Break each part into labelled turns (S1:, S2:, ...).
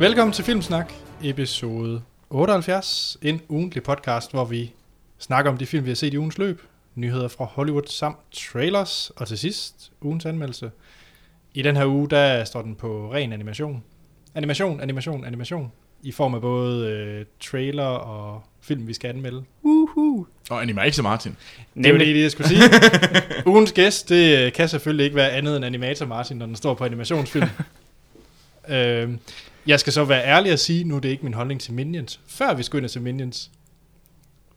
S1: Velkommen til Filmsnak, episode 78. En ugentlig podcast, hvor vi snakker om de film, vi har set i ugens løb, nyheder fra Hollywood samt trailers, og til sidst ugens anmeldelse. I den her uge, der står den på ren animation. Animation, animation, animation. I form af både øh, trailer og film, vi skal anmelde.
S2: Uhu.
S3: Og Animator Martin.
S1: Det er jo det,
S2: Nemlig.
S1: jeg lige skulle sige. Ugens gæst, det øh, kan selvfølgelig ikke være andet end Animator Martin, når den står på animationsfilm. øhm, jeg skal så være ærlig og sige, nu er det ikke min holdning til Minions. Før vi skulle ind og til Minions,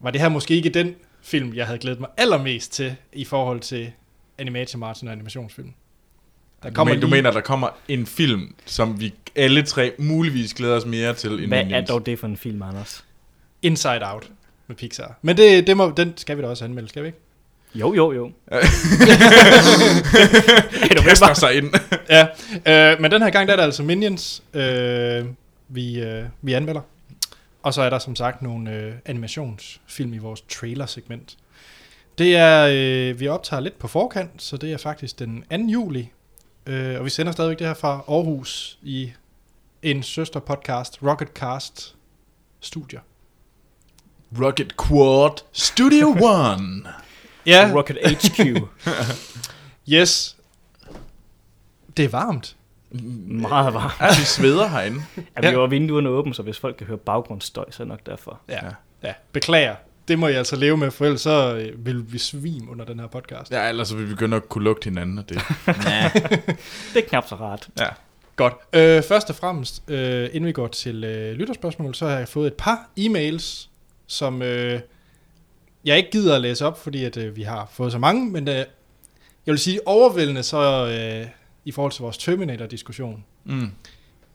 S1: var det her måske ikke den film, jeg havde glædet mig allermest til i forhold til Animator Martin og animationsfilm. Der
S3: Du,
S1: kommer
S3: men, du
S1: lige-
S3: mener, der kommer en film, som vi alle tre muligvis glæder os mere til end
S2: Hvad er
S3: Minions.
S2: dog det for en film, Anders?
S1: Inside Out med Pixar. Men det, det må, den skal vi da også anmelde, skal vi ikke?
S2: Jo, jo, jo.
S3: du kaster sig ind.
S1: Ja, øh, men den her gang, der er det altså Minions, øh, vi, øh, vi anmelder. Og så er der som sagt nogle øh, animationsfilm i vores trailer-segment. Det er, øh, vi optager lidt på forkant, så det er faktisk den 2. juli. Øh, og vi sender stadigvæk det her fra Aarhus i en søsterpodcast, Rocketcast Studier.
S3: Rocket Quad Studio One.
S1: Ja,
S2: Rocket HQ.
S1: yes. Det er varmt.
S2: Meget varmt.
S3: Ja, vi sveder herinde.
S2: Ja,
S1: Ja.
S2: vi var vinduerne åbne, så hvis folk kan høre baggrundsstøj, så er det nok derfor.
S1: Ja, ja. beklager. Det må jeg altså leve med, for ellers så øh, vil vi svime under den her podcast.
S3: Ja, ellers så vil vi begynde at kunne lugte hinanden. Og det.
S2: Det er knap så rart.
S3: Ja.
S1: Godt. Øh, først og fremmest, øh, inden vi går til øh, lytterspørgsmål, så har jeg fået et par e-mails, som øh, jeg ikke gider at læse op, fordi at, øh, vi har fået så mange, men øh, jeg vil sige overvældende så øh, i forhold til vores Terminator-diskussion,
S3: Mm.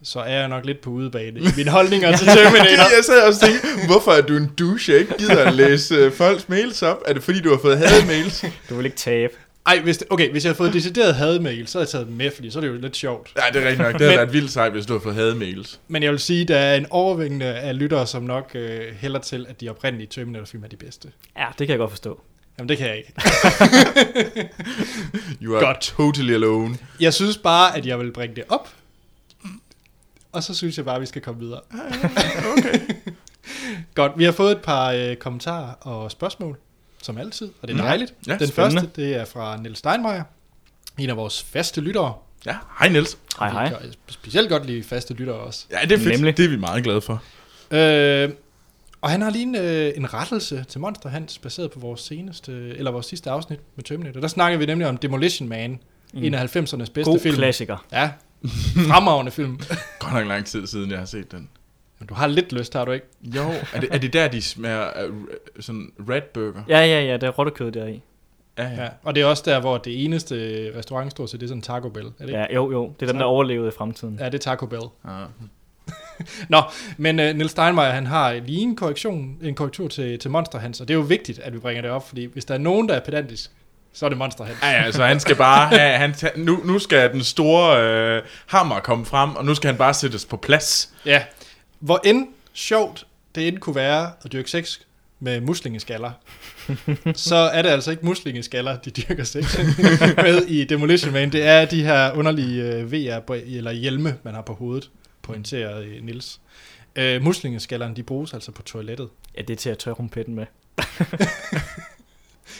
S1: så er jeg nok lidt på udebane i mine holdninger til Terminator.
S3: Jeg sad også og tænkte, hvorfor er du en douche, jeg ikke gider at læse øh, folks mails op? Er det fordi, du har fået hademails?
S2: Du vil ikke tabe.
S1: Ej, hvis det, okay, hvis jeg havde fået decideret hademail, så havde jeg taget dem med, fordi så er det jo lidt sjovt.
S3: Nej, det er rigtigt nok. Det havde
S1: Men-
S3: været vildt sejt, hvis du havde fået hademails.
S1: Men jeg vil sige, der er en overvængende af lyttere, som nok øh, hælder til, at de oprindelige Terminator-film er de bedste.
S2: Ja, det kan jeg godt forstå.
S1: Jamen, det kan jeg ikke.
S3: You are
S1: Godt.
S3: Godt. totally alone.
S1: Jeg synes bare, at jeg vil bringe det op. Og så synes jeg bare, at vi skal komme videre. Okay. Godt, vi har fået et par øh, kommentarer og spørgsmål, som altid, og det
S2: Mm.
S1: er
S3: Ja.
S1: dejligt.
S3: Ja,
S1: Den
S3: spændende.
S1: første, det er fra Niels Steinmeier, en af vores faste lyttere.
S3: Ja, hej Niels.
S2: Hej, hej.
S1: Vi kan specielt godt lide faste lyttere også.
S3: Ja, det er fedt.
S2: Nemlig.
S3: Det er vi meget glade for.
S1: Øh, og han har lige en, øh, en rettelse til Monster Hans, baseret på vores seneste, eller vores sidste afsnit med Terminator. Der snakkede vi nemlig om Demolition Man, mm. en af 90'ernes bedste
S2: God
S1: film.
S2: klassiker.
S1: Ja, fremragende film.
S3: Godt nok lang tid siden, jeg har set den.
S1: Men du har lidt lyst, har du ikke?
S3: Jo, er det, er det der, de smager uh, sådan red burger?
S2: Ja, ja, ja, der er rottekød deri.
S3: Ja, ja.
S1: Ja. Og det er også der, hvor det eneste restaurant står til, det er sådan Taco Bell. Er det ikke?
S2: Ja, jo, jo. Det er den, der overlevede i fremtiden.
S1: Ja, det er Taco Bell.
S3: Ah.
S1: Nå, men uh, Nils Steinmeier, han har lige en korrektion, en korrektur til, til Monster Hans, og det er jo vigtigt, at vi bringer det op, fordi hvis der er nogen, der er pedantisk, så er det Monster Hans.
S3: Ja, ja, altså han skal bare have, han ta- nu, nu skal den store øh, hammer komme frem, og nu skal han bare sættes på plads.
S1: Ja. Hvor end sjovt det end kunne være at dyrke sex med muslingeskaller, så er det altså ikke muslingeskaller, de dyrker sex med i Demolition Man. Det er de her underlige øh, VR, br- eller hjelme, man har på hovedet, pointerer øh, Nils. Øh, muslingeskallerne, de bruges altså på toilettet.
S2: Ja, det er til at tørre rumpetten med.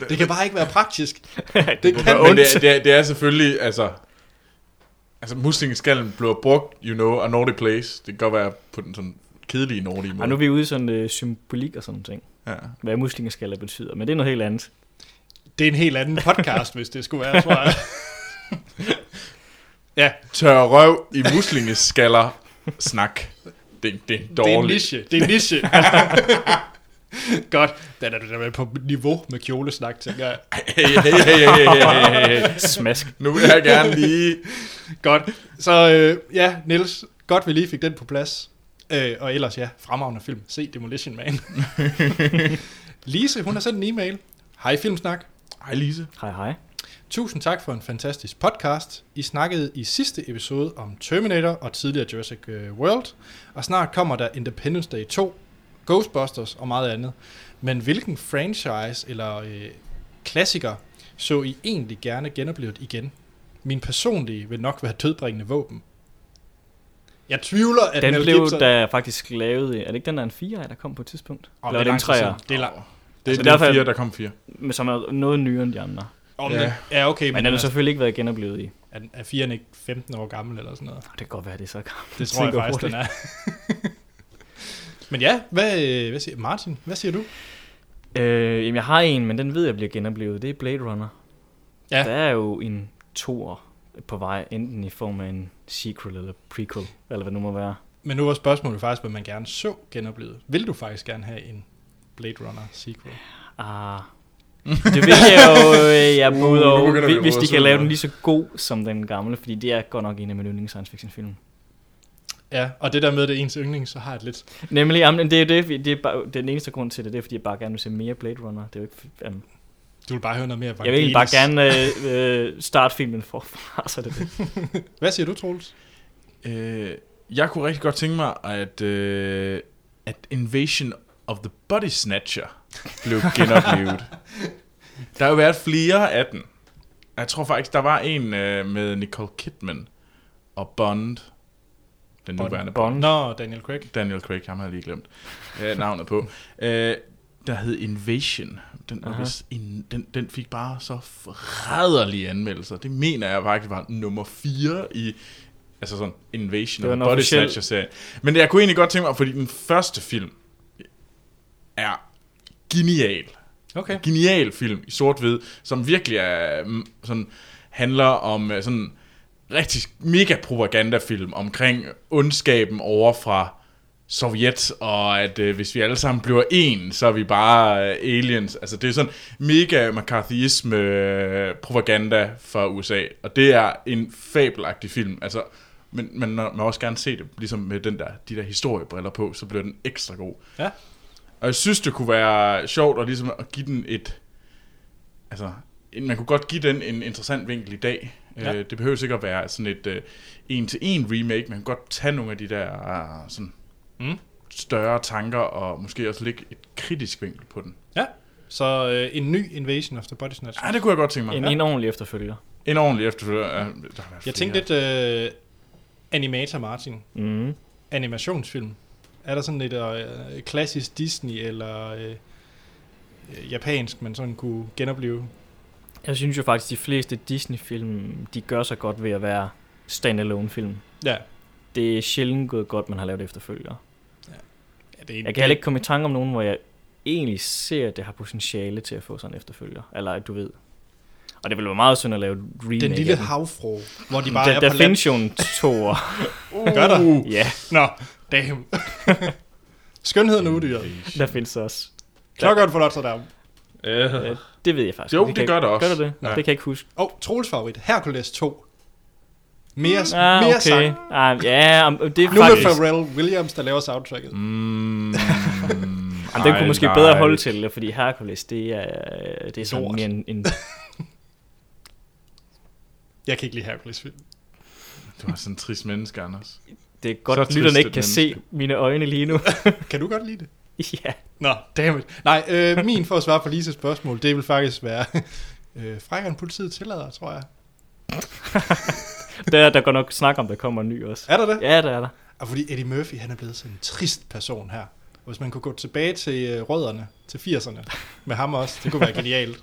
S1: Det kan bare ikke være praktisk. Det kan
S3: Men det, er-
S1: ondt.
S3: det, er, det er selvfølgelig, altså... Altså, muslingeskallen bliver brugt, you know, a naughty place. Det kan godt være på den sådan kedelige naughty
S2: Og
S3: måde.
S2: nu er vi ude i sådan øh, symbolik og sådan nogle ting.
S3: ja.
S2: Hvad muslingeskaller betyder, men det er noget helt andet.
S1: Det er en helt anden podcast, hvis det skulle være, tror jeg. Ja,
S3: Tør røv i muslingeskaller snak. Det, det
S1: det
S3: er
S1: er en
S3: dårligt.
S1: niche. Det er en niche. Godt. Den er du da med på niveau med kjolesnak, tænker jeg.
S3: Hey, hey, hey, hey, hey, hey, hey, hey.
S2: Smask.
S3: Nu vil jeg gerne lige...
S1: Godt. Så øh, ja, Niels, godt vi lige fik den på plads. Øh, og ellers ja, fremragende film. Se Demolition Man. Lise, hun har sendt en e-mail. Hej Filmsnak.
S3: Hej, Lise.
S2: Hej, hej.
S1: Tusind tak for en fantastisk podcast. I snakkede i sidste episode om Terminator og tidligere Jurassic øh, World, og snart kommer der Independence Day 2, Ghostbusters og meget andet. Men hvilken franchise eller øh, klassiker så I egentlig gerne genoplevet igen? Min personlige vil nok være dødbringende våben. Jeg tvivler, at
S2: Den
S1: Mel
S2: blev
S1: Gibson...
S2: da faktisk lavet i... Er det ikke den, der er en 4 der kom på et tidspunkt?
S1: Åh,
S2: Eller
S1: det
S2: var
S1: er
S2: det en
S1: lang tid siden.
S2: 3'er?
S1: Det er langt.
S3: Det er
S2: Altså,
S3: altså,
S2: derfor-
S3: derfor... fire, der kom fire.
S2: Men som er noget nyere end de andre.
S1: Om
S3: Ja.
S1: ja. ja, okay, men, altså,
S2: Men den har selvfølgelig ikke været genoplevet i.
S1: er, den- er firen ikke 15 år gammel eller sådan noget?
S2: Det kan godt være, det er så gammelt.
S1: Det tror jeg
S2: tænker
S1: faktisk, den er. men ja, hvad, øh, hvad siger Martin? Hvad siger du?
S2: Øh, jamen, jeg har en, men den ved jeg bliver genoplevet. Det er Blade Runner.
S1: Ja.
S2: Der er jo en toer på vej, enten i form af en sequel eller prequel, eller hvad det nu må være.
S1: Men nu var spørgsmålet faktisk, hvad man gerne så genoplevet. Vil du faktisk gerne have en Blade Runner sequel?
S2: Ah, det vil jeg jo, øh, jeg
S3: Uh,
S2: både
S3: nu
S2: og,
S3: begynder vi at
S2: hvis de
S3: rode
S2: kan
S3: os
S2: lave
S3: ud.
S2: den lige så god som den gamle, fordi det er godt nok en af mine yndlings science fiction film.
S1: Ja, og det der med, at det er ens yndling, så har jeg det lidt...
S2: Nemlig, jamen, det er jo det, det er bare, den eneste grund til det, det er fordi jeg bare gerne vil se mere Blade Runner. Det er jo ikke, um,
S1: Du vil bare høre noget mere
S2: jeg vil egentlig bare
S1: Vangelis.
S2: gerne øh, øh, starte filmen forfra, så er det det.
S1: Hvad siger du, Troels?
S3: Øh, jeg kunne rigtig godt tænke mig, at, øh, at Invasion of the Body Snatcher blev genoplevet. der har jo været flere af den. Jeg tror faktisk, der var en øh, med Nicole Kidman og Bond. Den
S1: Bond.
S3: nuværende Bond.
S2: Bond.
S1: Nå, Daniel Craig.
S3: Daniel Craig, ham havde jeg lige glemt øh, navnet på. Øh, der hed Invasion. Den, var
S2: Aha.
S3: vist en, den, den fik bare så forræderlige anmeldelser. Det mener jeg faktisk var nummer 4 i altså sådan Invasion
S2: Det var
S3: og
S2: en
S3: Body
S2: officiel-
S3: Snatcher serien. Men jeg kunne egentlig godt tænke mig, fordi den første film er genial
S1: Okay.
S3: genial film i sort-hvid, som virkelig er, mm, sådan, handler om øh, sådan rigtig mega propagandafilm omkring ondskaben over fra Sovjet, og at øh, hvis vi alle sammen bliver en, så er vi bare øh, aliens. Altså det er sådan mega McCarthyisme øh, propaganda fra USA, og det er en fabelagtig film. Altså, men, men når man også gerne se det, ligesom med den der, de der historiebriller på, så bliver den ekstra god.
S1: Ja.
S3: Og jeg synes, det kunne være sjovt at, ligesom at give den et... Altså, en- man kunne godt give den en interessant vinkel i dag.
S1: Ja.
S3: Ja. Øh, det behøver sikkert at være sådan et øh, en-til-en remake. Man kan godt tage nogle af de der øh, sådan
S1: Mm.
S3: større tanker, og måske også lægge et kritisk vinkel på den.
S1: Så øh, en ny Invasion of the Body Snatcher.
S2: Ah,
S3: Ja, det kunne jeg godt tænke mig.
S2: En,
S3: En,
S2: en ordentlig efterfølger.
S3: en ordentlig efterfølger. Ja, der har været
S1: Jeg
S3: flere.
S1: tænkte lidt øh, Animator Martin.
S2: Mm.
S1: Animationsfilm. Er der sådan lidt øh, klassisk Disney eller øh, øh, japansk, man sådan kunne genopleve?
S2: Jeg synes jo faktisk, at de fleste Disney-film, de gør sig godt ved at være standalone film.
S1: Ja.
S2: Det er sjældent gået godt, man har lavet efterfølgere.
S1: ja det er,
S2: Jeg kan heller ikke komme i tanke om nogen, hvor jeg egentlig ser, at det har potentiale til at få sådan en efterfølger. Eller at du ved. Og det ville være meget synd at lave et remake
S1: Den lille
S2: af den.
S1: havfru, hvor de bare
S2: Der,
S1: er
S2: der
S1: på land.
S2: findes jo en toer.
S1: Gør der?
S3: Uh,
S2: ja,
S1: Nå, damn. Skønheden og udyret.
S2: der findes også.
S1: Klokkeren forlot sig der.
S3: øh.
S2: Øh, Det ved jeg faktisk.
S3: Jo,
S2: ikke.
S3: det
S2: kan
S3: gør
S2: ikke-
S3: der også.
S2: Gør det det?
S3: Ja.
S2: Ja. Det kan jeg ikke huske.
S1: Og oh, Troels favorit, Hercules 2. Mere, mm,
S2: Ah,
S1: mere sang.
S2: okay. Ah, ja, om- det er
S1: Nu med
S2: faktisk...
S1: Pharrell Williams, der laver soundtracket.
S3: Mm,
S2: Jamen, den
S3: ej,
S2: kunne måske
S3: nej.
S2: bedre holde til, fordi Hercules, det er, det er sådan
S1: Lort.
S2: mere en, en
S1: Jeg kan ikke lide Hercules film.
S3: Du er sådan en trist menneske, Anders.
S2: Det er
S3: Så
S2: godt, at
S3: trist
S2: lytterne ikke
S3: et
S2: kan se mine øjne lige nu.
S1: Kan du godt lide det?
S2: ja.
S1: Nå, dammit. Nej, øh, min for at svare på Lises spørgsmål, det vil faktisk være, øh, frækker end politiet tillader, tror jeg.
S2: Der, er- der går nok snak om, der kommer en ny også.
S1: Er der det?
S2: Ja, der er der.
S1: Og fordi Eddie Murphy, han er blevet sådan en trist person her. Og hvis man kunne gå tilbage til øh, rødderne, til 80'erne, med ham også, det kunne være genialt.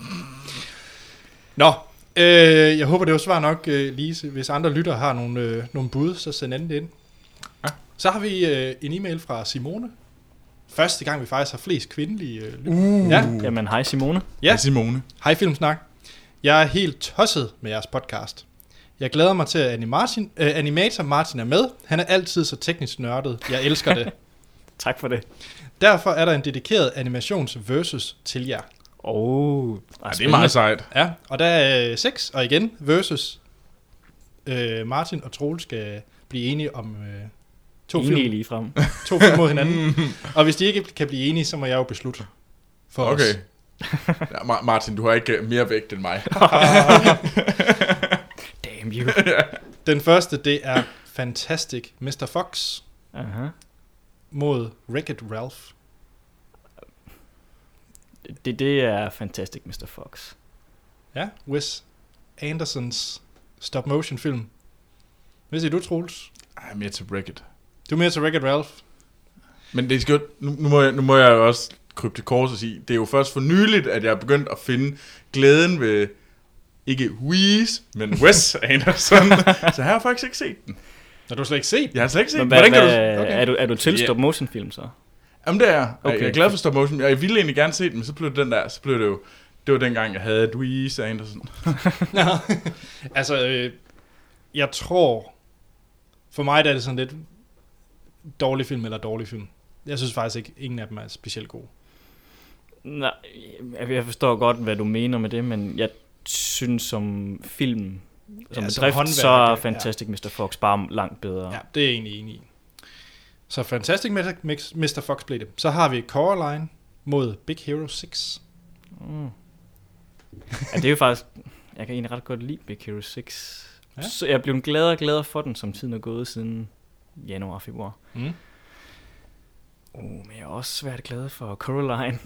S1: Nå, øh, jeg håber, det var svar nok, øh, Lise. Hvis andre lytter har nogle, øh, nogle bud, så send endelig ind.
S3: Ja.
S1: Så har vi øh, en e-mail fra Simone. Første gang, vi faktisk har flest kvindelige øh, lytter.
S3: Uh.
S1: Ja.
S2: Jamen, hej Simone.
S1: Ja.
S3: Ja. Simone.
S1: Hej Filmsnak. Jeg er helt tosset med jeres podcast. Jeg glæder mig til, at Martin, øh, animator Martin er med. Han er altid så teknisk nørdet. Jeg elsker det.
S2: Tak for det.
S1: Derfor er der en dedikeret animations versus til jer.
S2: Åh, oh,
S3: Ja, det er meget sejt.
S1: Ja, og der er øh, seks, og igen versus. Øh, Martin og Troel skal blive enige om øh, to,
S2: Enige
S1: film,
S2: lige frem.
S1: to film mod hinanden. og hvis de ikke kan blive enige, så må jeg jo beslutte for
S3: Okay.
S1: os.
S3: Ja, Ma- Martin, du har ikke øh, mere vægt end mig.
S1: Ah.
S2: Damn you.
S1: Den første, det er Fantastic Mr. Fox
S2: Aha.
S1: mod Wreck-It Ralph.
S2: Det, det er Fantastic Mr. Fox.
S1: Ja, Wes Andersons stop-motion film. Hvad siger du, Troels?
S3: Ej, mere til Wreck-It.
S1: Du er mere til Wreck-It Ralph.
S3: Men det skal jo, nu, nu, må jeg, nu må jeg jo også krybe til kors og sige, det er jo først for nyligt, at jeg er begyndt at finde glæden ved, ikke Wheeze, men Wes Anderson. så her har jeg faktisk ikke set den.
S1: Har du slet ikke set?
S3: Jeg har slet ikke set
S2: Men
S3: den.
S2: hvad,
S3: Hvordan kan
S2: hvad,
S3: du... Okay.
S2: Er du, er du til
S3: Ja.
S2: stop motion film så?
S3: Jamen det er jeg. Okay.
S2: Okay.
S3: Jeg er glad for stop motion. Jeg ville egentlig gerne se den, men så blev det den der, så blev det jo... Det var dengang, jeg havde et Wheeze Anderson.
S1: Nå. altså, øh, jeg tror... For mig der er det sådan lidt dårlig film eller dårlig film. Jeg synes faktisk ikke, ingen af dem er specielt gode.
S2: Nej, jeg- jeg forstår godt, hvad du mener med det, men jeg synes som film, som
S1: Ja,
S2: ja,
S1: som
S2: bedrift, så er
S1: håndværk, ja.
S2: Fantastic Mr. Fox bare langt bedre.
S1: Ja, det er jeg egentlig enig i. Så Fantastic Mr. Mix- Mr. Fox blev det. Så har vi Coraline mod Big Hero 6.
S2: Mm. ja det er jo faktisk... Jeg kan egentlig ret godt lide Big Hero 6.
S1: Ja.
S2: Ja. Så jeg blev gladere og gladere for den, som tiden er gået siden januar og februar.
S1: Mm.
S2: Uh, men jeg er også svært glad for Coraline.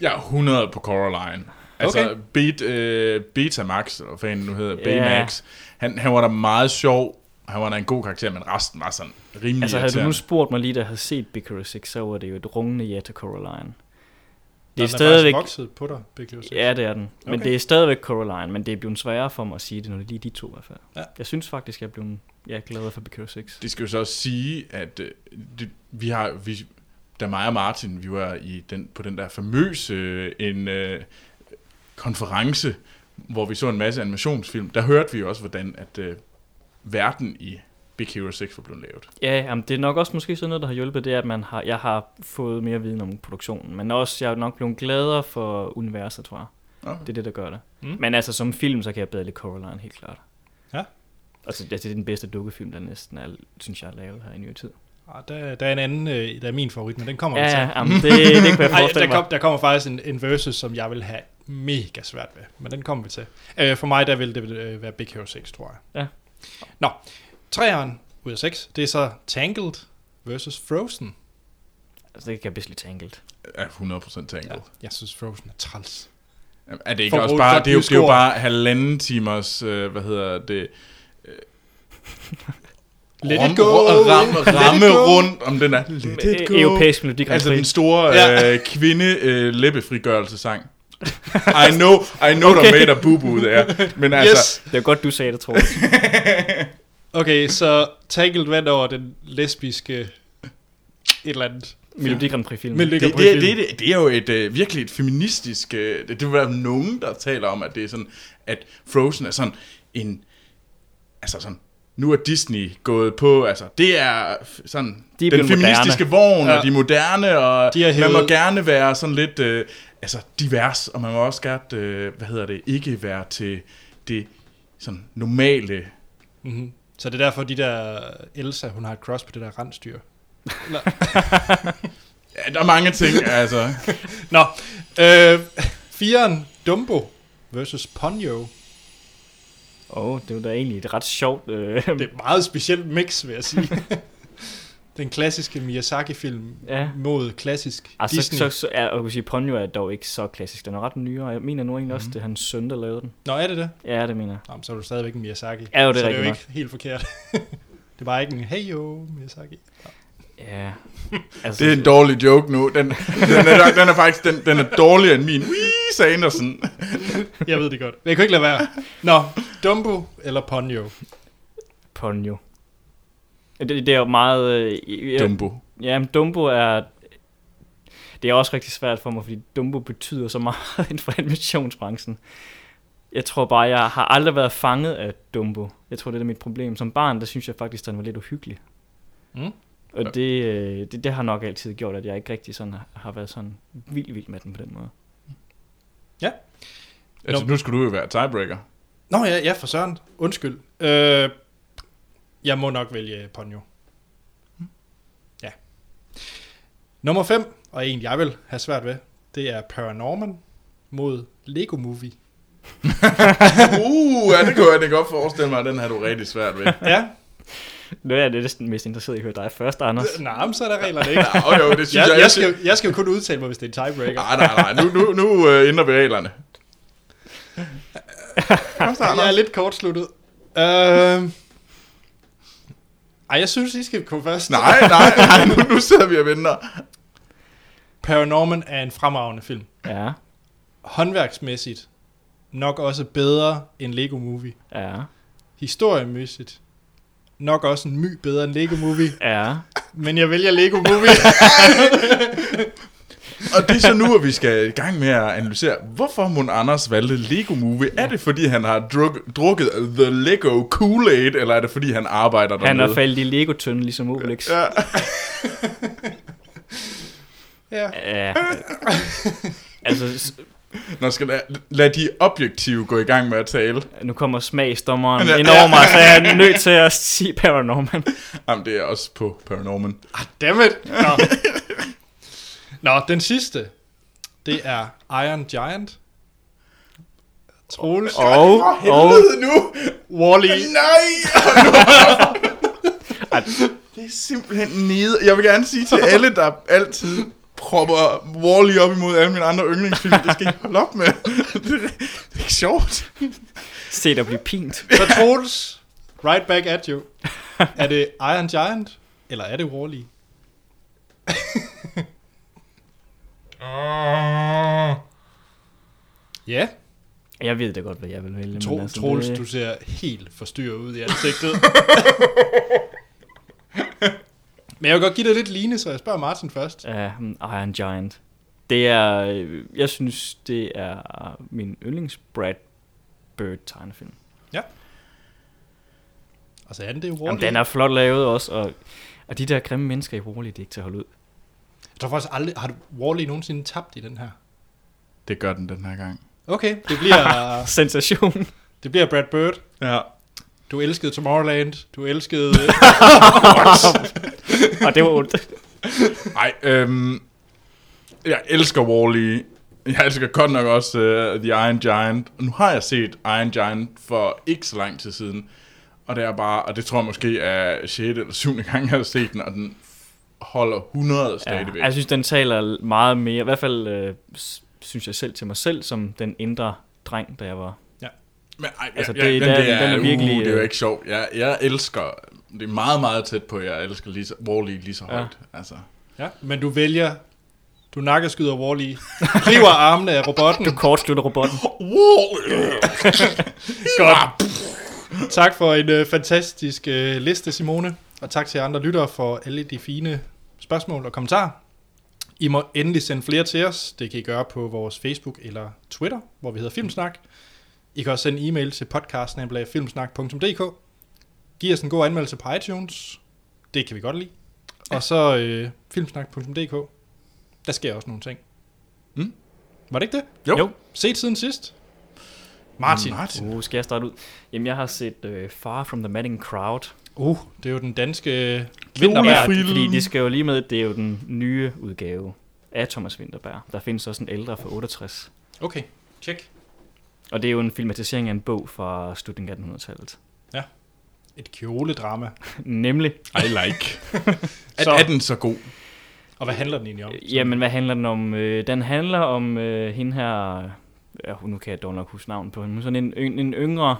S3: Jeg er 100 på Coraline. Altså, okay. Beat, øh, Betamax, eller hvad fanden nu hedder,
S2: Ja.
S3: Baymax, han, han var da meget sjov, han var da en god karakter, men resten var sådan rimelig
S2: Altså havde du nu
S3: irriterende.
S2: spurgt mig lige, da jeg havde set Big Hero 6, så var det jo et rungende ja til Coraline. Det
S1: Den
S2: er
S1: faktisk
S2: stadigvæk...
S1: vokset på dig, Big Hero 6.
S2: Ja, det er den. Men
S1: Okay.
S2: det er stadigvæk Coraline, men det er blevet sværere for mig at sige det, når det er lige de to i hvert fald.
S1: Ja.
S2: Jeg synes faktisk, jeg er blevet jeg er gladere for Big Hero 6.
S3: Det skal jo så også sige, at øh, det, vi har, vi, da mig og Martin, vi var i den, på den der famøse øh, en, øh, konference, hvor vi så en masse animationsfilm, der hørte vi jo også, hvordan at øh, verden i Big Hero 6 var blevet lavet.
S2: Ja, jamen, det er nok også måske sådan noget, der har hjulpet, det er, at man har, jeg har fået mere viden om produktionen. Men også, jeg er nok blevet gladere for universet, tror jeg.
S3: Okay.
S2: Det er det, der gør det.
S1: Mm.
S2: Mm. Men altså, som film, så kan jeg bedre lide Coraline, helt klart.
S1: Ja.
S2: Altså, det det er den bedste dukkefilm, der næsten er, synes jeg, er lavet her i nyere tid.
S1: Ah, der, der er en anden, øh, der er min favorit, men den kommer
S2: Ja,
S1: vi til.
S2: ja, jamen, det, det kunne jeg
S1: Ej,
S2: forestille
S1: der,
S2: mig.
S1: kom, der kommer faktisk en, en versus, som jeg vil have mega svært ved, men den kommer vi til. Øh, for mig, der vil det øh, være Big Hero 6, tror jeg.
S2: Ja.
S1: Nå, træeren ud af 6, det er så Tangled versus Frozen.
S2: Altså, det kan jeg bedst lide Tangled.
S3: Er 100% tænkt.
S1: Ja, jeg synes, Frozen er træls.
S3: Jamen, Er det ikke
S1: For
S3: også
S1: at
S3: bare,
S1: bruge et
S3: det er, jo,
S1: godt
S3: det er jo
S1: jysk ord.
S3: bare halvanden timers, øh, hvad hedder det, øh,
S1: Let
S3: rom-
S1: it go!
S3: ro- ramme,
S1: Let it
S3: ramme
S1: go.
S3: rundt om den der, let it
S2: Øh,
S3: go.
S2: Europæisk Melodi Grand
S3: Altså den
S2: Prix.
S3: store
S1: Ja.
S3: øh, kvinde øh, læbefrigørelsesang. I know, I know okay.
S2: Okay.
S3: der made a boo-boo der. Men altså,
S1: Yes!
S2: Det er godt, du sagde det, tror jeg.
S1: Okay, så Tangled vandt over den lesbiske et eller andet.
S2: Melodi Grand Prix-film.
S1: Men
S3: det,
S1: ligger
S3: det,
S1: på det,
S3: det, det, det er jo et øh, virkelig et feministisk... Øh, det, det vil være nogen, der taler om, at det er sådan, at Frozen er sådan en... Altså sådan, nu er Disney gået på, altså det er f- sådan
S2: De er
S3: den
S2: blevet
S3: feministiske vogn,
S1: Ja.
S3: og de er moderne, og
S1: De
S3: de
S1: er
S3: er man må
S1: hævet.
S3: gerne være sådan lidt øh, altså divers, og man må også gerne, øh, hvad hedder det, ikke være til det sådan normale
S1: Mm-hmm. Så det er derfor, de der Elsa, hun har et cross på det der rensdyr. Eller,
S3: Ja, der er mange ting, altså.
S1: Nå, øh, firen Dumbo versus Ponyo.
S2: Åh, oh, det var da egentlig et ret sjovt... Øh,
S1: Det er et meget specielt mix, vil jeg sige. Den klassiske Miyazaki-film
S2: Ja.
S1: mod klassisk altså,
S2: Altså,
S1: Disney.
S2: så, så, ja, og jeg kan sige, Ponyo er dog ikke så klassisk. Den er ret nyere. Jeg mener nu egentlig også,
S1: Mhm.
S2: det er hans søn, der lavede den.
S1: Nå, er det det?
S2: Ja, det mener jeg.
S1: Nå, men så er du stadigvæk en Miyazaki.
S2: Ja, jo, det er
S1: så det er jo
S2: rigtigt
S1: ikke helt forkert. det er bare ikke en, hey yo, Miyazaki.
S2: Ja. Altså,
S3: Det er en dårlig joke nu. Den, den, er, den er faktisk den, den er dårligere end min. Wee, sagde Andersen.
S1: Jeg ved det godt. Men jeg kunne ikke lade være. Nå, Dumbo eller Ponyo?
S2: Ponyo. Det, det er jo meget... Øh, jeg,
S3: Dumbo.
S2: ja, men Dumbo er... Det er også rigtig svært for mig, fordi Dumbo betyder så meget inden for animationsbranchen. Jeg tror bare, jeg har aldrig været fanget af Dumbo. Jeg tror, det er mit problem. Som barn, der synes jeg faktisk, den var lidt uhyggelig.
S1: Mm.
S2: Og det, øh, det, det har nok altid gjort, at jeg ikke rigtig sådan har, har været sådan vild vild med den på den måde.
S3: Altså, nu skulle du jo være tiebreaker.
S1: Nå ja, ja for søren. Undskyld. Øh, jeg må nok vælge Ponyo.
S3: Hm.
S1: Ja. Nummer 5, og en jeg vil have svært ved, det er Paranorman mod Lego Movie.
S3: Uh, ja, det kunne jeg da godt forestille mig, at den har du rigtig svært ved.
S1: Ja,
S2: Nu er jeg næsten mest interesseret i at høre dig først, Anders.
S1: nej, men så er der reglerne ikke.
S3: Nå, jo, det synes
S1: Jeg,
S3: jeg, Ah,
S1: jeg, skal, jo- jeg skal jo kun udtale mig, hvis det er en tiebreaker.
S3: Nej, nej, nej. Nu, nu, nu øh, ændrer vi reglerne.
S1: Jeg er lidt kortsluttet. Øh, Ej, jeg synes, I skal gå først.
S3: Nej, nej, nej, nu, nu sidder vi og venter.
S1: Paranorman er en fremragende film.
S2: Ja,
S1: Håndværksmæssigt nok også bedre end Lego Movie.
S2: ja,
S1: Historiemæssigt nok også en my bedre end Lego Movie.
S2: ja.
S1: Men jeg vælger Lego Movie.
S3: Og det er så nu, at vi skal i gang med at analysere, hvorfor Mon Anders valgte Lego Movie. Er det, fordi han har druk, drukket The Lego Kool-Aid, eller er det, fordi han arbejder dernede?
S2: Han er faldet i Lego-tønden, ligesom Obelix.
S3: Ja.
S1: ja.
S2: Ja. altså, s-
S3: Nå, skal lad, lad de objektive gå i gang med at tale.
S2: nu kommer smagsdommeren
S3: Ja.
S2: ind over mig, så jeg er nødt til at sige Paranorman.
S3: Jamen, det er også på Paranorman.
S1: Ah, dammit. Nå. Nå, den sidste. Det er Iron Giant. Troels.
S2: Og, og,
S3: Helvede nu!
S1: Wall-E.
S3: Nej! det er simpelthen nede. Jeg vil gerne sige til alle, der altid propper Wall-E op imod alle mine andre yndlingsfilm, det skal I holde op med. Det, er- det er ikke sjovt.
S2: se dig blive pint.
S1: Så Troels, right back at you. Er det Iron Giant, eller er det Wall-E? Ja,
S2: Jeg ved da godt, hvad jeg vil vælge. men
S1: Tro,
S2: altså,
S1: Troels,
S2: det-
S1: du ser helt forstyrret ud i ansigtet. Men jeg vil godt give dig lidt line, så jeg spørger Martin først.
S2: Ja, mm, Iron Giant. Det er, øh, jeg synes, det er min yndlings Brad Bird tegnefilm.
S1: Og så Altså, er den det Wall-E.
S2: Jamen, den er flot lavet også, og, og de der grimme mennesker i Wall-E, det er ikke til at holde ud.
S1: Jeg tror faktisk aldrig, har Wall-E nogensinde tabt i den her?
S3: Det gør den den her gang.
S1: Okay, det bliver,
S2: Sensation.
S1: det bliver Brad Bird.
S3: Ja.
S1: Du elskede Tomorrowland. Du elskede...
S2: og det var ondt.
S3: Ej, øhm, jeg elsker Wall-E. Jeg elsker godt nok også uh, The Iron Giant. Og Nu har jeg set Iron Giant for ikke så lang tid siden. Og det er bare, og det tror jeg måske er 6. eller 7. gang, jeg har set den, og den holder 100
S2: Ja, altså,
S3: stadigvæk.
S2: jeg synes, den taler meget mere, i hvert fald øh, s- synes jeg selv til mig selv, som den indre dreng, da jeg var.
S3: Men ej,
S2: Altså,
S3: altså,
S2: det-
S3: ja, den,
S2: den-
S3: der,
S2: den er
S3: er,
S2: virkelig,
S3: virkelig... Uh, det er jo
S2: øh,
S3: ikke sjovt. Jeg, jeg elsker... Det er meget, meget tæt på, at jeg elsker lige så, Wall-E lige så
S2: Ja.
S3: højt. Altså.
S1: ja, men du vælger... Du nakkeskyder Wall-E. River armene af robotten.
S2: Kortslutter robotten.
S3: Wall-E!
S1: Godt. Tak for en øh, fantastisk øh, liste, Simone. Og tak til jer andre lyttere for alle de fine spørgsmål og kommentarer. I må endelig sende flere til os. Det kan I gøre på vores Facebook eller Twitter, hvor vi hedder Filmsnak. I kan også sende en e-mail til podcast.filmsnak.dk Giv os en god anmeldelse på iTunes. Det kan vi godt lide. Og så øh, filmsnak.dk Der sker også nogle ting.
S3: Mm.
S1: Var det ikke det?
S3: Jo. Mm,
S2: Jo.
S1: Set siden sidst. Martin.
S3: Martin.
S2: Uh, skal jeg starte ud? Jamen, jeg har set øh, Far From the Madding Crowd.
S1: Uh, det er jo den danske
S2: Vinterberg,
S1: vintervejr.
S3: Julefilm.
S2: fordi de skal jo lige med, det er jo den nye udgave af Thomas Vinterberg. Der findes også en ældre fra 68.
S1: Okay, tjek.
S2: Og det er jo en filmatisering af en bog fra slutningen af 1800-tallet.
S1: Et kjoledrama.
S2: Nemlig,
S3: I like.
S1: Så-
S3: er, er den så god?
S1: Og hvad handler den egentlig om?
S2: øh, jamen hvad handler den om? Øh, Den handler om øh, hende her, ja, nu kan jeg dog nok huske navnet på hende, men sådan en, yng- en yngre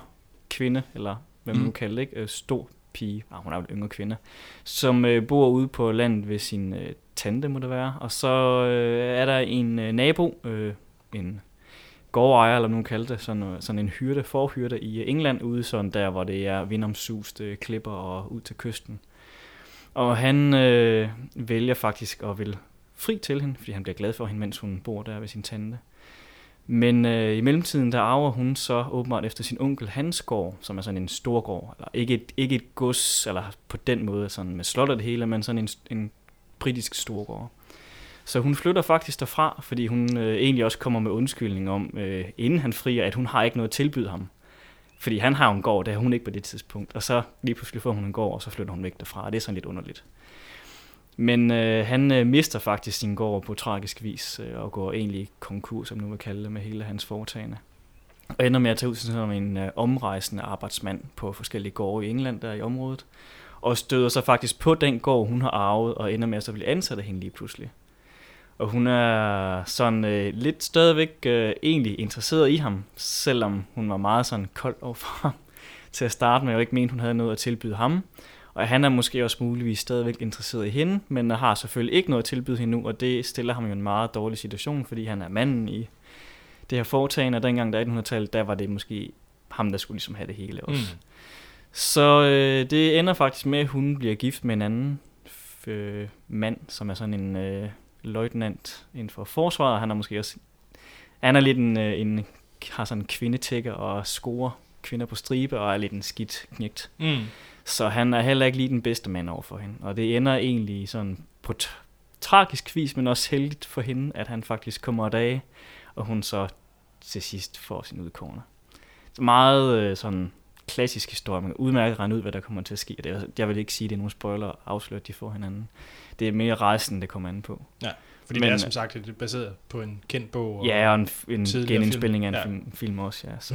S2: kvinde, eller hvad man
S3: Mm.
S2: nu kalder det, ikke? Øh, Stor pige, ah, hun er jo en yngre kvinde, som øh, bor ude på landet ved sin øh, tante, må det være. Og så øh, er der en øh, nabo, øh, en gårdejer, eller hvad man kalder det, sådan, øh, sådan en hyrde, forhyrde i øh, England, ude sådan der, hvor det er vindomsust øh, klipper og ud til kysten. Og han øh, vælger faktisk at vil fri til hende, fordi han bliver glad for hende, mens hun bor der ved sin tante. Men øh, i mellemtiden, der arver hun så åbenbart efter sin onkel Hans gård, som er sådan en stor gård. Eller ikke, et, ikke et gods, eller på den måde sådan med slot og det hele, men sådan en, en britisk storgård. Så hun flytter faktisk derfra, fordi hun øh, egentlig også kommer med undskyldning om, øh, inden han frier, at hun har ikke noget at tilbyde ham. Fordi han har jo en gård, det har hun ikke på det tidspunkt. Og så lige pludselig får hun en gård, og så flytter hun væk derfra. Og det er sådan lidt underligt. Men øh, han øh, mister faktisk sin gård på tragisk vis, øh, og går egentlig konkurs, som nu vil kalde det, med hele hans foretagende. Og ender med at tage ud som en øh, omrejsende arbejdsmand på forskellige gårde i England, der er i området. Og støder så faktisk på den gård, hun har arvet, og ender med at så blive ansat af hende lige pludselig. Og hun er sådan øh, lidt stadigvæk øh, egentlig interesseret i ham, selvom hun var meget sådan kold overfor ham til at starte med, og ikke mente, hun havde noget at tilbyde ham. Og han er måske også muligvis stadigvæk interesseret i hende, men har selvfølgelig ikke noget at tilbyde hende nu, og det stiller ham jo i en meget dårlig situation, fordi han er manden i det her foretagende, og dengang der 1800-tallet, der var det måske ham, der skulle ligesom have det hele også. Mm. Så øh, det ender faktisk med, at hun bliver gift med en anden øh, mand, som er sådan en øh, løjtnant inden for forsvaret. Han er måske også... Han er lidt en, øh, en har sådan en kvindetækker og scorer kvinder på stribe og er lidt en skidt knægt.
S1: Mm.
S2: Så han er heller ikke lige den bedste mand over for hende. Og det ender egentlig sådan på t- tragisk vis, men også heldigt for hende, at han faktisk kommer af, dage, og hun så til sidst får sin udkårne. Så meget øh, sådan klassisk historie. Man kan udmærket regne ud, hvad der kommer til at ske. Det er, jeg vil ikke sige, at det er nogle spoiler at afsløre, at de får hinanden. Det er mere rejsen, det kommer an på.
S1: Ja, fordi men,
S2: Men,
S1: det er som
S2: øh,
S1: sagt det er baseret på en kendt bog. Og,
S2: Ja, og en, f- en
S1: tidligere
S2: genindspilning af en
S1: film.
S2: ja. film, film også, ja. Så.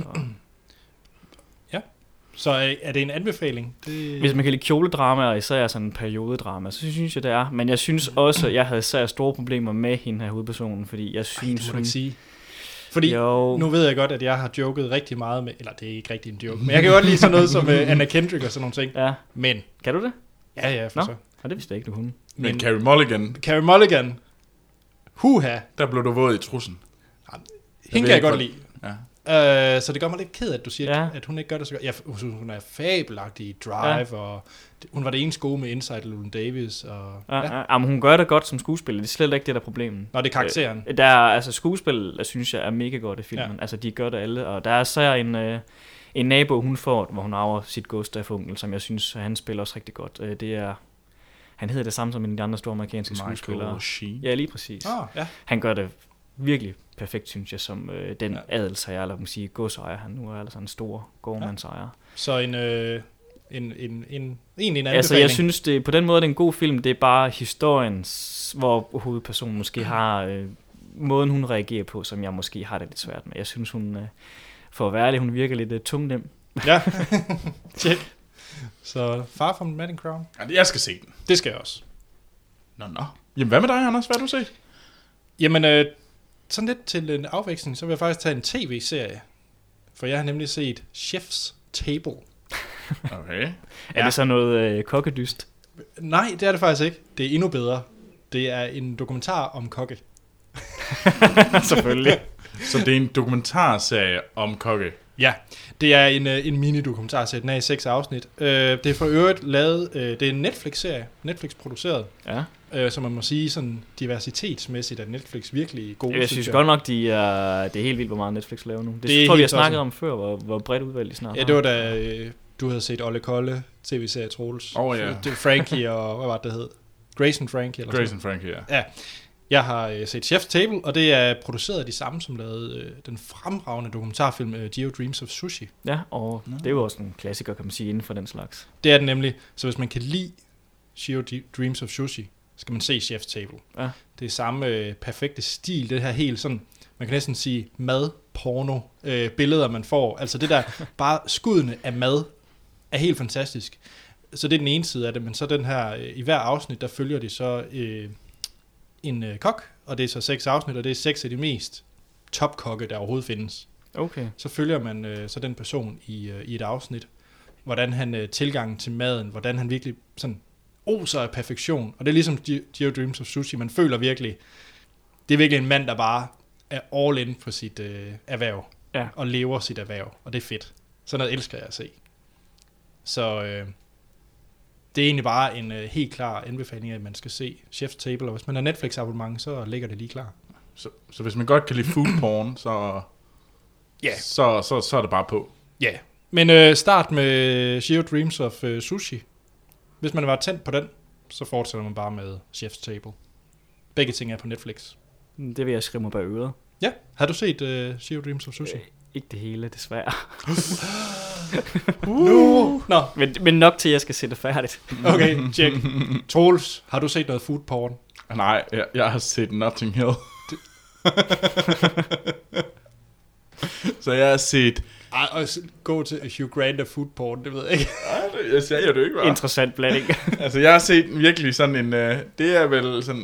S1: Så er, er det en anbefaling? Det,
S2: Hvis man kan lide kjoledrama, og især sådan en periodedrama, så synes jeg, det er. Men jeg synes også, at jeg havde især store problemer med hende her hovedpersonen, fordi jeg
S1: Ej, det
S2: synes,
S1: må du ikke sige. Fordi
S2: jo,
S1: Nu ved jeg godt, at jeg har joket rigtig meget med, eller det er ikke rigtig en joke, men jeg kan godt lide sådan noget som uh, Anna Kendrick og sådan nogle ting.
S2: Ja,
S1: Men,
S2: kan du det?
S1: ja ja, for
S2: Nå.
S1: så.
S2: Og det vidste jeg ikke, du kunne.
S3: Men
S1: Men
S3: Carrie Mulligan,
S1: Carey Mulligan, huha,
S3: der blev du våd i trussen.
S1: hende
S3: ved
S1: kan jeg
S3: ikke,
S1: godt
S3: hvor-
S1: lide.
S3: Ja.
S1: Uh, så det gør mig lidt ked, at du siger, ja.
S2: Ja.
S1: at hun ikke gør det så godt. Jeg synes, hun er fabelagtig i Drive, ja. og det- hun var det eneste gode med Inside Llewyn Davis. Og,
S2: Ja, ja. ja, men hun gør det godt som skuespiller. Det er slet ikke det, der er problemet.
S1: Nå, det er karakteren.
S2: Der er, altså skuespil, jeg synes jeg, er mega godt i filmen.
S1: Ja.
S2: Ja. Altså, de gør det alle. Og der er så en, øh, en nabo, hun får, hvor hun arver sit gods af onkel, som jeg synes, han spiller også rigtig godt. Øh, det er, han hedder det samme som en af de andre store amerikanske skuespillere.
S3: Michael Sheen.
S2: Ja, lige præcis.
S1: Ah, ja.
S2: Han gør det virkelig perfekt, synes jeg, som øh, den
S1: Ja.
S2: ja. adelsejer, eller man kan sige godsejer, han nu er, altså en stor gårdmandsejer. Ja.
S1: Så en, øh, en, en, en, egentlig en anbefaling.
S2: Altså, jeg synes, det, på den måde er det en god film. Det er bare historien, s- hvor hovedpersonen måske har... Øh, måden, hun reagerer på, som jeg måske har det lidt svært med. Jeg synes, hun... Øh, for at være ærlig, hun virker lidt øh, tungnem.
S1: Ja, tjek. Så Far From the Madding Crown,
S3: Ja, Jeg skal se den.
S1: det skal jeg også.
S3: Nå, nå. Jamen, hvad med dig, Anders? Hvad har du set?
S1: Jamen, øh, sådan lidt til en afveksling, så vil jeg faktisk tage en tv-serie. For jeg har nemlig set Chef's Table.
S3: Okay.
S2: Ja.
S1: Ja.
S2: Er det så noget øh, kokkedyst?
S1: Nej, det er det faktisk ikke. Det er endnu bedre. Det er en dokumentar om kokke.
S2: Selvfølgelig.
S3: Så det er en dokumentarserie om kokke.
S1: Ja, det er en, øh, en mini-dokumentar, så den er i seks afsnit. Øh, det er for øvrigt lavet, øh, det er en Netflix-serie, Netflix-produceret,
S2: Ja.
S1: øh, så man må sige sådan diversitetsmæssigt, at Netflix virkelig gode,
S2: Jeg synes godt nok, de er, det er helt vildt, hvor meget Netflix laver nu. Det,
S1: Det
S2: det
S1: er
S2: tror vi har
S1: helt
S2: snakket
S1: tosset.
S2: om før, hvor, hvor bredt udvalg de snart
S1: Ja,
S2: har.
S1: det var da øh, du havde set Olle Kolle, tv-serie Troels.
S3: Åh, ja.
S1: Det var Frankie og, hvad var det, det hed? Grayson Frankie. Eller sådan
S3: Grace and Frankie, ja.
S1: Jeg har øh, set Chef's Table, og det er produceret af de samme, som lavede øh, den fremragende dokumentarfilm øh, Geo Dreams of Sushi.
S2: Ja, og
S3: Nå.
S2: det er jo også en klassiker, kan man sige, inden for den slags.
S1: Det er den nemlig, så hvis man kan lide Geo D- Dreams of Sushi, skal man se Chef's Table.
S2: Ja.
S1: Det er samme øh, perfekte stil, det her helt sådan, man kan næsten sige mad, porno, øh, billeder man får. Altså det der, bare skuddene af mad, er helt fantastisk. Så det er den ene side af det, men så den her, øh, i hver afsnit, der følger de så øh, en øh, kok, og det er så seks afsnit, og det er seks af de mest topkokke, der overhovedet findes.
S2: Okay.
S1: Så følger man øh, så den person i, øh, i et afsnit, hvordan han øh, tilgangen til maden, hvordan han virkelig sådan oser af perfektion. Og det er ligesom Ge- Geo Dreams of Sushi, man føler virkelig, det er virkelig en mand, der bare er all in på sit øh, erhverv,
S2: Ja.
S1: og lever sit erhverv, og det er fedt. Sådan noget elsker jeg at se. Så øh, det er egentlig bare en øh, helt klar anbefaling, at man skal se Chef's Table, og hvis man har Netflix-abonnement, så ligger det lige klar.
S3: Så, så hvis man godt kan lide food porn, så,
S1: Ja.
S3: så, så, så er det bare på.
S1: Ja, yeah. men øh, start med Geo Dreams of øh, Sushi. Hvis man var tændt på den, så fortsætter man bare med Chef's Table. Begge ting er på Netflix.
S2: Mm, Det vil jeg skrive mig bag øret.
S1: Ja, har du set øh, Geo Dreams of Sushi?
S2: Øh, Ikke det hele, desværre.
S1: Uh. Nu! Nå,
S2: Men, men nok til, at jeg skal se det færdigt.
S1: okay, tjek. Troels, har du set noget food porn?
S3: Nej, jeg, jeg har set Notting Hill. så jeg har set...
S1: Ej, og s- gå til Hugh Grant og food porn, det ved jeg ikke.
S3: Ej, det- jeg sagde jo det ikke,
S2: Ja. Interessant blanding.
S3: Altså, jeg har set virkelig sådan en... Øh, det er vel sådan...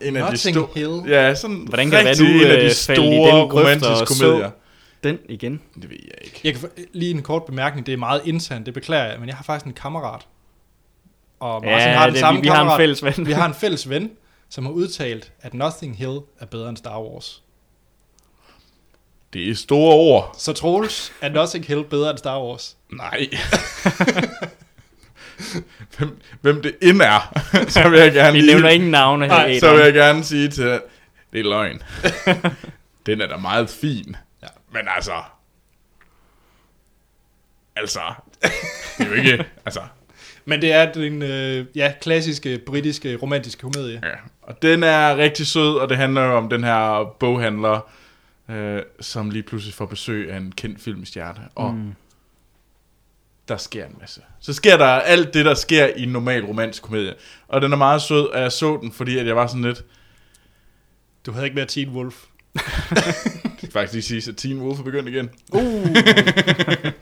S3: En af de
S1: Notting
S3: store...
S1: Hill.
S3: Ja, sådan
S2: Hvordan kan det
S3: rigtig
S2: være, du,
S3: en af de
S2: øh, faldt i
S3: store
S2: den grøft
S3: romantiske
S2: og så-
S3: komedier.
S2: Den igen.
S3: Det ved jeg ikke.
S1: Jeg kan få- lige en kort bemærkning, det er meget internt, det beklager jeg, men jeg har faktisk en kammerat, og Martin
S2: Ja,
S1: har den
S2: det,
S1: samme
S2: vi, vi har en
S1: kammerat.
S2: fælles ven.
S1: vi har en fælles ven, som har udtalt, at Nothing Hill er bedre end Star Wars.
S3: Det er store ord.
S1: Så Troels, er Nothing Hill bedre end Star Wars?
S3: Nej. hvem, hvem det end er, så vil jeg gerne
S2: Vi nævner ingen navne her.
S3: Nej,
S2: Adam.
S3: så vil jeg gerne sige til det er løgn. Den er da meget fin.
S1: Ja.
S3: Men altså... Altså... Det er jo ikke... Altså...
S1: Men det er den øh, ja, klassiske britiske romantiske komedie.
S3: Ja. Og den er rigtig sød, og det handler jo om den her boghandler, øh, som lige pludselig får besøg af en kendt filmstjerne. Og mm.
S2: Mm.
S3: der sker en masse. Så sker der alt det, der sker i en normal romantisk komedie. Og den er meget sød, og jeg så den, fordi at jeg var sådan lidt...
S1: Du havde ikke været Teen Wolf.
S3: Jeg kan faktisk lige sige, at Teen Wolf er begyndt igen.
S1: Uh,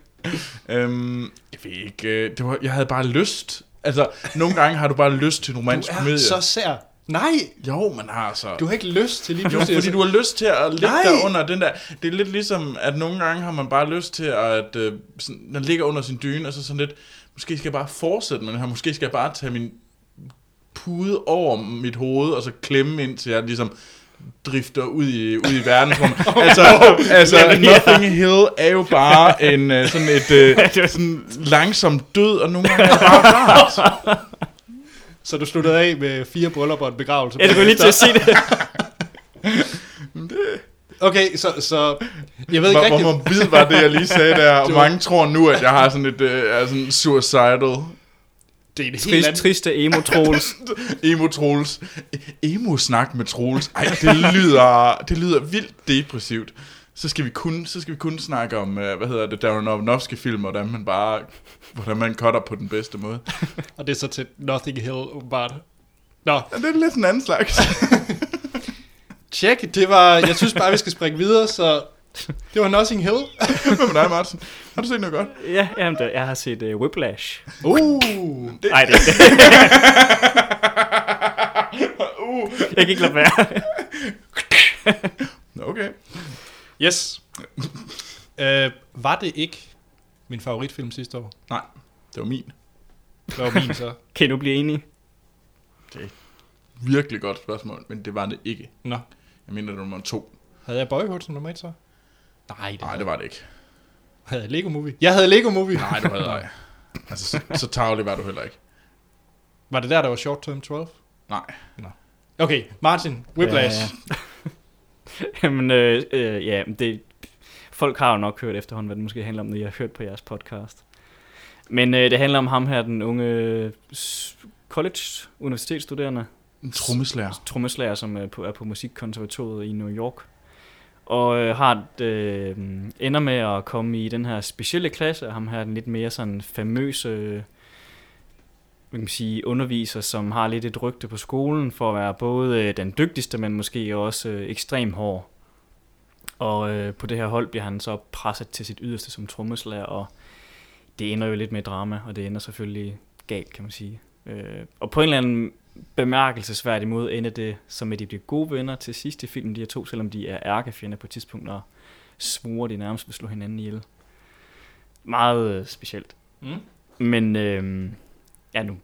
S3: Øhm, jeg ved ikke, øh, det var, jeg havde bare lyst. Altså, nogle gange har du bare lyst til en
S1: du
S3: romantisk
S1: er
S3: komedie.
S1: så sær. Nej,
S3: Jo, man har så.
S1: du har ikke lyst til lige
S3: jo,
S1: pludselig.
S3: fordi du har lyst til at ligge
S1: Nej!
S3: der under den der... Det er lidt ligesom, at nogle gange har man bare lyst til at... Øh, sådan, man ligger under sin dyne, og så sådan lidt... Måske skal jeg bare fortsætte med det her. Måske skal jeg bare tage min pude over mit hoved, og så klemme ind til jeg ligesom drifter ud i, ud i verdensrummet. altså, altså Nothing Hill er jo bare en, øh, sådan et øh, sådan langsom død, og nogle gange er det bare rart.
S1: Så du sluttede af med fire bryllupper og en begravelse.
S2: Ja, du kunne lige til at sige det.
S1: Okay, så, så jeg ved ikke
S3: Hvor, hvor
S1: rigtigt.
S3: morbid var det, jeg lige sagde der, og
S1: Du-
S3: mange tror nu, at jeg har sådan et øh, er sådan suicidal
S1: Det er en helt
S2: Trist,
S1: anden...
S2: triste emo trolls.
S3: emo-trolls. Emo-snak med trolls. Ej, det lyder, det lyder vildt depressivt. Så skal vi kun, så skal vi kun snakke om, øh, hvad hedder det, Darren Aronofsky film, og hvordan man bare, hvordan man cutter på den bedste måde.
S1: Og det er så til Nothing Hill, åbenbart. Nå,
S3: Ja, det er lidt en anden slags.
S1: tjek, det var... Jeg synes bare, vi skal springe videre, så... Det var Nothing Hill.
S3: Hvad med dig, Martin? Har du set noget godt?
S2: Ja, jamen, der- jeg har set uh, Whiplash.
S1: Uh,
S3: Det-
S2: Nej, det er det.
S3: Uh,
S2: Jeg kan ikke lade være.
S3: Nå, okay.
S1: yes. Øh, var det ikke min favoritfilm sidste år?
S3: Det var min.
S1: Det var min så.
S2: Kan I nu blive enige?
S3: Virkelig godt spørgsmål, men det var det ikke.
S1: Nå.
S3: Jeg mener, det var nummer to.
S1: Havde jeg Boyhood som nummer et så? Nej,
S3: Nej, det var det ikke.
S1: Havde jeg Lego Movie? Jeg havde Lego Movie.
S3: Nej, du havde ej. Altså, så, så tavlig var du heller ikke.
S1: Var det der, der var Short Term 12?
S3: Nej.
S1: Okay, Martin, Whiplash.
S2: Ja, Jamen, øh, øh, ja, det, folk har jo nok hørt efterhånden, hvad det måske handler om, når jeg har hørt på jeres podcast. Men øh, det handler om ham her, den unge øh, s- college-universitetsstuderende,
S3: En trommeslager.
S2: trommeslager, som er på, er på musikkonservatoriet i New York. Og øh, har et, øh, ender med at komme i den her specielle klasse, og ham her den lidt mere sådan famøse øh, hvad kan man sige, underviser, som har lidt et rygte på skolen for at være både øh, den dygtigste, men måske også øh, ekstrem hård. Og øh, på det her hold bliver han så presset til sit yderste som trommeslager, og det ender jo lidt med drama, og det ender selvfølgelig galt, kan man sige. Øh, og på en eller anden bemærkelsesværdig måde ender det som, at de bliver gode venner til sidste film, de her to, selvom de er ærkefjender på et tidspunkt, og svorer de nærmest vil slå hinanden ihjel. Meget øh, specielt.
S1: Mm.
S2: Men øh, ja, nu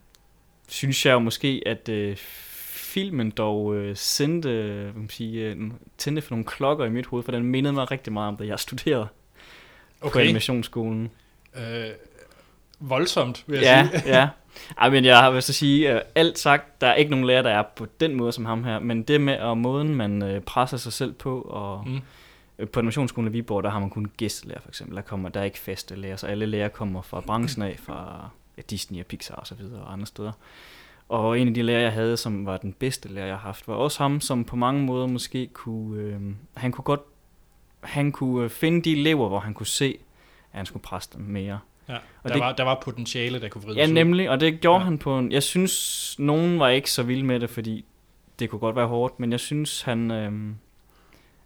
S2: synes jeg jo måske, at øh, filmen dog øh, sendte, øh, hvad kan man sige, øh, tændte for nogle klokker i mit hoved, for den mindede mig rigtig meget om, da jeg studerede okay. på
S1: Okay.
S2: animationsskolen.
S1: Øh, voldsomt, vil jeg
S2: Ja,
S1: sige.
S2: ja. Ej, men jeg vil så sige, øh, alt sagt, der er ikke nogen lærer, der er på den måde som ham her, men det med og måden, man øh, presser sig selv på, og
S1: Mm.
S2: mm. på animationsskolen i Viborg, der har man kun gæstelærer for eksempel, der, kommer, der er ikke faste lærer, så alle lærer kommer fra branchen af, fra ja, Disney og Pixar og så videre og andre steder. Og en af de lærer, jeg havde, som var den bedste lærer, jeg har haft, var også ham, som på mange måder måske kunne, øh, han kunne godt, han kunne øh, finde de elever, hvor han kunne se, at han skulle presse dem mere.
S1: Ja, der,
S2: det-
S1: var, der var potentiale, der kunne vrides
S2: Ja,
S1: ud.
S2: nemlig, og det gjorde
S1: Ja.
S2: ja. han på en... Jeg synes, nogen var ikke så vild med det, fordi det kunne godt være hårdt, men jeg synes, han, øhm,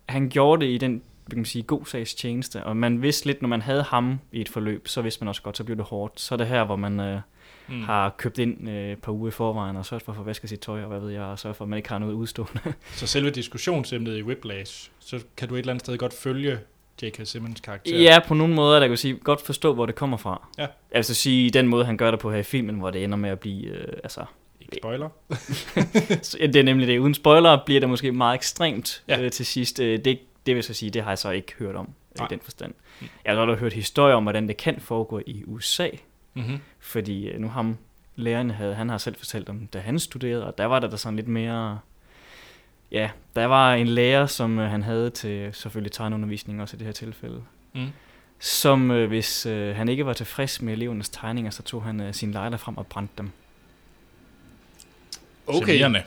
S2: han gjorde det i den hvad kan man sige, god sags tjeneste, og man vidste lidt, når man havde ham i et forløb, så vidste man også godt, så blev det hårdt. Så er det her, hvor man øh,
S1: Mm.
S2: mm. har købt ind øh, et par uger i forvejen, og sørget for at få vasket sit tøj, og hvad ved jeg, og sørget for, at man ikke har noget udstående.
S1: Så selve diskussionsemnet i Whiplash, så kan du et eller andet sted godt følge J.K. Simmons karakter.
S2: Ja, på nogle måder, der kan jeg sige, godt forstå, hvor det kommer fra.
S1: Ja.
S2: Altså sige, den måde, han gør det på her i filmen, hvor det ender med at blive, øh, altså,
S1: Ikke spoiler.
S2: Så det er nemlig det. Uden spoiler bliver det måske meget ekstremt
S1: Ja.
S2: ja. øh, til sidst. Øh, det, det vil så sige, det har jeg så ikke hørt om Nej.
S1: Nej. Mm.
S2: i den forstand. Jeg har godt hørt historier om, hvordan det kan foregå i USA,
S1: Mm-hmm.
S2: fordi øh, nu ham læreren havde, han har selv fortalt om, da han studerede, og der var der, der sådan lidt mere... Ja, der var en lærer, som øh, han havde til selvfølgelig tegnundervisning også i det her tilfælde,
S1: Mm.
S2: som øh, hvis øh, han ikke var tilfreds med elevernes tegninger, så tog han øh, sin lejler frem og brændte dem.
S1: Okay,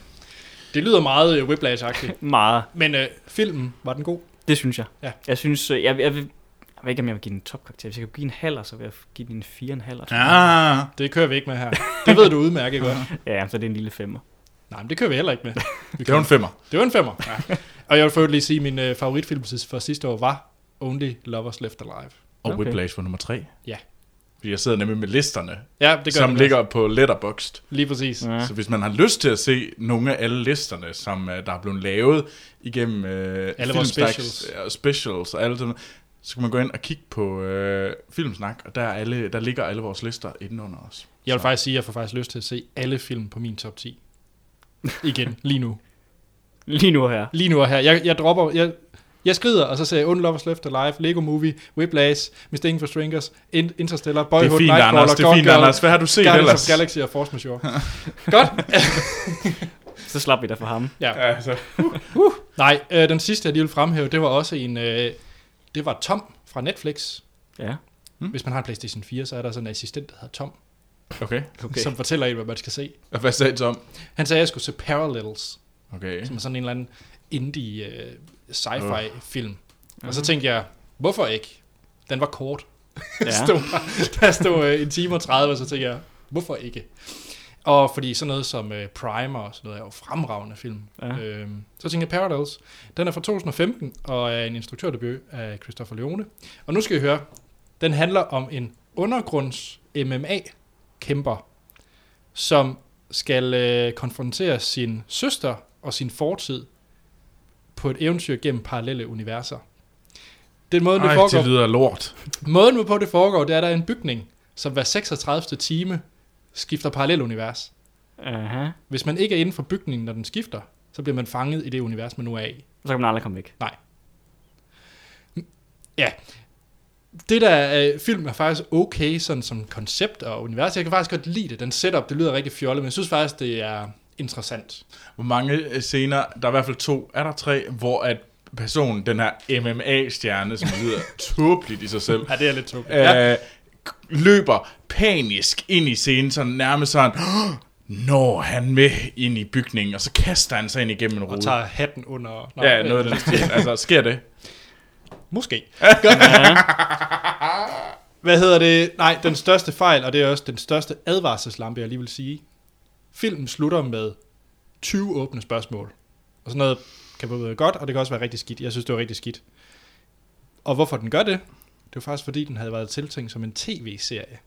S1: det lyder meget øh, whiplash-agtigt.
S2: Meget
S1: Men øh, filmen, var den god?
S2: Det synes jeg.
S1: Ja.
S2: Jeg synes, øh, jeg, jeg, vil, jeg ved ikke, om jeg vil give den en topkarakter. Hvis jeg kunne give en halver, så vil jeg give den en fire og en halver. tror jeg.
S3: Ah,
S1: Det kører vi ikke med her. Det ved du udmærket godt.
S2: ja, så er det en lille femmer.
S1: Nej, men det kører vi heller ikke med.
S3: det var en femmer.
S1: Det var en femmer. Ja. Og jeg vil for øvrigt lige sige, at min øh, favoritfilm sidst- fra sidste år var Only Lovers Left Alive.
S3: Og
S2: Okay.
S3: Whiplash var nummer tre.
S1: Ja.
S3: Fordi jeg sidder nemlig med listerne,
S1: Ja, det gør
S3: som
S1: den
S3: ligger på Letterboxd.
S1: også. Lige præcis.
S2: Ja.
S3: Ja. Så hvis man har lyst til at se nogle af alle listerne, som uh, der er blevet lavet igennem uh,
S1: Alle vores specials.
S3: og specials og alle sådan så kan man gå ind og kigge på øh, Filmsnak, og der, er alle, der ligger alle vores lister inde under os.
S1: Jeg vil
S3: Så-
S1: faktisk sige, at jeg får faktisk lyst til at se alle film på min top 10. Igen, lige nu.
S2: Lige nu her.
S1: Lige nu og her. Jeg, jeg dropper... Jeg, jeg skrider, og så ser jeg Only Lovers Left Alive, Lego Movie, Whiplash, Mistaken for Strangers, In- Interstellar,
S3: det er
S1: Boyhood,
S3: fint,
S1: Nightcrawler,
S3: Anders, det er
S1: Gone
S3: fint,
S1: Girl,
S3: Anders. Hvad har du set
S1: Guardians
S3: ellers?
S1: of Galaxy og Force Majeure. Godt.
S2: Så slap vi da for ham.
S1: Ja.
S3: Ja, altså.
S1: Nej, øh, den sidste, jeg lige vil fremhæve, det var også en... Øh, det var Tom fra Netflix.
S3: Mm.
S2: Ja.
S1: Hvis man har en PlayStation 4, så er der sådan en assistent, der hedder Tom,
S3: Okay,
S1: okay. som fortæller en, hvad man skal se.
S3: og hvad sagde Tom?
S1: Han sagde, at jeg skulle se Parallels,
S3: Okay.
S1: som er sådan en eller anden indie øh, sci-fi film. Og så
S3: Mm.
S1: tænkte jeg, hvorfor ikke? Den var kort. Ja.
S2: ja.
S1: stod, bare- der stod øh, en time og 30, og så tænkte jeg, hvorfor ikke? Og fordi sådan noget som øh, Primer og sådan noget er jo fremragende film.
S2: Ja.
S1: Øhm, så tænkte jeg Parallels. Den er fra 2015 og er en instruktørdebut af Christopher Leone. Og nu skal I høre, den handler om en undergrunds MMA-kæmper, som skal øh, konfrontere sin søster og sin fortid på et eventyr gennem parallelle universer. Den måde, det
S3: Ej,
S1: foregår
S3: det lyder lort.
S1: Måden, hvorpå det foregår, det er, at der er en bygning, som hver 36. time skifter parallelunivers.
S2: Aha.
S1: Hvis man ikke er inden for bygningen, når den skifter, så bliver man fanget i det univers, man nu er i.
S2: Så kan man aldrig komme væk.
S1: Det der øh, film er faktisk okay, sådan som koncept og univers. Jeg kan faktisk godt lide det. Den setup, det lyder rigtig fjollet, men jeg synes faktisk, det er interessant.
S3: Hvor mange øh, scener, der er i hvert fald to, er der tre, hvor at personen, den her MMA-stjerne, som lyder tåbeligt i sig selv,
S1: Ja, det er lidt tungt. Ja.
S3: øh, k- løber panisk ind i scenen, sådan nærmest sådan, "Åh!" når han med ind i bygningen, og så kaster han sig ind igennem en rude.
S1: Og tager hatten under... Nå,
S3: ja, noget af
S1: øh,
S3: den stil. Altså, sker det?
S1: Måske.
S2: Ja.
S1: Hvad hedder det? Nej, den største fejl, og det er også den største advarselslampe, jeg lige vil sige. Filmen slutter med 20 åbne spørgsmål. Og sådan noget kan både være godt, og det kan også være rigtig skidt. Jeg synes, det var rigtig skidt. Og hvorfor den gør det? Det var faktisk, fordi den havde været tiltænkt som en tv-serie,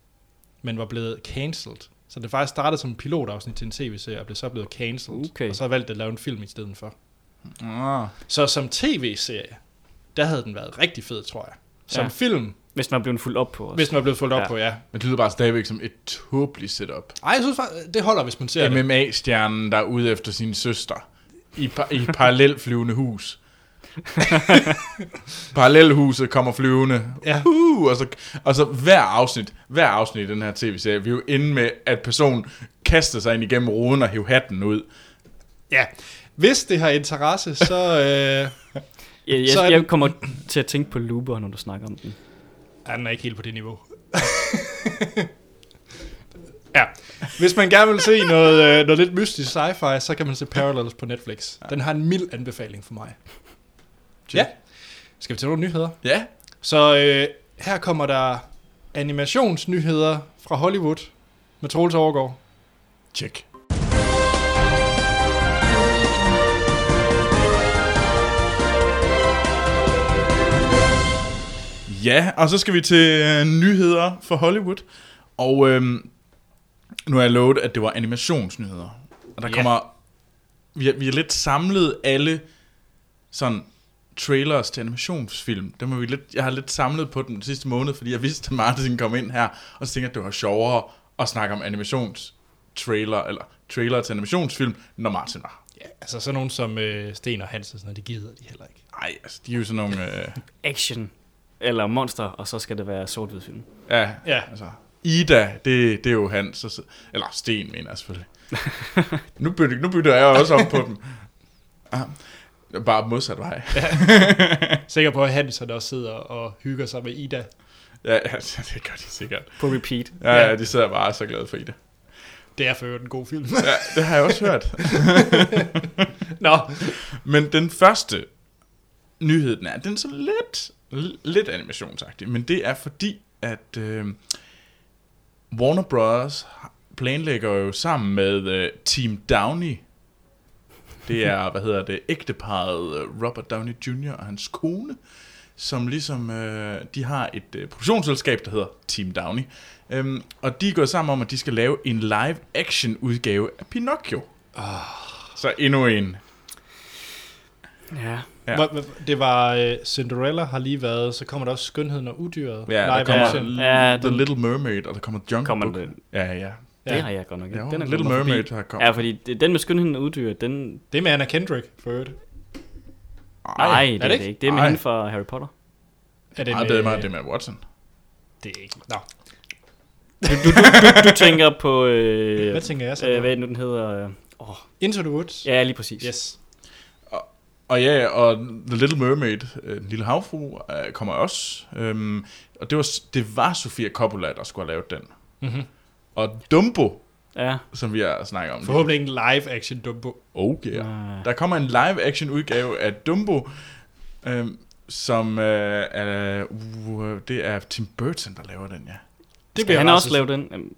S1: men var blevet cancelled. Så det faktisk startede som en pilotafsnit til en tv-serie, og blev så blevet cancelled.
S2: Okay.
S1: Og så valgte de at lave en film i stedet for.
S3: Ah.
S1: Så som tv-serie, der havde den været rigtig fed, tror jeg. Som
S2: Ja.
S1: ja. film,
S2: Hvis man blev fuldt op på os.
S1: hvis den var blevet fulgt op
S2: Ja.
S1: ja. på, ja.
S3: Men det lyder bare stadigvæk som et tåbeligt setup.
S1: Ej, jeg synes faktisk, det holder, hvis man ser det.
S3: MMA-stjernen, der er ude efter sin søster i, par- i parallelflyvende hus. Parallelhuset kommer flyvende.
S1: Ja.
S3: Uh, og, så, og så hver afsnit, hver afsnit i den her tv-serie, vi er jo inde med, at personen kaster sig ind igennem ruden og hiver hatten ud.
S1: Ja. Hvis det har interesse, så... Øh,
S2: jeg,
S1: så er
S2: jeg,
S1: den-
S2: jeg kommer til at tænke på Looper, når du snakker om den.
S1: ja, den er ikke helt på det niveau. ja. Hvis man gerne vil se noget, øh, noget lidt mystisk sci-fi, så kan man se Parallels på Netflix. Den har en mild anbefaling for mig.
S3: Check.
S1: Ja. Skal vi til nogle nyheder?
S3: Ja,
S1: Så øh, her kommer der animationsnyheder fra Hollywood med Troels Overgaard.
S3: Tjek. Ja, og så skal vi til øh, nyheder fra Hollywood. Og øhm, nu har jeg lovet, at det var animationsnyheder. Og der
S1: Ja.
S3: kommer... Vi har, vi har lidt samlet alle sådan trailers til animationsfilm. Dem har vi lidt, jeg har lidt samlet på den sidste måned, fordi jeg vidste, at Martin kom ind her, og så tænkte jeg, at det var sjovere at snakke om animations trailer, eller trailer til animationsfilm, når Martin var.
S1: Ja, altså sådan nogen som øh, Sten og Hansen, sådan noget, det gider de heller ikke.
S3: Ej, altså, de er jo sådan nogle... Øh,
S2: Action eller monster, og så skal det være sort-hvid film.
S3: ja,
S1: Ja,
S3: altså... Ida, det, det er jo han. Så, eller Sten, mener jeg selvfølgelig. nu, bytter, nu bytter jeg også om på dem. Ah, bare modsat vej.
S1: sikker på, at Hans han også sidder og hygger sig med Ida.
S3: Ja, ja, det gør de sikkert.
S2: På repeat.
S3: Ja, ja. de sidder bare så glade for Ida.
S1: Det er for øvrigt en god film.
S3: Ja, det har jeg også hørt.
S1: Nå,
S3: Men den første nyhed, den er, den er så lidt, lidt animationsagtig, men det er fordi, at øh, Warner Bros. planlægger jo sammen med øh, Team Downey, det er, hvad hedder det, ægteparet øh, Robert Downey Jr. og hans kone, som ligesom, øh, de har et øh, produktionsselskab, der hedder Team Downey, øhm, og de er gået sammen om, at de skal lave en live-action udgave af Pinocchio. Oh. Så endnu en
S2: Ja.
S3: Ja.
S1: ja. det var øh, Cinderella har lige været, så kommer der også Skønheden og Udyret.
S3: Ja, der
S1: live
S3: kommer
S1: action.
S3: ja,
S2: Ja,
S3: The
S2: den-
S3: Little Mermaid, og der kommer Jungle
S2: Kommer
S3: Book.
S2: den.
S3: Ja, ja.
S1: Ja.
S2: Det har jeg godt nok ikke.
S3: ja
S2: den er
S3: Little
S2: gået mig
S3: Mermaid
S2: forbi.
S3: har kommet.
S2: Ja, fordi det- den med skønheden og uddyr, den...
S1: Det er med Anna Kendrick, for øvrigt.
S2: Nej,
S1: er
S2: Ej,
S1: det
S2: det er det
S1: ikke?
S2: ikke. Det er med
S3: Ej.
S2: hende fra Harry Potter.
S1: Er
S3: det,
S2: øh,
S3: det, er meget, det er med Watson.
S1: Det er ikke. Nå,
S2: Du tænker på... Øh,
S1: hvad tænker jeg så?
S2: øh, hvad er det nu, den hedder? Åh, oh,
S1: Into the Woods?
S2: ja, lige præcis.
S1: Yes.
S3: Og ja, og The Little Mermaid, øh, Den Lille Havfru, øh, kommer også. Øhm, og det var, det var Sofia Coppola, der skulle have lavet den.
S1: Mm-hmm.
S3: Og Dumbo,
S2: Ja.
S3: som vi har snakket om.
S1: Forhåbentlig ikke en live action Dumbo.
S3: Oh, yeah.
S2: Øh,
S3: Der kommer en live-action udgave af Dumbo, øhm, som øh, er, uh, det er Tim Burton, der laver den, ja.
S1: Det
S2: Skal han
S1: ret
S2: også
S1: så-
S2: lave den? Jamen,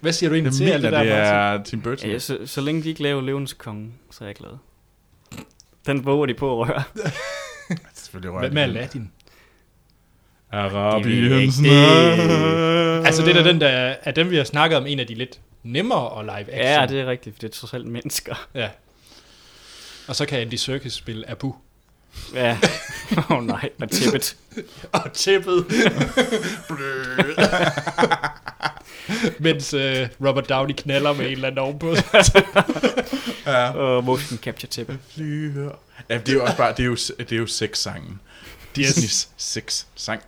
S1: Hvad siger du egentlig
S3: Jeg
S1: til alt
S3: mener,
S1: det der,
S3: det
S1: Martin?
S3: er Tim Burton.
S2: Ja, så, så længe de ikke laver Løvens Konge, så er jeg glad. Den våger de på at røre.
S3: Det er selvfølgelig
S1: Hvad
S3: rørende.
S1: med Aladdin?
S2: Det ved jeg ikke.
S3: Arabiens Øh.
S2: Det-
S1: Altså det er da den, der er dem, vi har snakket om, en af de lidt nemmere at live action.
S2: Ja, det er rigtigt, for det er trods alt mennesker.
S1: Ja. Og så kan Andy Serkis spille Abu.
S2: Ja. Åh oh, nej, og tippet.
S1: Og tæppet. Mens øh, Robert Downey knaller med en eller anden ovenpå.
S2: Og motion capture tippet.
S3: Flyver. Ja, det er jo også bare, det er jo, det er jo sexsangen. Disney's sexsang.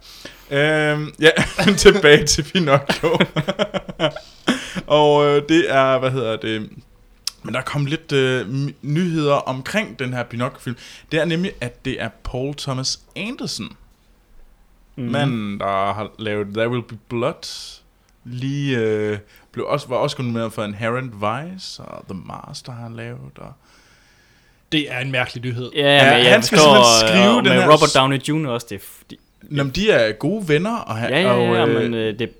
S3: Øhm, ja, tilbage til Pinocchio. og øh, det er, hvad hedder det... Men der kom lidt øh, m- nyheder omkring den her Pinocchio-film. Det er nemlig, at det er Paul Thomas Anderson,
S2: Mm.
S3: mm. manden, der har lavet There Will Be Blood, lige øh, blev også, var også nomineret for Inherent Vice, og The Master har han lavet, og
S1: Det er en mærkelig nyhed.
S2: Ja, ja, men jeg
S3: han skal
S2: forstår,
S3: simpelthen skrive
S2: og
S3: den
S2: med
S3: her-
S2: Robert Downey Jr. også, det er... f- De,
S3: Nå, men de er gode venner, og
S2: ja,
S3: han,
S2: ja, ja,
S3: og,
S2: ja, men øh, det,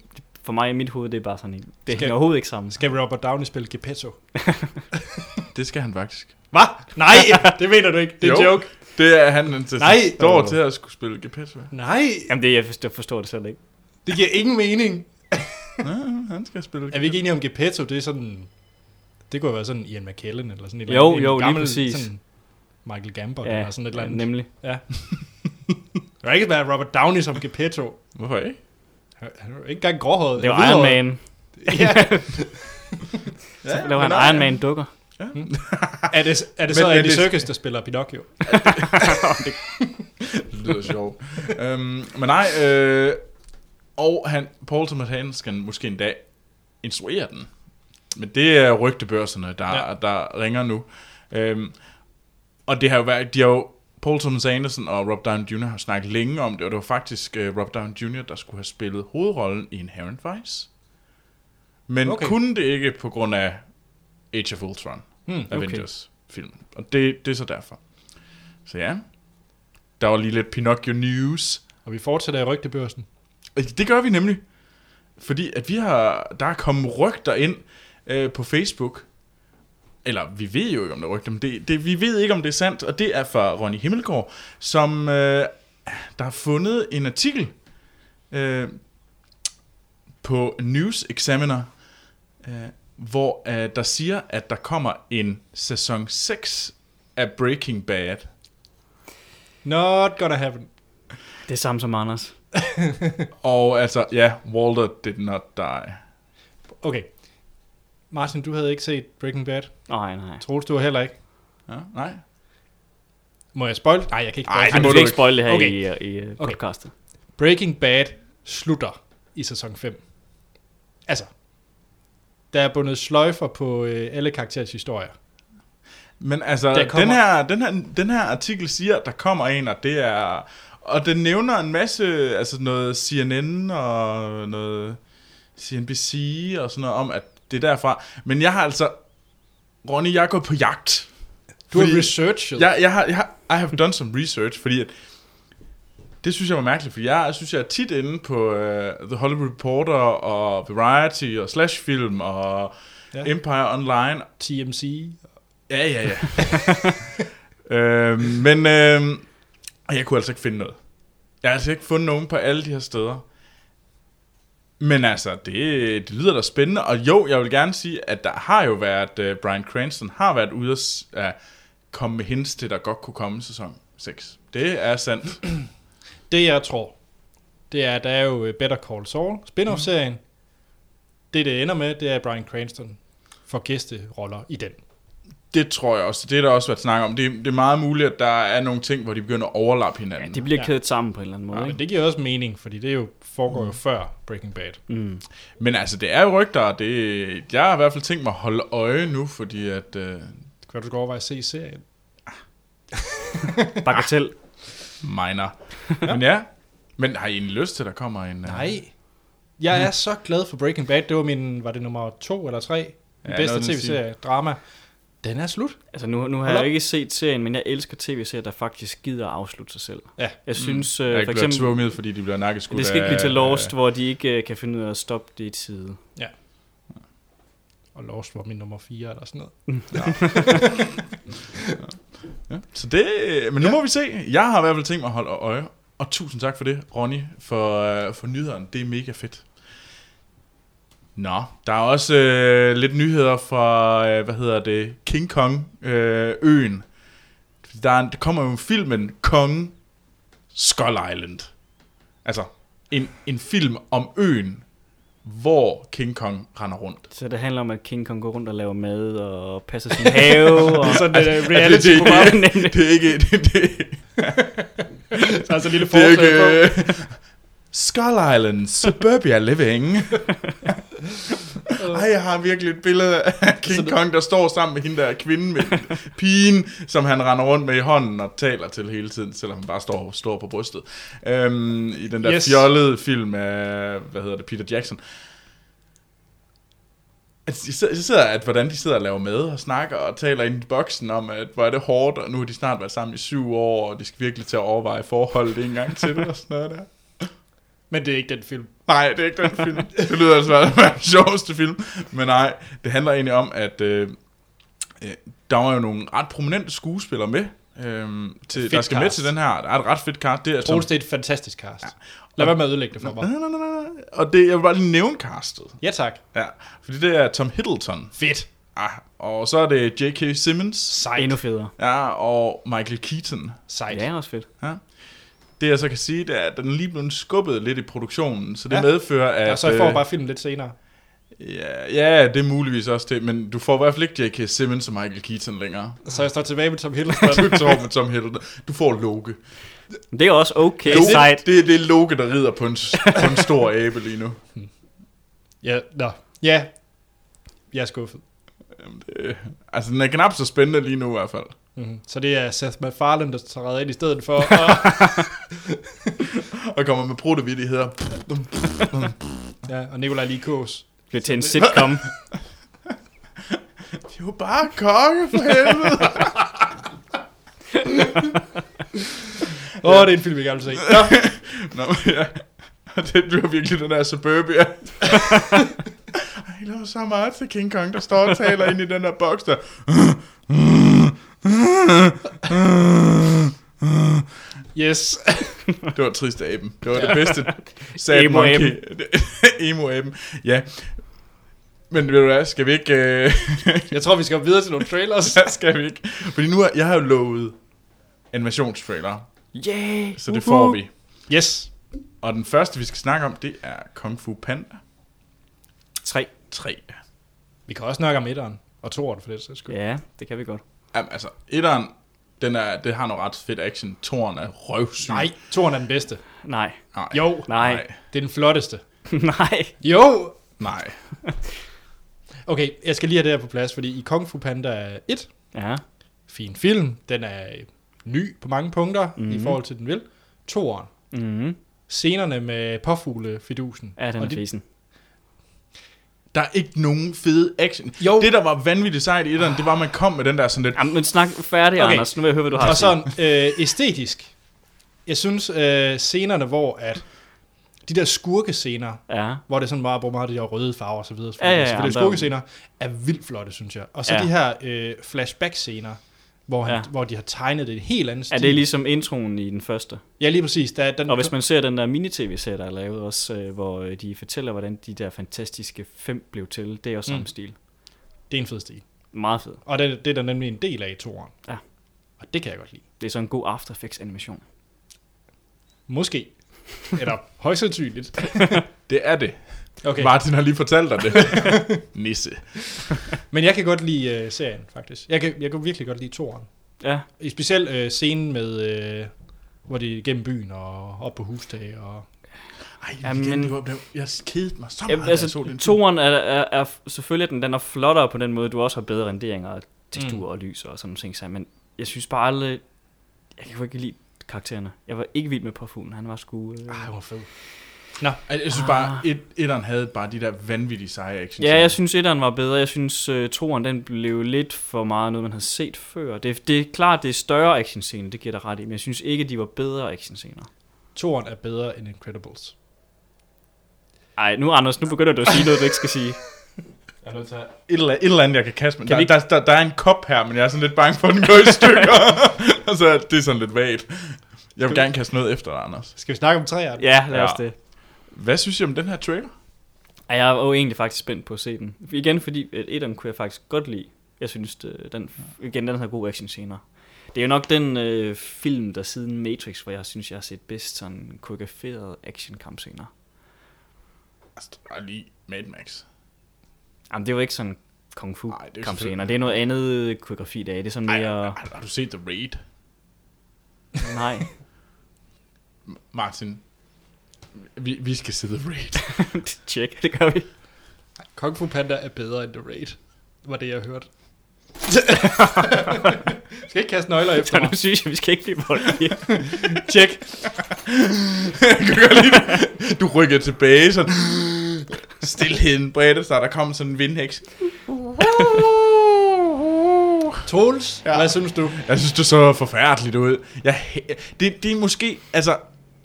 S2: for mig i mit hoved, det er bare sådan en... Det
S1: Skal-
S2: hænger overhovedet ikke sammen.
S1: Skal Robert Downey spille Geppetto?
S2: øh-
S3: det skal han faktisk.
S1: Hvad? Nej, det mener du ikke. Det er en
S3: Jo.
S1: joke.
S3: Det er han den til
S1: Nej!
S3: står til at skulle spille Geppetto.
S1: Nej,
S2: Jamen, det, jeg forstår, forstår det selv ikke.
S1: det giver ingen mening.
S3: Ja, han skal spille
S1: Er vi ikke enige om Geppetto? Det er sådan... Det kunne jo være sådan Ian McKellen eller sådan et eller
S2: Jo,
S1: andet. En
S2: jo, lige præcis.
S1: Sådan Michael Gambon ja, eller sådan et eller andet.
S2: nemlig.
S1: Det kan ikke være Robert Downey som Geppetto.
S3: Hvorfor ikke?
S1: Han han er jo ikke engang gråhåret.
S2: Det var
S1: Han er
S2: Iron
S1: hvidhåret.
S2: Man.
S1: Ja.
S2: Så laver han Iron Man dukker.
S1: Er det, er det så
S3: Men- men
S1: Andy
S3: det-
S1: Serkis, der spiller Pinocchio?
S3: Det lyder sjovt. øhm, men nej, øh, og han, Paul Thomas Hansen skal måske en dag instruere den. Men det er rygtebørserne, der,
S1: Ja.
S3: ja. der ringer nu. Øhm, og det har jo været, de har jo, Paul Thomas Anderson og Rob Downey Jr. har snakket længe om det, og det var faktisk øh, Rob Downey Jr., der skulle have spillet hovedrollen i Inherent Vice. Men
S1: Okay.
S3: okay. kunne det ikke på grund af Age of Ultron,
S1: Hmm, okay.
S3: Avengers-filmen. Og det, det er så derfor. Så ja, der var lige lidt Pinocchio News.
S1: Og vi fortsætter i rygtebørsen.
S3: Øh, Det gør vi nemlig, fordi at vi har, der er kommet rygter ind øh, på Facebook. Eller vi ved jo ikke, om der er rygter, men det, det, vi ved ikke, om det er sandt. Og det er fra Ronny Himmelgaard, som øh, der har fundet en artikel øh, på News Examiner, øh, hvor øh, der siger, at der kommer en sæson 6 af Breaking Bad.
S1: Not gonna happen.
S2: Det er samme som Anders.
S3: Og altså, ja, Walter did not die.
S1: Okay. Martin, du havde ikke set Breaking Bad.
S2: Nej, nej.
S1: Troels, du har heller ikke.
S3: Ja, nej.
S1: Må jeg spoil? Nej, jeg kan ikke
S3: Ej,
S1: spoil.
S2: Ej,
S3: det
S2: du
S3: må
S2: skal
S3: du
S2: ikke
S3: ikke.
S2: spoil det her
S1: Okay.
S2: okay. i, i okay.
S1: Okay.
S2: podcastet.
S1: Breaking Bad slutter i sæson 5. Altså, der er bundet sløjfer på øh, alle karakterers historier.
S3: Men altså,
S1: Der kommer-
S3: den, her, den, her, den her artikel siger, at der kommer en, og det er... Og den nævner en masse, altså noget CNN og noget CNBC og sådan noget om, at det er derfra. Men jeg har altså... Ronny, jeg går på jagt.
S1: Du har
S3: Fordi-
S1: researchet.
S3: Jeg, jeg har, jeg har, I have done some research, fordi at, det synes jeg var mærkeligt, for jeg synes, jeg er tit inde på uh, The Hollywood Reporter og Variety og Slash Film og
S1: Ja.
S3: ja. Empire Online.
S1: TMC.
S3: Ja, ja, ja. øhm, men øhm, jeg kunne altså ikke finde noget. Jeg har altså ikke fundet nogen på alle de her steder. Men altså, det, det lyder da spændende, og jo, jeg vil gerne sige, at der har jo været, uh, Brian Cranston har været ude at s- at komme med hints til, der godt kunne komme sæson 6. Det er sandt.
S1: Det jeg tror, det er, at der er jo øh, Better Call Saul, spin-off-serien. Mm. Det det ender med, det er at Bryan Cranston får gæsteroller i den.
S3: Det tror jeg også. Det har der også været snak om. Det, det er meget muligt, at der er nogle ting, hvor de begynder at overlappe
S2: Ja,
S3: hinanden.
S2: de bliver
S1: Ja.
S2: kædet sammen på en eller anden måde.
S1: Ja, Ah, men
S2: ikke?
S1: det giver også mening, fordi det jo foregår jo før Breaking Bad.
S2: Mm.
S3: Men altså, det er jo rygter, og det, jeg har i hvert fald tænkt mig at holde øje nu, fordi at... Øh,
S1: Kan du skal overveje at se serien?
S2: Bagatell.
S3: minor. men ja, men har I egentlig lyst til, at der kommer en... øh,
S1: Nej. Jeg er så glad for Breaking Bad. Det var min, var det nummer to eller tre? Min
S3: Ja,
S1: ja,
S3: noget i
S1: bedste
S3: den
S1: tv-serie, drama. Den er slut.
S2: Altså nu, nu har
S1: Hold
S2: jeg
S1: op.
S2: jo ikke set serien, men jeg elsker tv-serier, der faktisk gider at afslutte sig selv.
S1: Ja.
S2: Jeg synes
S3: Jeg er
S2: øh,
S3: ikke
S2: for
S3: blevet
S2: eksempel,
S3: tvunget, fordi de bliver nakkeskudt
S2: det skal ikke blive til
S3: af-
S2: Lost, hvor de ikke øh, kan finde ud af at stoppe det i tide.
S1: Og Lost var min nummer 4 eller sådan noget.
S3: Ja. Så det... øh, Men nu ja. må vi se. Jeg har i hvert fald tænkt mig at holde øje. Og tusind tak for det, Ronny, for, øh, for nyhederne. Det er mega fedt. Nå, der er også øh, lidt nyheder fra, øh, hvad hedder det, King Kong-øen. Øh, øen. der, er, en- der kommer jo filmen Kong Skull Island. Altså, en, en film om øen, hvor King Kong render rundt.
S2: Så det handler om, at King Kong går rundt og laver mad og passer sin have. Og, Altså,
S1: Og sådan et øh,
S3: Ja, det, det,
S1: reality-program.
S3: det,
S2: reality-program.
S3: det, det er ikke... Det, det,
S1: Der er altså et lille
S3: det er
S1: forslag på.
S3: ikke... øh, Skull Island, suburbia living. Ej, jeg har virkelig et billede af King Kong, der står sammen med hende der kvinde med pigen, som han render rundt med i hånden og taler til hele tiden, selvom han bare står, står på brystet. Øhm, I den der yes.
S1: Yes.
S3: fjollede film af, hvad hedder det, Peter Jackson. Altså, jeg sidder- jeg sidder, at hvordan de sidder og laver med og snakker og taler ind i boksen om, at hvor er det hårdt, og nu har de snart været sammen i syv år, og de skal virkelig til at overveje forholdet en gang til det og sådan noget der.
S1: Men det er ikke den film.
S3: Nej, det er ikke den film. Det lyder altså være den sjoveste film. Men nej, det handler egentlig om, at øh, øh, der var jo nogle ret prominente skuespillere med, øh, til,
S1: Fedt
S3: der skal med
S1: cast.
S3: til den her. Der er et ret fedt cast. Det er Tom...
S1: Troels, det er et fantastisk cast. Ja. Lad være med at ødelægge det for mig.
S3: Nej, nej, nej, nej, nej. Og det, jeg vil bare lige nævne castet.
S1: Ja tak.
S3: Ja, fordi det er Tom Hiddleton.
S1: Fedt.
S3: Ah, og så er det J.K. Simmons.
S1: Sejt.
S2: Endnu federe.
S3: Ja, og Michael Keaton.
S1: Sejt.
S2: Ja, det er også fedt.
S3: Det jeg så kan sige, det er, at den er lige blevet skubbet lidt i produktionen, så det
S1: Ja.
S3: ja. medfører, at...
S1: Ja, så jeg får
S3: øh,
S1: bare filmen lidt senere.
S3: Ja, ja, det er muligvis også det, men du får i hvert fald ikke J.K. Simmons og Michael Keaton længere.
S1: Så jeg står tilbage med Tom
S3: Du
S1: Hiddleston.
S3: tror med Tom Hiddleston. Du får Loke.
S2: Men Det er også okay
S3: Det-
S2: sejt.
S3: Det, det, det er Loke, der rider på en, s- på en stor abe lige nu.
S1: ja, nå. Ja. Jeg er skuffet.
S3: Jamen, det, altså, den er knap så spændende lige nu i hvert fald.
S1: Mm-hmm. Så det er Seth MacFarlane, der træder ind i stedet for. Og,
S3: Og kommer med protovidigheder.
S1: ja, og Nikolaj Likos.
S2: Det bliver til en sitcom.
S3: Det er jo bare konge for helvede.
S1: Åh, oh, det er en film, jeg gerne vil se. Nå.
S3: Nå, men ja. Og det bliver virkelig den der suburbia. Jeg laver så meget til King Kong, der står og taler ind i den der boks der.
S1: Yes.
S3: Det var trist af aben. Det var det bedste sad emo monkey.
S2: Emo-aben.
S3: Emo aben. Ja. Men ved du hvad, skal vi ikke... Øh,
S1: Jeg tror, vi skal videre til nogle trailers.
S3: så skal vi ikke. Fordi nu har jeg har jo lovet animationstrailer,
S2: Yeah!
S3: så det får vi.
S1: yes.
S3: Og den første, vi skal snakke om, det er Kung Fu Panda
S2: 3.
S3: 3.
S1: Vi kan også snakke om etteren. Og toeren for det, så skyld.
S2: Ja, det kan vi godt.
S3: Jamen, altså, etteren, den er, det har noget ret fedt action. Toren er røvsyg.
S1: Nej, toeren er den bedste.
S2: Nej.
S3: Nej.
S1: Jo,
S2: Nej.
S3: Nej.
S1: det er den flotteste.
S2: Nej.
S1: Jo,
S3: Nej.
S1: Okay, jeg skal lige have det her på plads, fordi i Kung Fu Panda 1,
S2: Ja.
S1: fin film, den er øh, ny på mange punkter mm-hmm. i
S2: Mhm.
S1: forhold til den vil. Toeren,
S2: Mm-hmm.
S1: scenerne med påfuglefidusen.
S2: Ja, den
S1: Og
S2: er
S1: de-
S2: fisen.
S3: Der er ikke nogen fede action.
S1: Jo.
S3: Det, der var vanvittigt sejt i
S1: Ah.
S3: etteren, det var, at man kom med den der sådan lidt...
S2: Jamen, men snak færdig,
S1: Okay.
S2: okay. Anders. Nu vil jeg høre, hvad du har
S1: Og
S2: at sige.
S1: sådan øh, æstetisk. Jeg synes, øh, scenerne, hvor at de der skurkescener,
S2: Ja.
S1: hvor det er sådan meget, bruger meget af de der røde farver og så videre.
S2: Ja, ja, ja,
S1: så det er
S2: der-
S1: skurkescener er vildt flotte, synes jeg. Og så
S2: Ja.
S1: de her øh, flashback-scener, hvor, han,
S2: Ja.
S1: hvor de har tegnet det i et helt andet stil.
S2: Er det ligesom introen i den første?
S1: Ja, lige præcis. Der, er- den,
S2: Og hvis man ser den der mini-tv-serie, der er lavet også, øh, hvor øh, de fortæller, hvordan de der fantastiske fem blev til, det er også samme
S1: Mm.
S2: stil.
S1: Det er en fed stil.
S2: Meget fedt.
S1: Og det, det er der nemlig en del af i toeren.
S2: Ja.
S1: Og det kan jeg godt lide.
S2: Det er sådan en god After Effects-animation.
S1: Måske. Eller højst sandsynligt.
S3: Det er det. Okay.
S1: Okay.
S3: Martin har lige fortalt dig det. Nisse.
S1: Men jeg kan godt lide uh, serien, faktisk. Jeg kan, jeg kan virkelig godt lide toeren.
S2: Ja,
S1: I Specielt uh, scenen med, uh, hvor de er gennem byen og op på hustage. Og...
S3: Ej,
S2: Jamen,
S3: Jamen,
S2: men-
S3: jeg, jeg kedede mig så meget,
S2: Jamen,
S3: Jamen, altså,
S2: altså,
S3: jeg så den.
S2: toeren er, er, er f- selvfølgelig, den, den er flottere på den måde, du også har bedre renderinger og tekstur mm. og lys og sådan nogle ting, så, men jeg synes bare aldrig, jeg kan jo ikke lide karaktererne. Jeg var ikke vild med påfuglen, han var sgu... Øh...
S1: Ah, hvor fed.
S3: Ej, Jeg synes bare, et, etteren havde bare de der vanvittige seje action.
S2: Ah. Ja, jeg synes, etteren var bedre. Jeg synes, øh, toeren den blev lidt for meget noget, man havde set før. Det, det er klart, det er større actionscener, det giver dig ret i, men jeg synes ikke, de var bedre actionscener.
S1: Toeren er bedre end Incredibles.
S2: Ej, nu Anders, nu begynder du at sige noget, du ikke skal sige.
S1: Jeg er nødt til at...
S3: Et eller, et eller andet, jeg kan kaste med.
S2: Kan
S3: Der,
S2: vi
S3: der, der, der, er en kop her, men jeg er sådan lidt bange for, at den går i stykker. altså, det er sådan lidt vagt. Jeg vil
S1: vi-
S3: gerne kaste noget efter dig, Anders.
S1: Skal vi snakke om træerne?
S2: Ja, lad os
S3: Ja.
S2: det.
S3: Hvad synes I om den her trailer?
S2: Ej, jeg var jo egentlig faktisk spændt på at se den. Igen, fordi at etteren kunne jeg faktisk godt lide. Jeg synes, det- den, igen, den har gode action scener. Det er jo nok den øh, film, der siden Matrix, hvor jeg synes, jeg har set bedst sådan koreograferede action kampscener.
S3: Altså, det var lige Mad Max.
S2: Jamen, det er jo ikke sådan kung fu
S3: Ej, det er jo
S2: kampscener.
S3: selvfølgelig-
S2: Det er noget andet øh, koreografi, der er. Det er sådan
S3: Ej,
S2: mere...
S3: har, har du set The Raid,
S2: Nej.
S3: Martin? Vi, vi skal se The Raid.
S2: Tjek, det gør vi.
S1: Kung Fu Panda er bedre end The Raid. Var det, jeg hørte. skal ikke kaste nøgler efter
S2: Så
S1: mig.
S2: nu synes jeg, vi skal ikke blive voldelige.
S1: Tjek.
S3: Jeg kan godt lide det. Du rykker tilbage, sådan... Stilheden bredte sig, der kom sådan en vindhæks.
S1: Tåls, ja.
S3: Ja.
S1: hvad synes du?
S3: Jeg synes, det så forfærdeligt ud. Jeg, hæ- det, det er måske... Altså,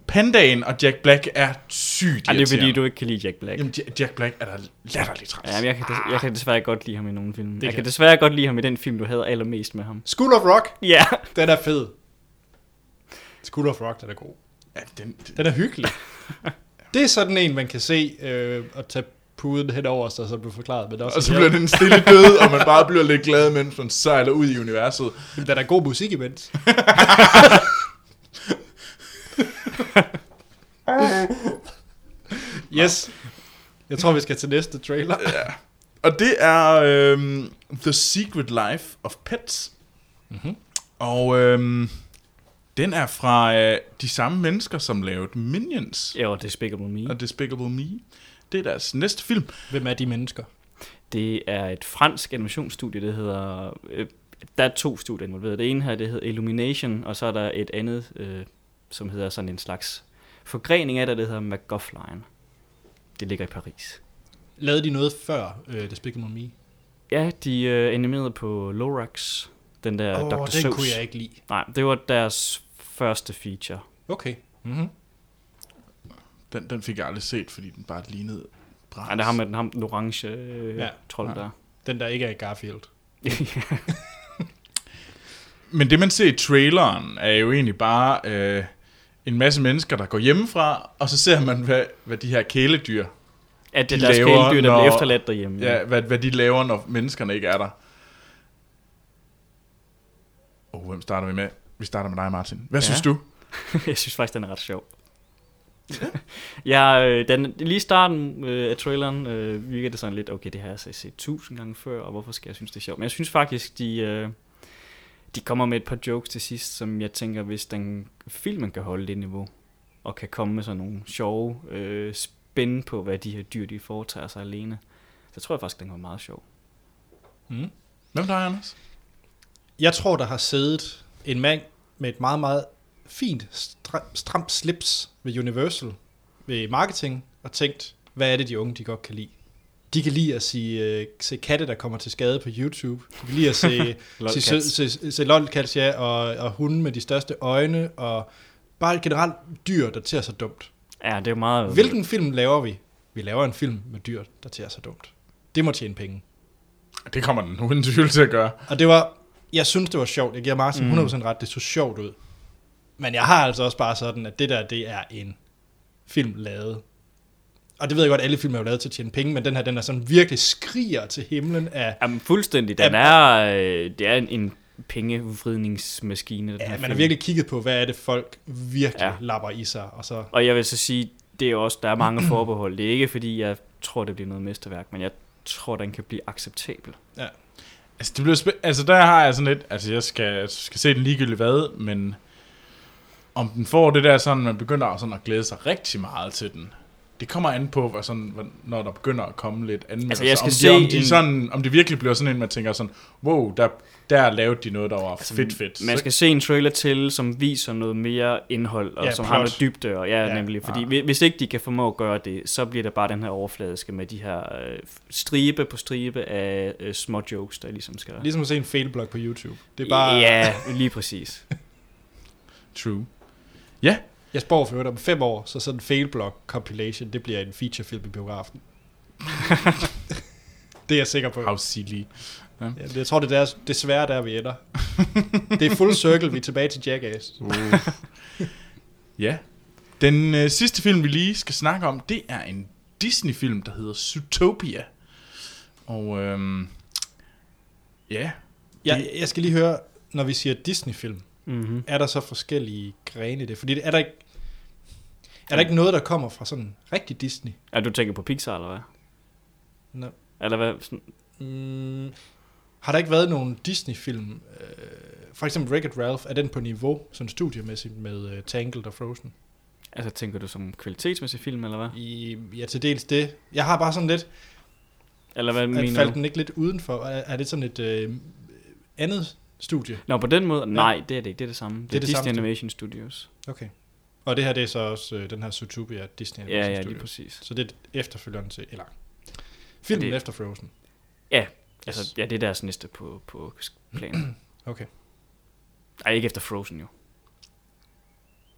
S3: Pandaen og Jack Black er sygt
S2: Ej, det er fordi,
S3: irriterende.
S2: du ikke kan lide Jack Black.
S3: Jamen, Ja- Jack Black er da latterligt træls.
S2: Ja, men jeg kan, des- jeg kan desværre godt lide ham i nogle film. Jeg
S1: kan-
S2: kan desværre godt lide ham i den film, du havde allermest med ham.
S1: School of Rock.
S2: Ja.
S1: Den er fed. School of Rock, den er god.
S3: ja, den, den,
S1: Den er hyggelig. det er sådan en, man kan se øh, og tage puden hen over sig, som du forklarede. Men det er også
S3: og så
S1: sådan,
S3: bliver den en stille død, og man bare bliver lidt glad, mens man sejler ud i universet.
S1: ja, Der er da god musik imens. yes. Jeg tror, vi skal til næste trailer.
S3: Og det er øhm, The Secret Life of Pets.
S1: Mhm.
S3: Og øhm, den er fra øh, de samme mennesker, som lavede Minions
S2: Jo, det er Despicable Me.
S3: og Despicable Me. Det er deres næste film.
S1: Hvem er de mennesker?
S2: Det er et fransk animationsstudie, det hedder... Øh, der er to studier involveret. Det ene her, det hedder Illumination, og så er der et andet, øh, som hedder sådan en slags forgrening af det, det hedder MacGuffline. Det ligger i Paris.
S1: Lavede de noget før øh, Despicable Me?
S2: Ja, de øh, animerede på Lorax, den der
S1: Åh,
S2: Dr.
S1: den
S2: Seuss.
S1: kunne jeg ikke lide.
S2: Nej, det var deres første feature.
S1: Okay. Mm-hmm.
S3: Den, den fik jeg aldrig set, fordi den bare lignede bræt.
S2: Nej, det har med den, ham, den orange øh,
S1: Ja.
S2: ja. trold
S3: Ja.
S2: der.
S1: Den, der ikke er i Garfield.
S3: Men det, man ser i traileren, er jo egentlig bare øh, en masse mennesker, der går hjemmefra, og så ser man, hvad, hvad de her kæledyr
S2: At det
S3: de
S2: er deres
S3: laver,
S2: kæledyr, der
S3: når-
S2: bliver efterladt derhjemme.
S3: Ja, hvad, hvad de laver, når menneskerne ikke er der. Oh, hvem starter vi med? Vi starter med dig, Martin. Hvad ja.
S2: Ja.
S3: synes du?
S2: jeg synes faktisk, den er ret sjov. ja, øh, den, lige i starten øh, af traileren øh, virker det sådan lidt, okay, det har jeg set, set tusind gange før, og hvorfor skal jeg synes, det er sjovt? Men jeg synes faktisk, de, øh, de kommer med et par jokes til sidst, som jeg tænker, hvis den filmen kan holde det niveau, og kan komme med sådan nogle sjove øh, spænd på, hvad de her dyr, de foretager sig alene, så tror jeg faktisk, den kan være meget sjov.
S1: Mm.
S3: Hvem dig, Anders?
S1: Jeg tror, der har siddet en mand med et meget, meget fint, stra- stramt slips ved Universal, ved marketing, og tænkt, hvad er det, de unge de godt kan lide? De kan lide at sige, øh, se katte, der kommer til skade på YouTube. De kan lide at se, se, se,
S2: Lolcats.
S1: se, se lolcats, ja, og, og hunde med de største øjne, og bare generelt dyr, der tærer sig dumt.
S2: Ja, det er jo meget...
S1: Hvilken film laver vi? Vi laver en film med dyr, der tærer sig dumt. Det må tjene penge.
S3: Det kommer den uden tvivl til at gøre.
S1: Og det var, jeg synes, det var sjovt. Jeg giver Martin
S2: Mm.
S1: 100% ret, det så sjovt ud. Men jeg har altså også bare sådan, at det der, det er en film lavet. Og det ved jeg godt, alle film er jo lavet til at tjene penge, men den her, den er sådan virkelig skriger til himlen af,
S2: Jamen fuldstændig. Den
S1: Jamen-
S2: er, øh, det er en, en pengevridningsmaskine. Den her
S1: ja, man har
S2: film.
S1: virkelig kigget på, hvad er det folk virkelig ja.
S2: Ja.
S1: lapper i sig, og så
S2: Og jeg vil så sige, det er også, der er mange forbehold. Det er ikke fordi, jeg tror, det bliver noget mesterværk, men jeg tror, den kan blive acceptabel.
S3: Altså, det bliver spæ- altså, der har jeg sådan lidt... Altså, jeg skal, skal se den ligegyldigt hvad, men... Om den får det der sådan, man begynder sådan at glæde sig rigtig meget til den. Det kommer an på, hvad sådan, hvad- når der begynder at komme lidt anmeldelser.
S2: Altså, jeg skal
S3: om, de,
S2: se
S3: om, de
S2: en-
S3: sådan, om det virkelig bliver sådan en, man tænker sådan, wow, der, der lavede de noget, der var
S2: Altså,
S3: fedt, fedt.
S2: Man
S3: Så-
S2: skal se en trailer til, som viser noget mere indhold, og
S1: Ja,
S2: ja, som
S1: plot.
S2: har noget dybde. Og ja,
S1: Ja.
S2: ja, nemlig, fordi
S3: Ah.
S2: ja. hvis ikke de kan formå at gøre det, så bliver det bare den her overfladiske med de her øh, stribe på stribe af øh, små jokes, der ligesom skal...
S1: ligesom at se en failblog på YouTube. Det er bare,
S2: Ja, lige præcis.
S3: True.
S1: jeg spår for øvrigt om fem år, så sådan en failblog compilation, det bliver en featurefilm i biografen. det er jeg sikker på.
S3: How silly.
S1: Ja, det- jeg tror, det er deres, desværre der, vi ender. det er full circle, vi er tilbage til Jackass.
S3: ja. Den øh, sidste film, vi lige skal snakke om, det er en Disney-film, der hedder Zootopia. Og øhm, ja,
S1: Jeg, jeg skal lige høre, når vi siger Disney-film,
S2: Mm-hmm.
S1: er der så forskellige grene i det? Fordi er der ikke, er der ikke noget, der kommer fra sådan rigtig Disney?
S2: Er du tænker på Pixar, eller hvad?
S1: Nå.
S2: Eller hvad? Sådan,
S1: Mm, har der ikke været nogen Disney-film? Øh, for eksempel Wreck-It Ralph, er den på niveau, sådan studiemæssigt, med uh, Tangled og Frozen?
S2: altså, tænker du som kvalitetsmæssig film, eller hvad?
S1: I, ja, til dels det. Jeg har bare sådan lidt,
S2: Eller hvad
S1: at
S2: mener
S1: faldt
S2: du?
S1: den ikke lidt udenfor? Er, er det sådan et øh, andet studie?
S2: Nå, på den måde? Nej, det er det ikke. Det er det samme.
S1: Det
S2: Det,
S1: er
S2: er
S1: det samme.
S2: Disney Animation Studios.
S1: Okay. Og det her, det er så også øh, den her Zootopia Disney
S2: Ja,
S1: Animation
S2: ja, lige
S1: Studio.
S2: præcis.
S1: Så det er efterfølgeren til, eller filmen
S2: Det-
S1: efter Frozen.
S2: Altså, ja, det er deres næste på, på planen.
S1: Okay.
S2: Ej, ikke efter Frozen jo.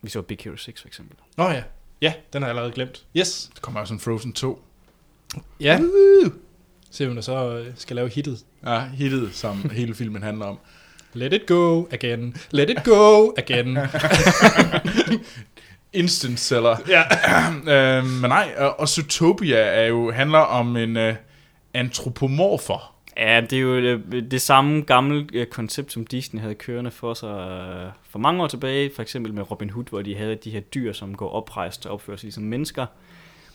S2: Vi så Big Hero 6 for eksempel.
S1: Nå ja, ja, den har jeg allerede glemt. Yes.
S3: der kommer også en Frozen 2.
S1: Ja. Se, hun så øh, skal lave hittet.
S3: Ja, hittet, som hele filmen handler om.
S1: Let it go again. Let it go again.
S3: Instant seller.
S1: ja.
S3: øh, men nej, og, og Zootopia er jo, handler om en øh, antropomorfer.
S2: Ja, det er jo øh, det samme gamle øh, koncept, som Disney havde kørende for sig øh, for mange år tilbage. For eksempel med Robin Hood, hvor de havde de her dyr, som går oprejst og opfører sig ligesom mennesker.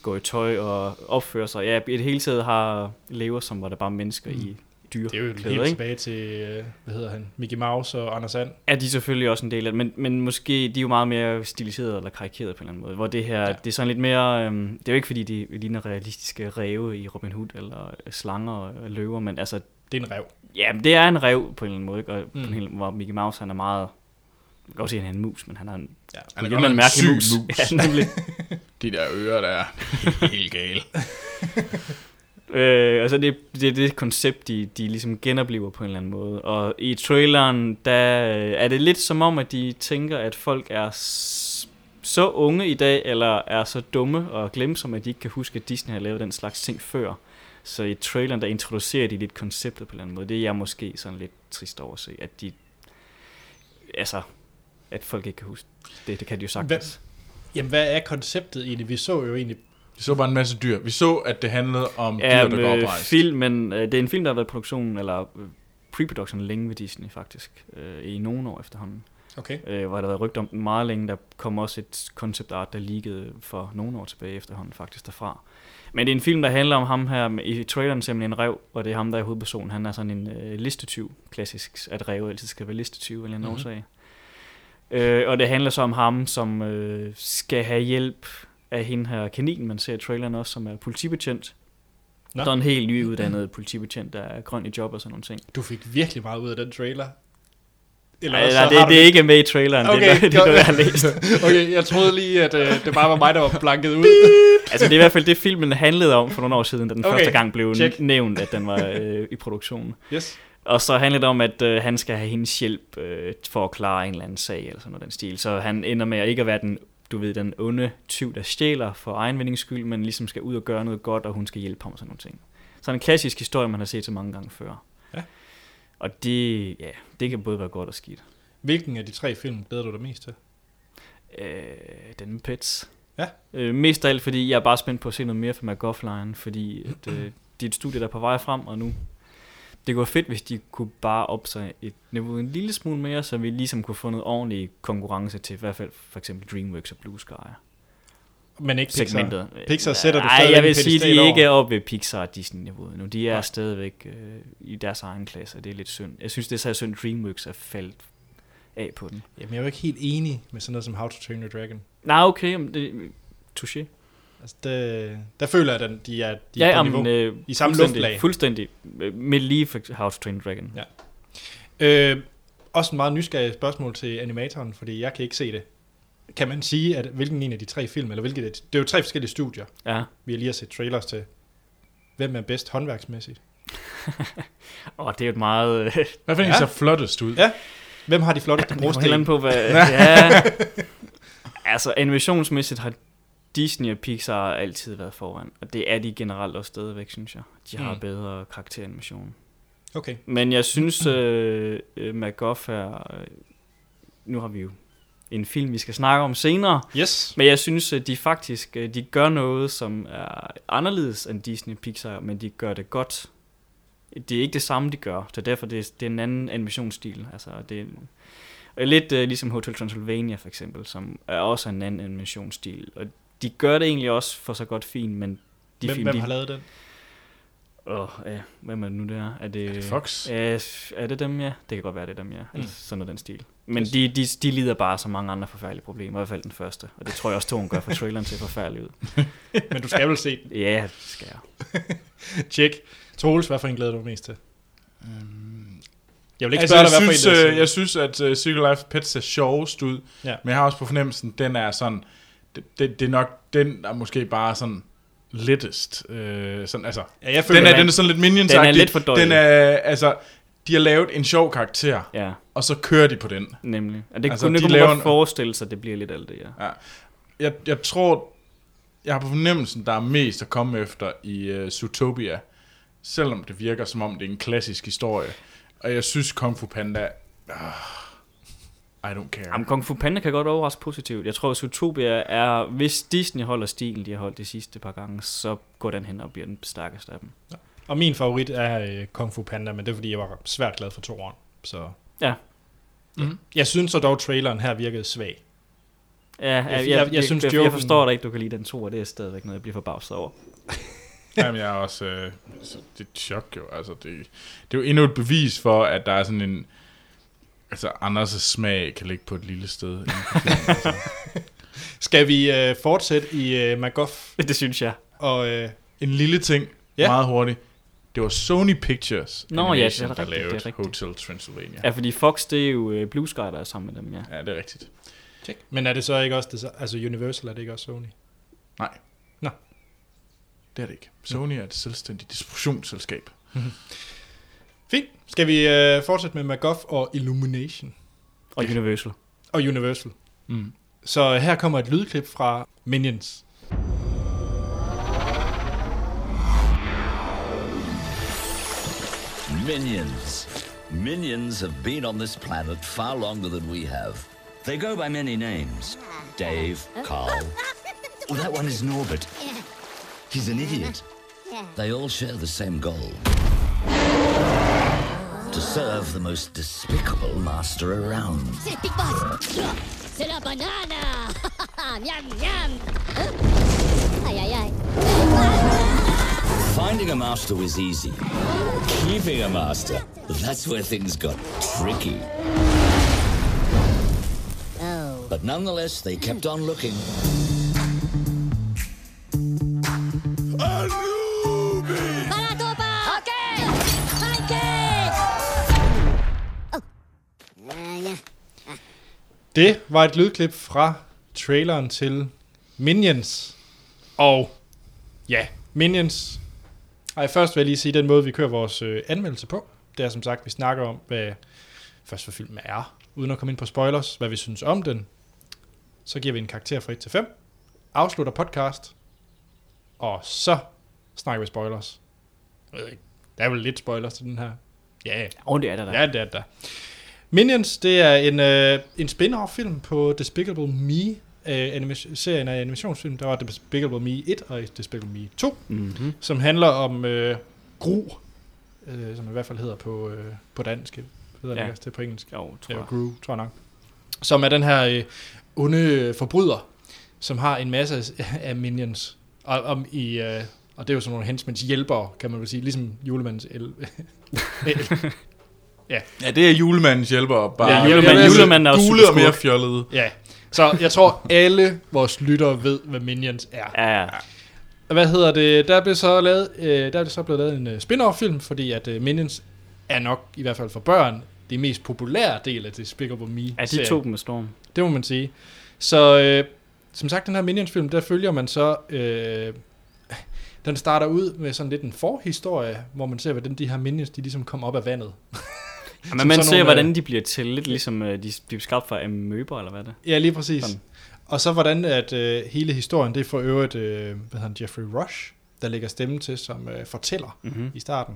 S2: Går i tøj og opfører sig. Ja, i det hele taget har lever, som var der bare mennesker mm. i dyr.
S1: Det er jo helt
S2: klæder, ikke?
S1: tilbage til, øh, hvad hedder han, Mickey Mouse og Anders And.
S2: er de selvfølgelig også en del af det, men, men måske de er jo meget mere stiliseret eller karikeret på en eller anden måde, hvor det her,
S1: Ja.
S2: ja. det er sådan lidt mere, øhm, det er jo ikke fordi, de ligner realistiske ræve i Robin Hood, eller slanger og løver, men altså,
S1: Det er en rev.
S2: ja, men det er en ræv på en eller anden måde, ikke? og mm.
S1: Mm.
S2: på en hel, hvor Mickey Mouse, han er meget, man kan godt sige, at han er en mus, men han er en,
S1: Ja.
S3: Han er
S2: på
S3: godt
S2: en
S3: nok en
S2: mærkelig
S3: syg
S2: Ja, nemlig.
S3: De der ører, der er helt gale.
S2: Øh, altså det, det er det koncept, de, de ligesom genopliver på en eller anden måde. Og i traileren, der øh, er det lidt som om, at de tænker, at folk er s- så unge i dag, eller er så dumme og glemsomme, at de ikke kan huske, at Disney har lavet den slags ting før. Så i traileren, der introducerer de lidt konceptet på en eller anden måde. Det er jeg måske sådan lidt trist over at se, at de... Altså, at folk ikke kan huske det. Det kan de jo sagtens.
S1: Jamen, hvad er konceptet egentlig? Vi så jo egentlig
S3: Vi så bare en masse dyr. Vi så, at det handlede om dyr,
S2: Ja,
S3: der går
S2: med
S3: oprejst.
S2: filmen, øh, det er en film, der har været i produktionen, eller øh, pre-production længe ved Disney faktisk, øh, i nogle år efterhånden.
S1: Okay.
S2: øh, hvor der har været rygt om den meget længe. Der kom også et concept art, der liggede for nogle år tilbage efterhånden faktisk derfra. Men det er en film, der handler om ham her, med- i traileren simpelthen en rev, og det er ham, der er hovedpersonen. Han er sådan en øh, listetyv, klassisk, at ræve altid skal være listetyv eller en
S3: Mhm.
S2: mm-hmm. årsag. Øh, og det handler så om ham, som øh, skal have hjælp af hende her kaninen, man ser i traileren også, som er politibetjent.
S1: Nå.
S2: Der er en helt nyuddannet politibetjent, der er grøn i job og sådan nogle ting.
S1: Du fik virkelig meget ud af den trailer.
S2: Eller,
S1: også
S2: Ej,
S1: så
S2: nej,
S1: har
S2: det,
S1: du
S2: det er ikke med i traileren, okay, det, er,
S1: Okay,
S2: noget- det er noget, jeg har
S1: godt.
S2: læst.
S1: Okay, jeg troede lige, at øh, det bare var mig, der var blanket ud.
S2: Altså det er i hvert fald det, filmen handlede om for nogle år siden, da den
S1: Okay,
S2: okay, første gang blev
S1: check.
S2: check. nævnt, at den var øh, i produktionen.
S1: Yes.
S2: Og så handler det om, at øh, han skal have hendes hjælp øh, for at klare en eller anden sag, eller sådan noget i den stil. Så han ender med at ikke at være den, du ved, den onde tyv, der stjæler for egen vindings skyld, men ligesom skal ud og gøre noget godt, og hun skal hjælpe ham og sådan nogle ting. Så en klassisk historie, man har set så mange gange før.
S1: Ja.
S2: Og det, ja, det kan både være godt og skidt.
S1: Hvilken af de tre film glæder du dig mest til?
S2: Øh, den med Pets.
S1: Ja.
S2: Øh, mest af alt, fordi jeg er bare spændt på at se noget mere fra McGuffline, fordi at, øh, det er et studie, der er på vej frem, og nu det kunne være fedt, hvis de kunne bare op sig et niveau en lille smule mere, så vi ligesom kunne få noget ordentlig konkurrence til, i hvert fald for eksempel DreamWorks og Blue Sky
S1: Men ikke Pixar.
S2: segmentet.
S1: Pixar sætter du
S2: Nej,
S1: stadigvæk
S2: jeg
S1: en
S2: vil sige, de
S1: pedestal
S2: er
S1: over.
S2: ikke oppe ved Pixar og Disney-niveauet nu. De er
S1: Nej.
S2: stadigvæk øh, i deres egen klasse, og det er lidt synd. Jeg synes, det er så synd, DreamWorks er faldet af på den.
S1: Jamen, jeg er jo ikke helt enig med sådan noget som How to Train Your Dragon.
S2: Nej, okay, men det, touché.
S1: Altså, det, der føler jeg, at den- de er, de
S2: Ja,
S1: er på
S2: jamen,
S1: niveau.
S2: øh,
S1: I samme
S2: fuldstændig-
S1: luftlag.
S2: Fuldstændig. Øh, Med lige for House to Train Dragon.
S1: Ja. Øh, også en meget nysgerrig spørgsmål til animatoren, fordi jeg kan ikke se det. Kan man sige, at hvilken en af de tre film, eller hvilket af de- det er jo tre forskellige studier,
S2: ja.
S1: vi lige har set trailers til. Hvem er bedst håndværksmæssigt?
S2: Og det er jo et meget... Øh,
S3: Hvad finder
S1: Ja.
S3: ja. så flottest ud?
S1: Ja. Hvem har de flotteste
S2: det kommer helt
S1: brosten?
S2: an på, hvad... ja. Altså, animationsmæssigt har Disney og Pixar altid været foran. Og det er de generelt også stadigvæk, synes jeg. De har
S1: Mm.
S2: mm. bedre karakteranimation.
S1: Okay.
S2: Men jeg
S1: Mm.
S2: synes, øh, øh, MacGuff er... Øh, nu har vi jo en film, vi skal snakke om senere.
S1: Yes.
S2: Men jeg synes, at de faktisk øh, de gør noget, som er anderledes end Disney og Pixar, men de gør det godt. Det er ikke det samme, de gør, så derfor det er det er en anden animationsstil. Altså, det er og lidt øh, ligesom Hotel Transylvania for eksempel, som er også en anden animationsstil. Og de gør det egentlig også for så godt fint, men de
S1: hvem,
S2: film,
S1: hvem
S2: de...
S1: har lavet den?
S2: Åh, ja, hvem er det nu der? Er det,
S3: Er det Fox?
S2: Øh, er det dem, ja? Det kan godt være, det er dem, ja. Mm.
S1: Mm.
S2: Sådan noget den stil. Men
S1: Yes.
S2: de, de, de lider bare så mange andre forfærdelige problemer, i hvert fald den første. Og det tror jeg også, Toren gør for traileren til forfærdelig ud.
S1: Men du skal vel se den.
S2: Ja, det skal jeg.
S1: Tjek. Troels, hvad for en glæder du dig mest til?
S3: Øhm,
S1: Jeg vil ikke
S3: Altså,
S1: spørge
S3: jeg,
S1: dig, hvad
S3: synes,
S1: for en
S3: øh, jeg synes, at uh, Circle Life Pets er sjovest ud,
S1: Ja.
S3: men jeg har også på fornemmelsen, den er sådan, det, det, det er nok den, der måske bare er sådan lettest. Øh, sådan, altså,
S1: ja, jeg føler,
S3: den, er,
S1: at-
S3: den er sådan lidt minions
S2: Den er lidt for dårlig.
S3: Den er, altså, de har lavet en sjov karakter,
S2: Ja,
S3: og så kører de på den.
S2: nemlig. Og det
S3: Altså,
S2: altså, kunne
S3: de
S2: de
S3: laver
S2: godt
S3: en-
S2: forestille sig, at det bliver lidt alt det, ja.
S3: Jeg, jeg tror, jeg har på fornemmelsen, der er mest at komme efter i uh, Zootopia, selvom det virker som om, det er en klassisk historie. Og jeg synes, Kung Fu Panda... Uh, I don't care.
S2: Jamen, Kung Fu Panda kan godt overraske positivt. Jeg tror, at Zootopia er, hvis Disney holder stilen, de har holdt de sidste par gange, så går den hen og bliver den stærkeste af dem.
S1: Og min favorit er øh, Kung Fu Panda, men det er fordi, jeg var svært glad for to år. Så.
S2: Ja.
S3: Mhm.
S1: Jeg synes så dog, traileren her virkede svag.
S2: Ja, jeg, jeg,
S1: jeg
S2: jeg, jeg,
S1: synes,
S2: synes, jeg, jeg
S1: joken-
S2: forstår dig ikke, du kan lide den to, og det er stadigvæk noget, jeg bliver forbavset over.
S3: Jamen, jeg er også... Øh, så det er et chok jo. Altså, det, det er jo endnu et bevis for, at der er sådan en... Altså, Anders' smag kan ligge på et lille sted.
S1: Skal vi øh, fortsætte i øh, MacGuff?
S2: Det synes jeg.
S1: Og øh,
S3: en lille ting,
S1: Ja.
S3: ja. meget hurtigt. Det var Sony Pictures,
S2: Nå, ja, det er da
S3: der
S2: rigtigt, det er
S3: lavede
S2: rigtigt.
S3: Hotel Transylvania.
S2: Ja, fordi Fox, det er jo øh, Blue Sky, der er sammen med dem, ja.
S3: Ja, det er rigtigt.
S1: men er det så ikke også, det, så- altså Universal er det ikke også Sony?
S3: Nej.
S1: Nå.
S3: Det er det ikke. Sony er et selvstændigt distributionsselskab.
S1: Fint. Skal vi øh, fortsætte med MacGuff og Illumination
S2: Og Universal.
S1: og Universal?
S3: Mm.
S1: Så her kommer et lydklip fra Minions.
S4: Minions. Minions have been on this planet far longer than we have. They go by many names Dave, Carl. Well, that one is Norbert. He's an idiot. They all share the same goal to serve the most despicable master around.
S5: C'est Big Boss C'est la banane Miam, miam Hein Aïe, aïe, aïe
S4: Finding a master was easy. Keeping a master, that's where things got tricky.
S5: Oh.
S4: But nonetheless, they kept on looking.
S5: Balatoba Ok
S1: Det var et lydklip fra traileren til Minions. Og ja, Minions. Ej, først vil jeg lige sige, den måde, vi kører vores øh, anmeldelse på, det er som sagt, vi snakker om, hvad først for filmen er, uden at komme ind på spoilers, hvad vi synes om den. Så giver vi en karakter fra 1 til 5, afslutter podcast, og så snakker vi spoilers. Jeg ved ikke, der er vel lidt spoilers til den her. Ja, yeah.
S2: Og det er der da.
S1: Ja, det er det da. Minions, det er en, øh, en spin-off-film på Despicable Me, øh, animation, serien af animationsfilm. Der var Despicable Me 1 og Despicable Me 2,
S2: Mm-hmm.
S1: som handler om øh, Gru, øh, som i hvert fald hedder på, øh, på dansk. Hedder ja.
S2: Ja.
S1: det også? det er på engelsk?
S2: Jo, tror
S1: Ja,
S2: jeg.
S1: Gru, tror jeg nok. Som er den her øh, onde øh, forbryder, som har en masse af- af minions. Og, om i, øh, og det er jo sådan nogle hensmænds hjælpere, kan man vel sige. Ligesom julemandens el.
S3: Ja, det er julemandens hjælper. Bare
S1: Ja, julemanden-
S3: mere
S2: julemanden er jo
S3: gule og
S2: superskurk.
S3: mere fjollede.
S1: ja, så jeg tror alle vores lyttere ved, hvad minions er.
S2: Ja, ja.
S1: hvad hedder det, der blev så lavet, øh, der blev så blevet lavet en øh, spin-off film, fordi at øh, Minions er nok, i hvert fald for børn, det mest populære del af det Despicable Me
S2: Ja, de tog dem med storm.
S1: Det må man sige. Så øh, som sagt, den her Minions film, der følger man så, øh, den starter ud med sådan lidt en forhistorie, hvor man ser, hvordan de her Minions, de ligesom kom op af vandet.
S2: Ja, men man
S1: sådan
S2: ser,
S1: nogle,
S2: hvordan de bliver til. Lidt ligesom øh, de, de er skabt for amøber, eller hvad det er.
S1: Ja, lige præcis.
S2: Sådan.
S1: Sådan. Og så hvordan at øh, hele historien, det er for øvrigt, øh, hvad hedder han, Jeffrey Rush, der lægger stemme til som øh, fortæller
S2: Mm-hmm.
S1: i starten.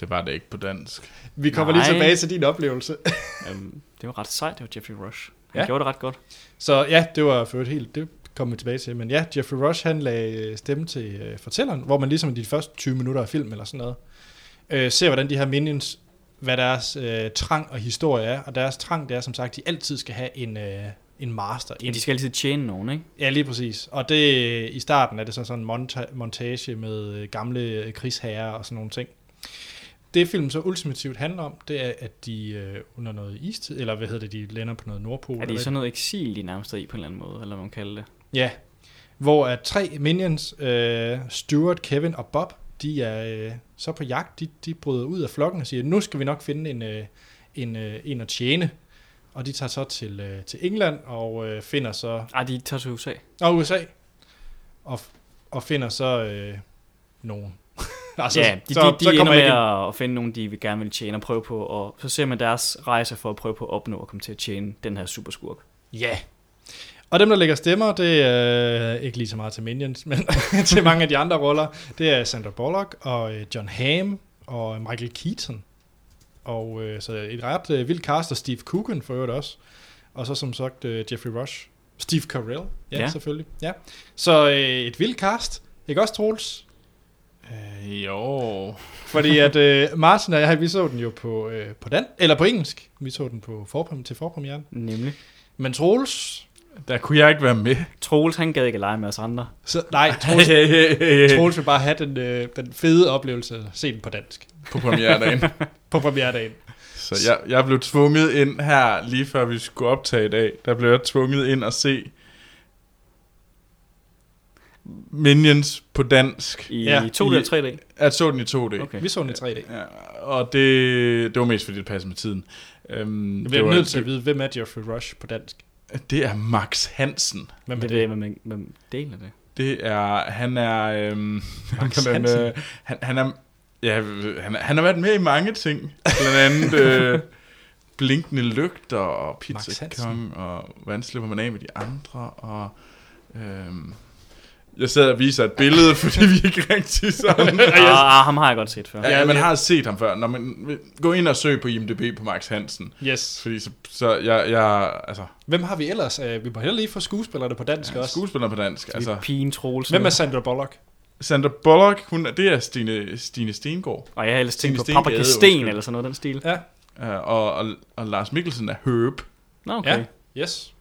S3: Det var det ikke på dansk.
S1: Vi kommer
S2: Nej.
S1: lige tilbage til din oplevelse.
S2: Øhm, det var ret sejt, det var Jeffrey Rush. Han
S1: Ja.
S2: ja. gjorde det ret godt.
S1: Så ja, det var for øvrigt helt, det kom vi tilbage til. Men ja, Jeffrey Rush, han lagde øh, stemme til øh, fortælleren, hvor man ligesom i de første 20 minutter af film eller sådan noget, øh, ser hvordan de her minions, hvad deres øh, trang og historie er. Og deres trang, det er som sagt, de altid skal have en, øh, en master.
S2: Ja,
S1: En,
S2: de skal altid tjene nogen, ikke?
S1: ja, lige præcis. Og det, øh, i starten er det så sådan en monta- montage med øh, gamle øh, krigsherrer og sådan nogle ting. Det film så ultimativt handler om, det er, at de øh, under noget istid, eller hvad hedder det, de lander på noget Nordpol.
S2: Er
S1: eller
S2: det sådan noget eksil, de nærmest er i på en eller anden måde, eller hvad man kalder det?
S1: Ja, hvor at tre minions, øh, Stuart, Kevin og Bob, de er øh, så på jagt, de, de bryder ud af flokken og siger, nu skal vi nok finde en, øh, en, øh, en at tjene. Og de tager så til, øh, til England og øh, finder så,
S2: Ej, de tager til USA.
S1: og USA, og, f- og finder så øh, nogen. altså,
S2: Ja, de, de, de ender med at, at finde nogen, de vil gerne vil tjene og prøve på, og så ser man deres rejse for at prøve på at opnå at komme til at tjene den her superskurk.
S1: Ja. Og dem, der lægger stemmer, det er øh, ikke lige så meget til Minions, men til mange af de andre roller. Det er Sandra Bullock og øh, John Hamm og Michael Keaton. Og øh, så et ret øh, vildt cast, og Steve Coogan for øvrigt også. Og så som sagt øh, Jeffrey Rush. Steve Carell, ja,
S2: Ja.
S1: ja. selvfølgelig. Ja. Så øh, et vildt cast. Ikke også, Troels?
S3: Øh, jo.
S1: Fordi at øh, Martin og jeg, vi så den jo på, øh, på dan, eller på engelsk. Vi så den på forprem, til forpremieren.
S2: Nemlig.
S1: Men Troels,
S3: Der kunne jeg ikke være med.
S2: Troels, han gad ikke at lege med os andre.
S1: så, nej, Troels, Troels vil bare have den, øh, den fede oplevelse at se den på dansk.
S3: på premieredagen.
S1: På premieredagen.
S3: Så jeg, jeg blev tvunget ind her, lige før vi skulle optage i dag, der blev jeg tvunget ind og se Minions på dansk.
S2: I
S1: Ja,
S2: ja, to eller
S3: i-
S2: tre dage.
S3: Jeg så den i 2D.
S2: Okay.
S1: Vi så den i 3D.
S3: Ja, og det, det var mest fordi det passede med tiden. Øhm,
S1: Jeg
S3: det,
S1: bliver
S3: var,
S1: nødt til at vide, hvem er Geoffrey Rush på dansk.
S3: det er Max Hansen.
S1: Hvem er
S2: Det
S1: det?
S2: ved jeg, hvem, hvem deler det.
S3: Det er, han er, øhm,
S1: Max
S3: han,
S1: Hansen.
S3: øh, han, han er, ja, han, er- han har været med i mange ting, blandt andet øh, blinkende lygter og
S1: Max
S3: pizza
S1: Hansen.
S3: kong og hvordan slipper man af med de andre og øhm, Jeg sad og viser et billede, fordi vi ikke rigtig sådan.
S2: Ah, ah, ham har jeg godt set før.
S3: Ja, ja, man har set ham før. Når man gå ind og søg på IMDb på Max Hansen.
S1: Yes.
S3: Fordi så, så jeg, jeg, altså,
S1: Hvem har vi ellers? Øh, Vi må heller lige få skuespillerne på dansk ja, også.
S3: skuespiller på dansk. Altså,
S2: Altså, Pigen Troelsen.
S1: Hvem er Sandra Bullock?
S3: Sandra Bullock, hun, er- det er Stine, Stine Stengård.
S2: Og jeg har ellers tænkt på
S3: Stine
S2: Paprika
S3: Stengade,
S2: Sten
S3: undskyld.
S2: eller sådan noget af den stil.
S1: Ja.
S3: Uh, og, og, og, Lars Mikkelsen er Herb.
S2: Nå, okay.
S1: Ja. Yes.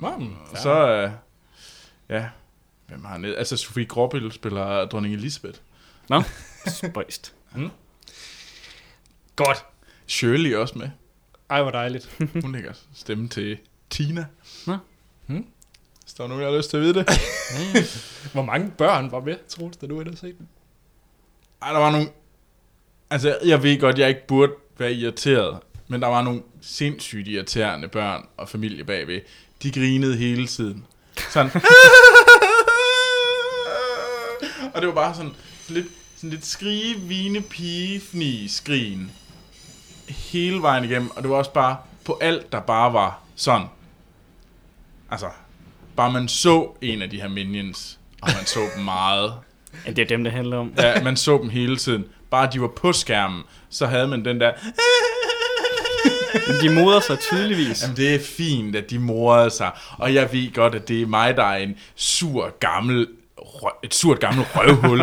S1: Mom.
S3: Og så, uh, ja, hvem har han ned? Altså, Sofie Gråbøl spiller dronning Elisabeth.
S2: Nå, spøjst.
S1: Mm. Godt.
S3: Shirley er også med.
S1: Ej, hvor dejligt.
S3: Hun lægger stemme til Tina.
S2: Nå.
S1: Hmm.
S3: Hvis der er nogen, der har lyst til at vide det.
S1: Hvor mange børn var med, Troels, da du ellers set den?
S3: Ej, der var nogle... Altså, jeg ved godt, jeg ikke burde være irriteret, men der var nogle sindssygt irriterende børn og familie bagved. De grinede hele tiden. Sådan... og det var bare sådan lidt, sådan lidt skrige, vine, pige, fni, skrigen. Hele vejen igennem, og det var også bare på alt, der bare var sådan. Altså, bare man så en af de her minions, og man så dem meget,
S2: Ja, det er dem, det handler om.
S3: Ja, man så dem hele tiden. Bare de var på skærmen, så havde man den der...
S2: Men de moder sig tydeligvis.
S3: Jamen, det er fint, at de morede sig. Og jeg ved godt, at det er mig, der er en sur gammel... rø- Et surt gammelt røvhul.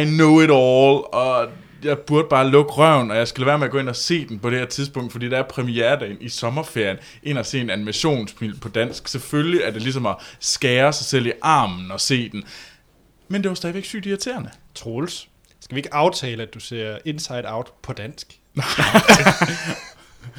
S3: I know it all, og jeg burde bare lukke røven, og jeg skal lade være med at gå ind og se den på det her tidspunkt, fordi der er premieredagen i sommerferien, ind og se en animationsfilm på dansk. Selvfølgelig er det ligesom at skære sig selv i armen og se den. Men det var stadigvæk sygt irriterende.
S1: Troels. Skal vi ikke aftale, at du ser Inside Out på dansk?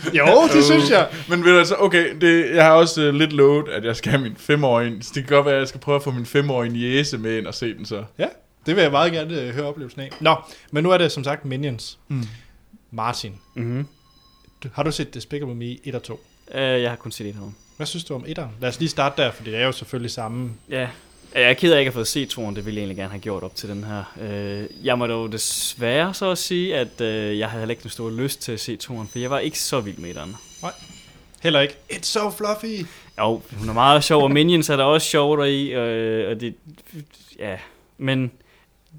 S1: Øh, jo, det synes jeg.
S3: Men ved du, altså, okay, det, jeg har også uh, lidt lovet, at jeg skal have min femårige ind. Så det kan godt være, at jeg skal prøve at få min femårige jæse med ind og se den så.
S1: Ja, det vil jeg meget gerne øh, høre oplevelsen af. Nå, men nu er det som sagt Minions. Mm. Martin,
S2: Mm-hmm.
S1: du- har du set Despicable Me 1 og 2?
S2: Øh, jeg har kun set et af dem.
S1: Hvad synes du om 1'eren? Lad os lige starte der, for det er jo selvfølgelig samme.
S2: Ja. Jeg er ked af, at jeg ikke har fået set toren. Det ville jeg egentlig gerne have gjort op til den her. Øh, jeg må dog desværre så at sige, at øh, jeg havde heller ikke den store lyst til at se toren, for jeg var ikke så vild med den.
S1: Heller ikke. It's so fluffy!
S2: Jo, hun er meget sjov, og Minions er der også sjov deri, øh, og det, ja, men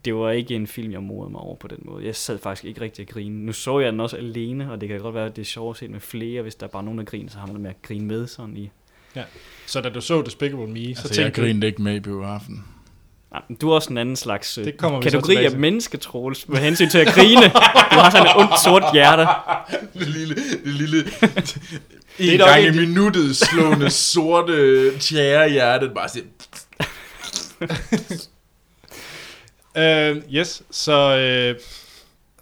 S2: det var ikke en film, jeg morede mig over på den måde. Jeg sad faktisk ikke rigtig at grine. Nu så jeg den også alene, og det kan godt være, at det er sjovt at se den med flere. Hvis der er bare nogen, der griner, så har man det med at grine med sådan i.
S1: Så da du så Despicable Me, altså, så
S3: Altså, jeg
S1: tænkte du,
S3: grinede ikke med i biografen.
S2: Nej, men du er også en anden slags øh,
S1: Det kommer vi så
S2: kategori
S1: tilbage
S2: af
S1: til.
S2: mennesketråls med hensyn til at grine. Du har sådan et ondt sort hjerte.
S3: Det lille, det lille,
S1: er
S3: en
S1: dog
S3: gang i
S1: ikke-
S3: minuttet slående sorte tjære hjertet. Bare sådan,
S1: øh, yes, så, øh,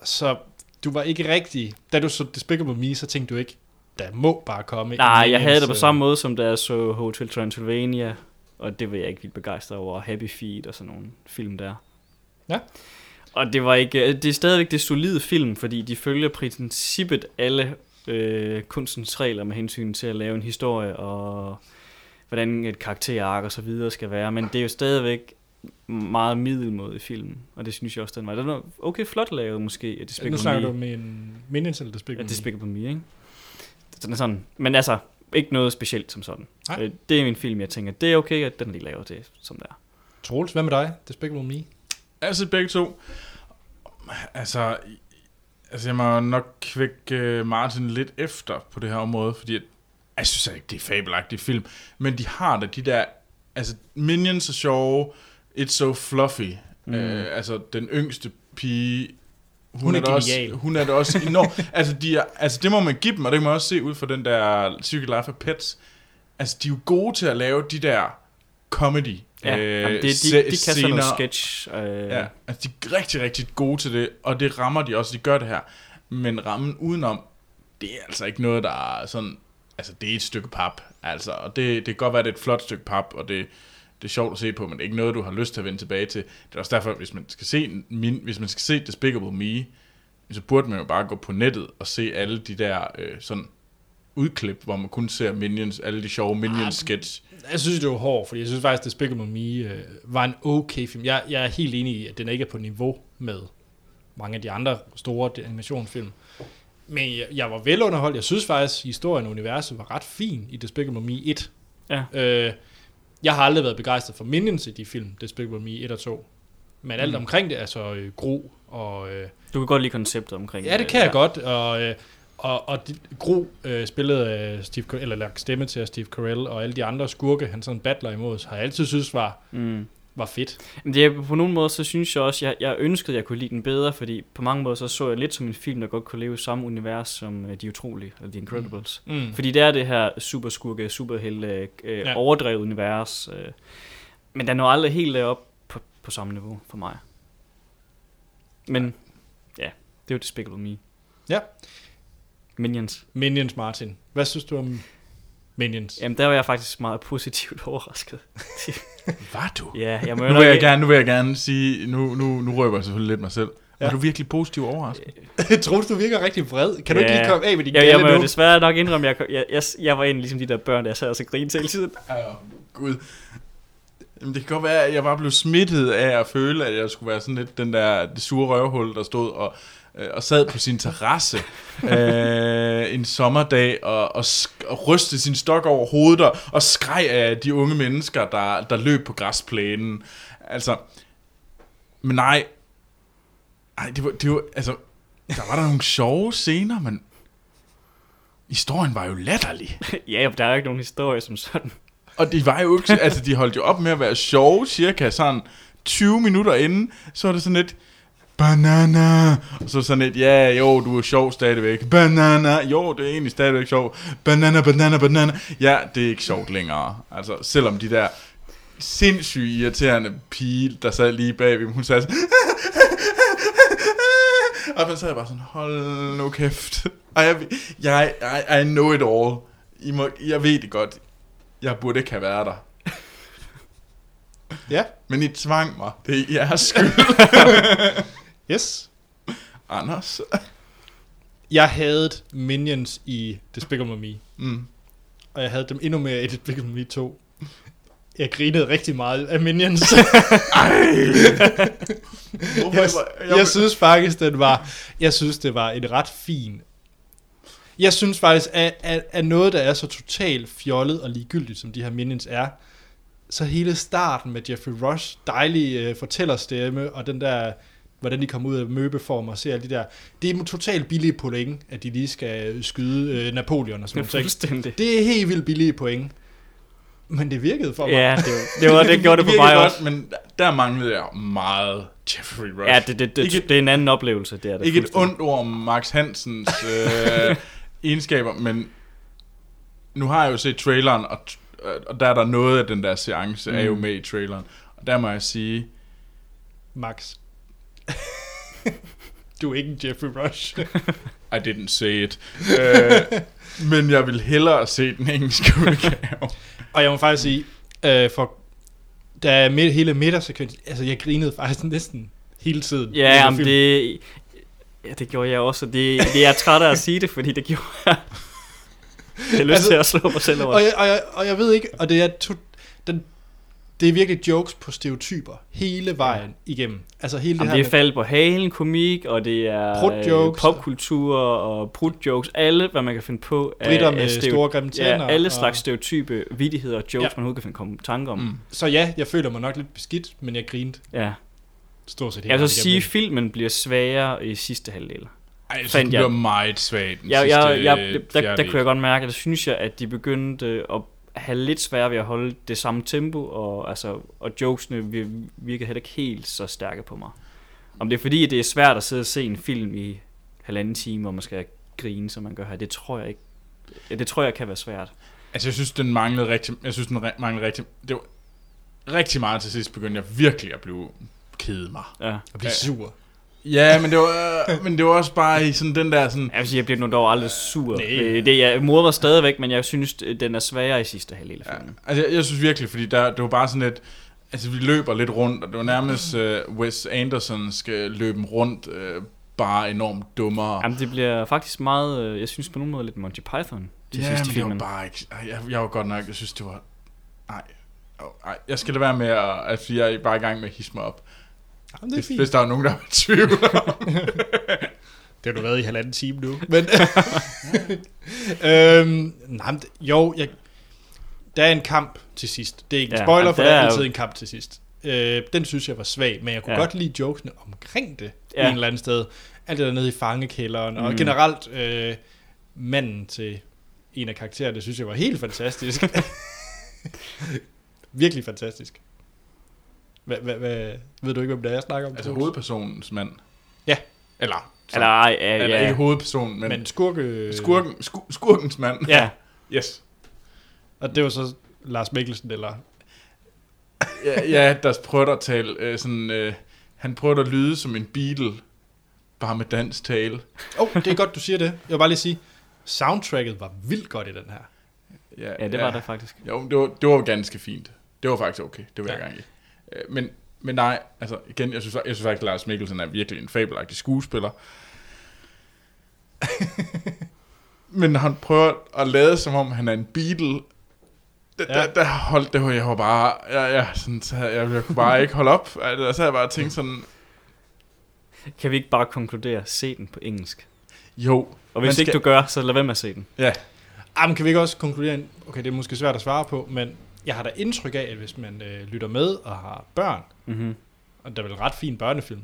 S1: så du var ikke rigtig, da du så Despicable Me, så tænkte du ikke, der må bare komme en
S2: Nej, jeg
S1: Minions,
S2: havde det på
S1: øh,
S2: samme måde, som da jeg så Hotel Transylvania, og det var jeg ikke vildt begejstret over, og Happy Feet og sådan nogle film der.
S1: Ja.
S2: Og det var ikke, øh, det er stadigvæk det solide film, fordi de følger princippet alle øh, kunstens regler med hensyn til at lave en historie, og hvordan et karakterark og så videre skal være, men det er jo stadigvæk meget middelmåde i filmen, og det synes jeg også, den var. Den var okay flot lavet måske. at
S1: Nu
S2: Despicable
S1: snakker
S2: Me.
S1: du om en Minions eller
S2: Ja,
S1: Despicable
S2: det er
S1: Me?
S2: Despicable Me, ikke? Den er sådan. Men altså, ikke noget specielt som sådan.
S1: Nej.
S2: Øh, Det er en film, jeg tænker, det er okay, at den er lige laver det, som der.
S1: Troels, hvad med dig? Despicable Me?
S3: Jeg har set begge to. Altså, altså jeg må nok kvække øh, Martin lidt efter på det her område, fordi jeg, jeg synes ikke, det er fabelagtig film. Men de har da de der, altså Minions er sjove, It's So Fluffy, mm. øh, altså den yngste pige, hun,
S1: Hun er
S3: da også,
S1: genial.
S3: hun er da også enorm. altså, de er, altså det må man give dem, og det kan man også se ud fra den der Circle Life of Pets. Altså de er jo gode til at lave de der comedy
S2: Ja, øh, jamen, det, de, de,
S3: se-
S2: kan sådan noget
S3: scener.
S2: sketch. Øh,
S3: Ja, altså de er rigtig, rigtig gode til det, og det rammer de også, de gør det her. Men rammen udenom, det er altså ikke noget, der er sådan... Altså, det er et stykke pap, altså. Og det, det kan godt være, det er et flot stykke pap, og det, det er sjovt at se på, men det er ikke noget, du har lyst til at vende tilbage til. Det er også derfor, hvis man skal se, min, hvis man skal se Despicable Me, så burde man jo bare gå på nettet og se alle de der øh, sådan udklip, hvor man kun ser Minions, alle de sjove Minions-sketch.
S1: Jeg synes, det var hårdt, fordi jeg synes faktisk, at Despicable Me øh, var en okay film. Jeg, jeg er helt enig i, at den ikke er på niveau med mange af de andre store animationsfilm. Men jeg, jeg var velunderholdt. Jeg synes faktisk, at historien og universet var ret fin i Despicable Me 1.
S2: Ja.
S1: Øh, Jeg har aldrig været begejstret for Minions i de film, Despicable Me 1 og 2. Men alt omkring det, altså øh, Gro og... Øh,
S2: Du kan godt lide konceptet omkring
S1: ja, det kan jeg godt, og... Øh, og, og de, Gro øh, spillede øh, Steve, Carell- eller lagt stemme til af Steve Carell, og alle de andre skurke, han sådan battler imod, har jeg altid synes var,
S2: Mm.
S1: var fedt.
S2: Men det, er- på nogle måder, så synes jeg også, jeg, jeg ønskede, jeg kunne lide den bedre, fordi på mange måder, så så jeg lidt som en film, der godt kunne leve i samme univers som øh, De Utrolige, eller The Incredibles.
S1: Mm.
S2: Fordi det er det her superskurke, superhelte, øh,
S1: Ja.
S2: ja. overdrevet univers. Øh, men der når aldrig helt øh, op på, på samme niveau for mig. Men ja, det er jo Despicable Me.
S1: Ja.
S2: Minions.
S1: Minions, Martin. Hvad synes du om Minions?
S2: Jamen, der var jeg faktisk meget positivt overrasket.
S3: Var du?
S2: Ja, jeg må jo
S3: Nu
S2: nok-
S3: vil jeg gerne, nu vil jeg gerne sige, nu, nu, nu røber jeg selvfølgelig lidt mig selv.
S1: Ja.
S3: Ja. Var du virkelig positiv overrasket?
S1: Troels, du virker rigtig vred. Kan du ikke
S2: Ja.
S1: lige komme af med din
S2: Jeg, jeg må
S1: gale
S2: jo
S1: nu?
S2: desværre nok indrømme, jeg, jeg, jeg, jeg var en ligesom de der børn, der sad og så grinede til hele tiden.
S3: Ja, gud. Jamen, det kan godt være, at jeg bare blev smittet af at føle, at jeg skulle være sådan lidt den der det sure røvhul, der stod og, øh, og sad på sin terrasse øh, en sommerdag og, og, sk- og rystede sin stok over hovedet og, og skreg af de unge mennesker, der, der løb på græsplænen. Altså, men nej. Ej, det var, det var, altså, der var der nogle sjove scener, men historien var jo latterlig.
S2: ja, jamen, der er jo ikke nogen historie som sådan.
S3: Og de var jo ikke, altså de holdt jo op med at være sjove, cirka sådan 20 minutter inden, så var det sådan lidt, banana, og så sådan lidt, ja, jo, du er sjov stadigvæk, banana, jo, det er egentlig stadigvæk sjov, banana, banana, banana, ja, det er ikke sjovt længere, altså selvom de der sindssygt irriterende pige, der sad lige bag ved, hun sagde sådan, og man sad bare sådan, hold nu kæft, og jeg, jeg, I, I know it all, I må, jeg ved det godt, jeg burde ikke have været der.
S1: Ja,
S3: Men I tvang mig. Det er jeres skyld.
S1: yes.
S3: Anders.
S1: Jeg havde Minions i Despicable Me,
S3: Mm.
S1: og jeg havde dem endnu mere i Despicable Me 2. Jeg grinede rigtig meget af Minions.
S3: Hvorfor,
S1: jeg, jeg synes faktisk, den var, jeg synes, det var en ret fin... Jeg synes faktisk, at, at, at noget, der er så totalt fjollet og ligegyldigt, som de her Minions er, så hele starten med Jeffrey Rush, dejlig øh, fortællerstemme, og den der, hvordan de kommer ud af møbeform og ser alle de der, det er totalt billige point, at de lige skal skyde øh, Napoleon og sådan noget.
S2: Fuldstændig.
S1: Det er helt vildt billige point. Men det virkede for mig.
S2: Ja, det, var- det, var, det gjorde det på mig også.
S3: Men der manglede jeg meget Jeffrey Rush.
S2: Ja, det, det, det,
S3: Ikke-
S2: det, er en anden oplevelse, det er det.
S3: Ikke et
S2: fuldstændig.
S3: ondt ord om Max Hansens øh, egenskaber, men nu har jeg jo set traileren, og, og der er der noget af den der seance, mm. er jo med i traileren. Og der må jeg sige,
S1: Max. du er ikke en Jeffrey Rush.
S3: I didn't say it. øh, men jeg vil hellere se den engelske udgave.
S1: Og jeg må faktisk sige, øh, for da mid, hele middagssekvensen, altså jeg grinede faktisk næsten hele tiden. i den
S2: Ja,
S1: her
S2: jamen,
S1: film.
S2: det, ja, det gjorde jeg også, og det, det er jeg træt af at sige det, fordi det gjorde jeg. Jeg har lyst
S1: Altså-
S2: til at slå mig selv over.
S1: Og jeg, og, jeg, og jeg ved ikke, og det er, to, den, det er virkelig jokes på stereotyper hele vejen igennem. Altså hele
S2: Jamen,
S1: det
S2: det
S1: her
S2: er fald på halen, komik, og det er
S1: Prutjokes.
S2: øh, popkultur og prutjokes, alle hvad man kan finde på. af-
S1: Britter
S2: af
S1: med
S2: stereo-
S1: store grimme tænder
S2: Ja, alle
S1: og-
S2: slags stereotype vidigheder og jokes, ja.
S1: Ja.
S2: man overhovedet kan finde komme tanker om. Mm.
S1: med, så ja, jeg føler mig nok lidt beskidt, men jeg grinede
S2: Ja.
S1: stort set hele
S2: Jeg vil
S1: vejen
S2: så
S1: igennem
S2: sige, at
S1: filmen.
S2: filmen bliver svagere i sidste halvdel.
S3: Ej, jeg synes,
S2: Fandt
S3: den
S2: jeg.
S3: bliver meget svag den
S2: Jeg,
S3: sidste
S2: jeg, jeg,
S3: øh,
S2: det- der, der
S3: fjerdedel.
S2: kunne jeg godt mærke, at der synes jeg, at de begyndte øh, at have lidt svært ved at holde det samme tempo, og, altså, og jokesene vir- virkede heller ikke helt så stærke på mig. Om det er fordi, det er svært at sidde og se en film i halvanden time, hvor man skal grine, som man gør her, det tror jeg ikke. Ja, det tror jeg kan være svært.
S3: Altså, jeg synes, den manglede rigtig... Jeg synes, den re- manglede rigtig... Det var rigtig meget til sidst begyndte jeg virkelig at blive kede mig.
S2: Ja.
S1: Jeg bliver sur.
S3: Ja, men det var, øh, men det var også bare i sådan den der sådan...
S2: Jeg vil sige, jeg blev nu dog aldrig sur.
S1: nej.
S2: Øh, Det, jeg morer mig stadigvæk, men jeg synes, øh, den er sværere i sidste halvdel af filmen.
S3: Altså, jeg, jeg synes virkelig, fordi der, det var bare sådan lidt... Altså, vi løber lidt rundt, og det var nærmest
S2: Mm.
S3: uh, Wes Anderson skal løbe rundt, uh, bare enormt dummere.
S2: Jamen, det bliver faktisk meget, øh, jeg synes på nogen måde lidt Monty Python til
S3: ja,
S2: sidst
S3: men det var
S2: i filmen.
S3: bare ikke... Ej, Jeg, jeg var godt nok... Jeg synes, det var... Nej. Ej, jeg skal lade være med at... Altså, jeg er bare i gang med at hisse mig op.
S1: Jamen, det er
S3: Hvis,
S1: fint.
S3: hvis der er nogen, der er i tvivl.
S1: Det har du været i halvanden time nu. Men, øhm, nej, men det- jo, jeg, Der er en kamp til sidst. Det er ikke en
S2: Ja,
S1: spoiler,
S2: og
S1: for
S2: der
S1: der er
S2: er jo-
S1: altid en kamp til sidst. Øh, den synes jeg var svag, men jeg kunne
S2: Ja.
S1: godt lide jokesene omkring det, ja.
S2: Ja. Mhm.
S1: en eller anden sted. Alt det der nede i fangekælderen, mm. og generelt øh, manden til en af karaktererne, det synes jeg var helt fantastisk. Virkelig fantastisk. Hvad, hvad, hvad, ved du ikke, hvem det er, jeg snakker om?
S3: Altså
S1: Troels?
S3: hovedpersonens mand.
S1: Ja.
S3: Eller,
S2: Eller ej, ja,
S3: eller ikke
S2: ja.
S3: hovedpersonen, men,
S1: Men
S3: men
S1: skurke...
S3: skurken, sku, skurkens mand.
S2: ja.
S3: Yes.
S1: Og det var så Lars Mikkelsen, eller...
S3: Ja, ja, der prøver at tale øh, sådan... Øh, han prøver at lyde som en Beatle, bare med dansk tale.
S1: Åh, oh, det er godt, du siger det. Jeg vil bare lige sige, soundtracket var vildt godt i den her.
S2: ja, det var der faktisk.
S3: Jo, det var, det var ganske fint. Det var faktisk okay, det var jeg
S1: Ja.
S3: ja. gang i. Øh, Men, men nej, altså igen, jeg synes, jeg synes faktisk, at Lars Mikkelsen er virkelig en fabelagtig skuespiller. men når han prøver at lade, som om han er en Beatle, der,
S1: Ja.
S3: ja. der, der holdt det, hvor jeg var bare, jeg, jeg, sådan, så havde- jeg, jeg kunne bare ikke holde op. Altså, så havde jeg bare tænkt sådan,
S2: Kan vi ikke bare konkludere, se den på engelsk?
S3: jo.
S2: Og hvis
S3: man
S2: ikke
S3: skal-
S2: du gør, så lad være med at se den.
S3: Ja,
S1: Ah, men kan vi ikke også konkludere, okay, det er måske svært at svare på, men jeg har da indtryk af, at hvis man øh, lytter med og har børn,
S3: Mhm.
S2: Mm-hmm.
S1: og der er vel en ret fin børnefilm.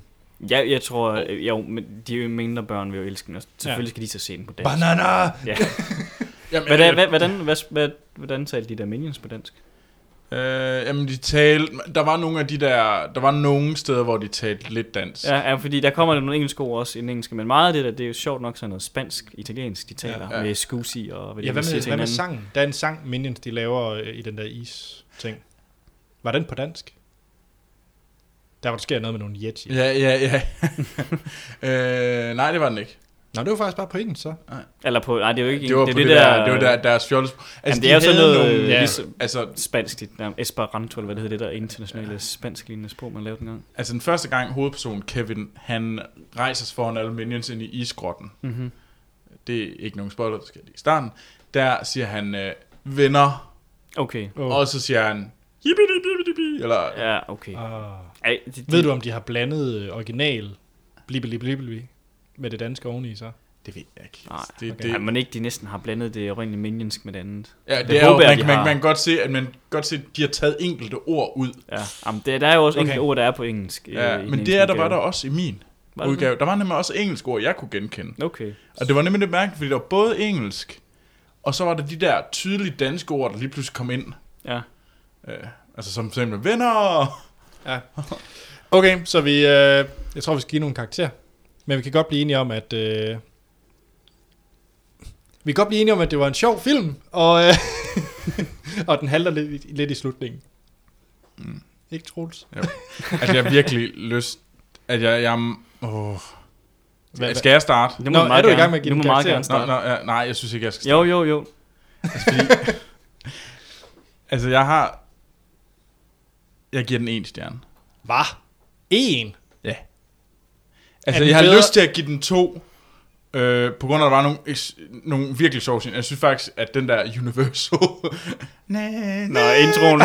S2: Ja, jeg tror, øh, jo, men de mindre børn vil jo elske den. Og selvfølgelig
S1: Ja.
S2: skal de så se den på dansk.
S1: Banana!
S2: Ja.
S3: Jamen,
S2: Hvad,
S3: jeg-
S2: hvad, hvordan, hvad, hvad, hvordan talte de der minions på dansk?
S3: Øh, jamen, de talte, der var nogle af de der, der var nogle steder, hvor de talte lidt dansk.
S2: Ja, ja, fordi der kommer nogle engelske ord også i den engelske, men meget af det der, det er jo sjovt nok sådan noget spansk, italiensk, de taler
S3: Ja,
S2: ja,
S3: ja.
S2: ja. med scusi og hvad de
S1: Ja, hvad
S2: siger
S1: med,
S2: til
S1: hvad med
S2: hinanden.
S1: sangen? Der er en sang, Minions, de laver øh, i den der is-ting. Var den på dansk? Der hvor der sker noget med nogle yeti. Ja.
S3: Ja, ja, ja. øh, nej, det var den ikke.
S1: Nå, det var faktisk bare på engelsk, så.
S2: Eller på, nej, det er jo ikke
S3: Det var
S2: det,
S3: det, på
S2: er
S3: det, det, der, der, det var der, deres fjols. Altså,
S2: Jamen,
S3: de
S2: det er jo sådan
S3: havde
S2: noget
S3: nogle-
S2: ja.
S1: ja.
S2: ligesom
S3: Altså,
S2: spansk, det der Esperanto, eller hvad det hedder, det der internationale spansklignende sprog, man lavede dengang.
S3: altså, den første gang hovedpersonen, Kevin, han rejser sig foran alle minions ind i isgrotten.
S2: Mm-hmm.
S3: Det er ikke nogen spoiler, der skal i starten. Der siger han, øh, venner,
S2: Okay,
S1: Oh.
S3: og så siger han, yippee-di-di-di-di, eller ja.
S2: ja, okay.
S1: Ah.
S2: Ej, de, de,
S1: Ved du, om de har blandet øh, original blibli blibli med det danske oveni, så?
S3: det ved jeg ikke.
S2: Nej,
S3: Altså, det,
S1: okay.
S2: det,
S3: det,
S2: ej, men ikke, de næsten har blandet det oprindelige minionsk med det andet.
S3: ja, det
S2: det
S3: er jo,
S2: håber jeg,
S3: man,
S2: de
S3: man,
S2: har.
S3: man, kan godt se, at man kan godt se, at de har taget enkelte ord ud.
S2: Ja, jamen, det, der er jo også
S1: Okay.
S2: okay. enkelte ord, der er på engelsk. øh, i
S3: Ja,
S2: den
S3: men det
S2: engelske
S3: er der var
S2: udgave.
S3: der også i min
S2: Var det
S3: udgave. Der var nemlig også engelsk ord, jeg kunne genkende.
S2: Okay.
S3: Og det var nemlig lidt mærkeligt, fordi der var både engelsk, og så var der de der tydelige danske ord, der lige pludselig kom ind.
S2: Ja.
S3: Øh, altså som for eksempel venner.
S1: Okay, så vi, øh, jeg tror, vi skal give nogle karakterer. Men vi kan godt blive enige om, at... Øh, vi kan godt blive enige om, at det var en sjov film, og, øh, og den halter lidt, i- lidt i slutningen. Mm. Ikke Troels?
S3: Altså jeg har virkelig lyst, at jeg... jeg åh.
S1: Hvad- hvad-
S3: Skal jeg starte?
S2: Nu må
S1: Nå,
S2: du meget
S1: er du i gang
S2: gerne-
S1: med at give
S2: nu
S1: den
S2: må meget
S1: karakter?
S2: gerne
S3: Nå,
S2: starte.
S3: nå, ja, nej, jeg synes ikke, jeg skal
S2: Jo, jo, jo.
S3: Altså jeg har... Jeg giver den en stjerne.
S1: Hvad? En?
S3: Ja.
S1: Er
S3: Altså,
S1: den
S3: jeg har
S1: bedre-
S3: lyst til at give den to, øh, på grund af, at der var nogle, eks- nogle virkelig sjove scener. Jeg synes faktisk, at den der Universal... Næ,
S2: Nå,
S3: næ,
S2: introen.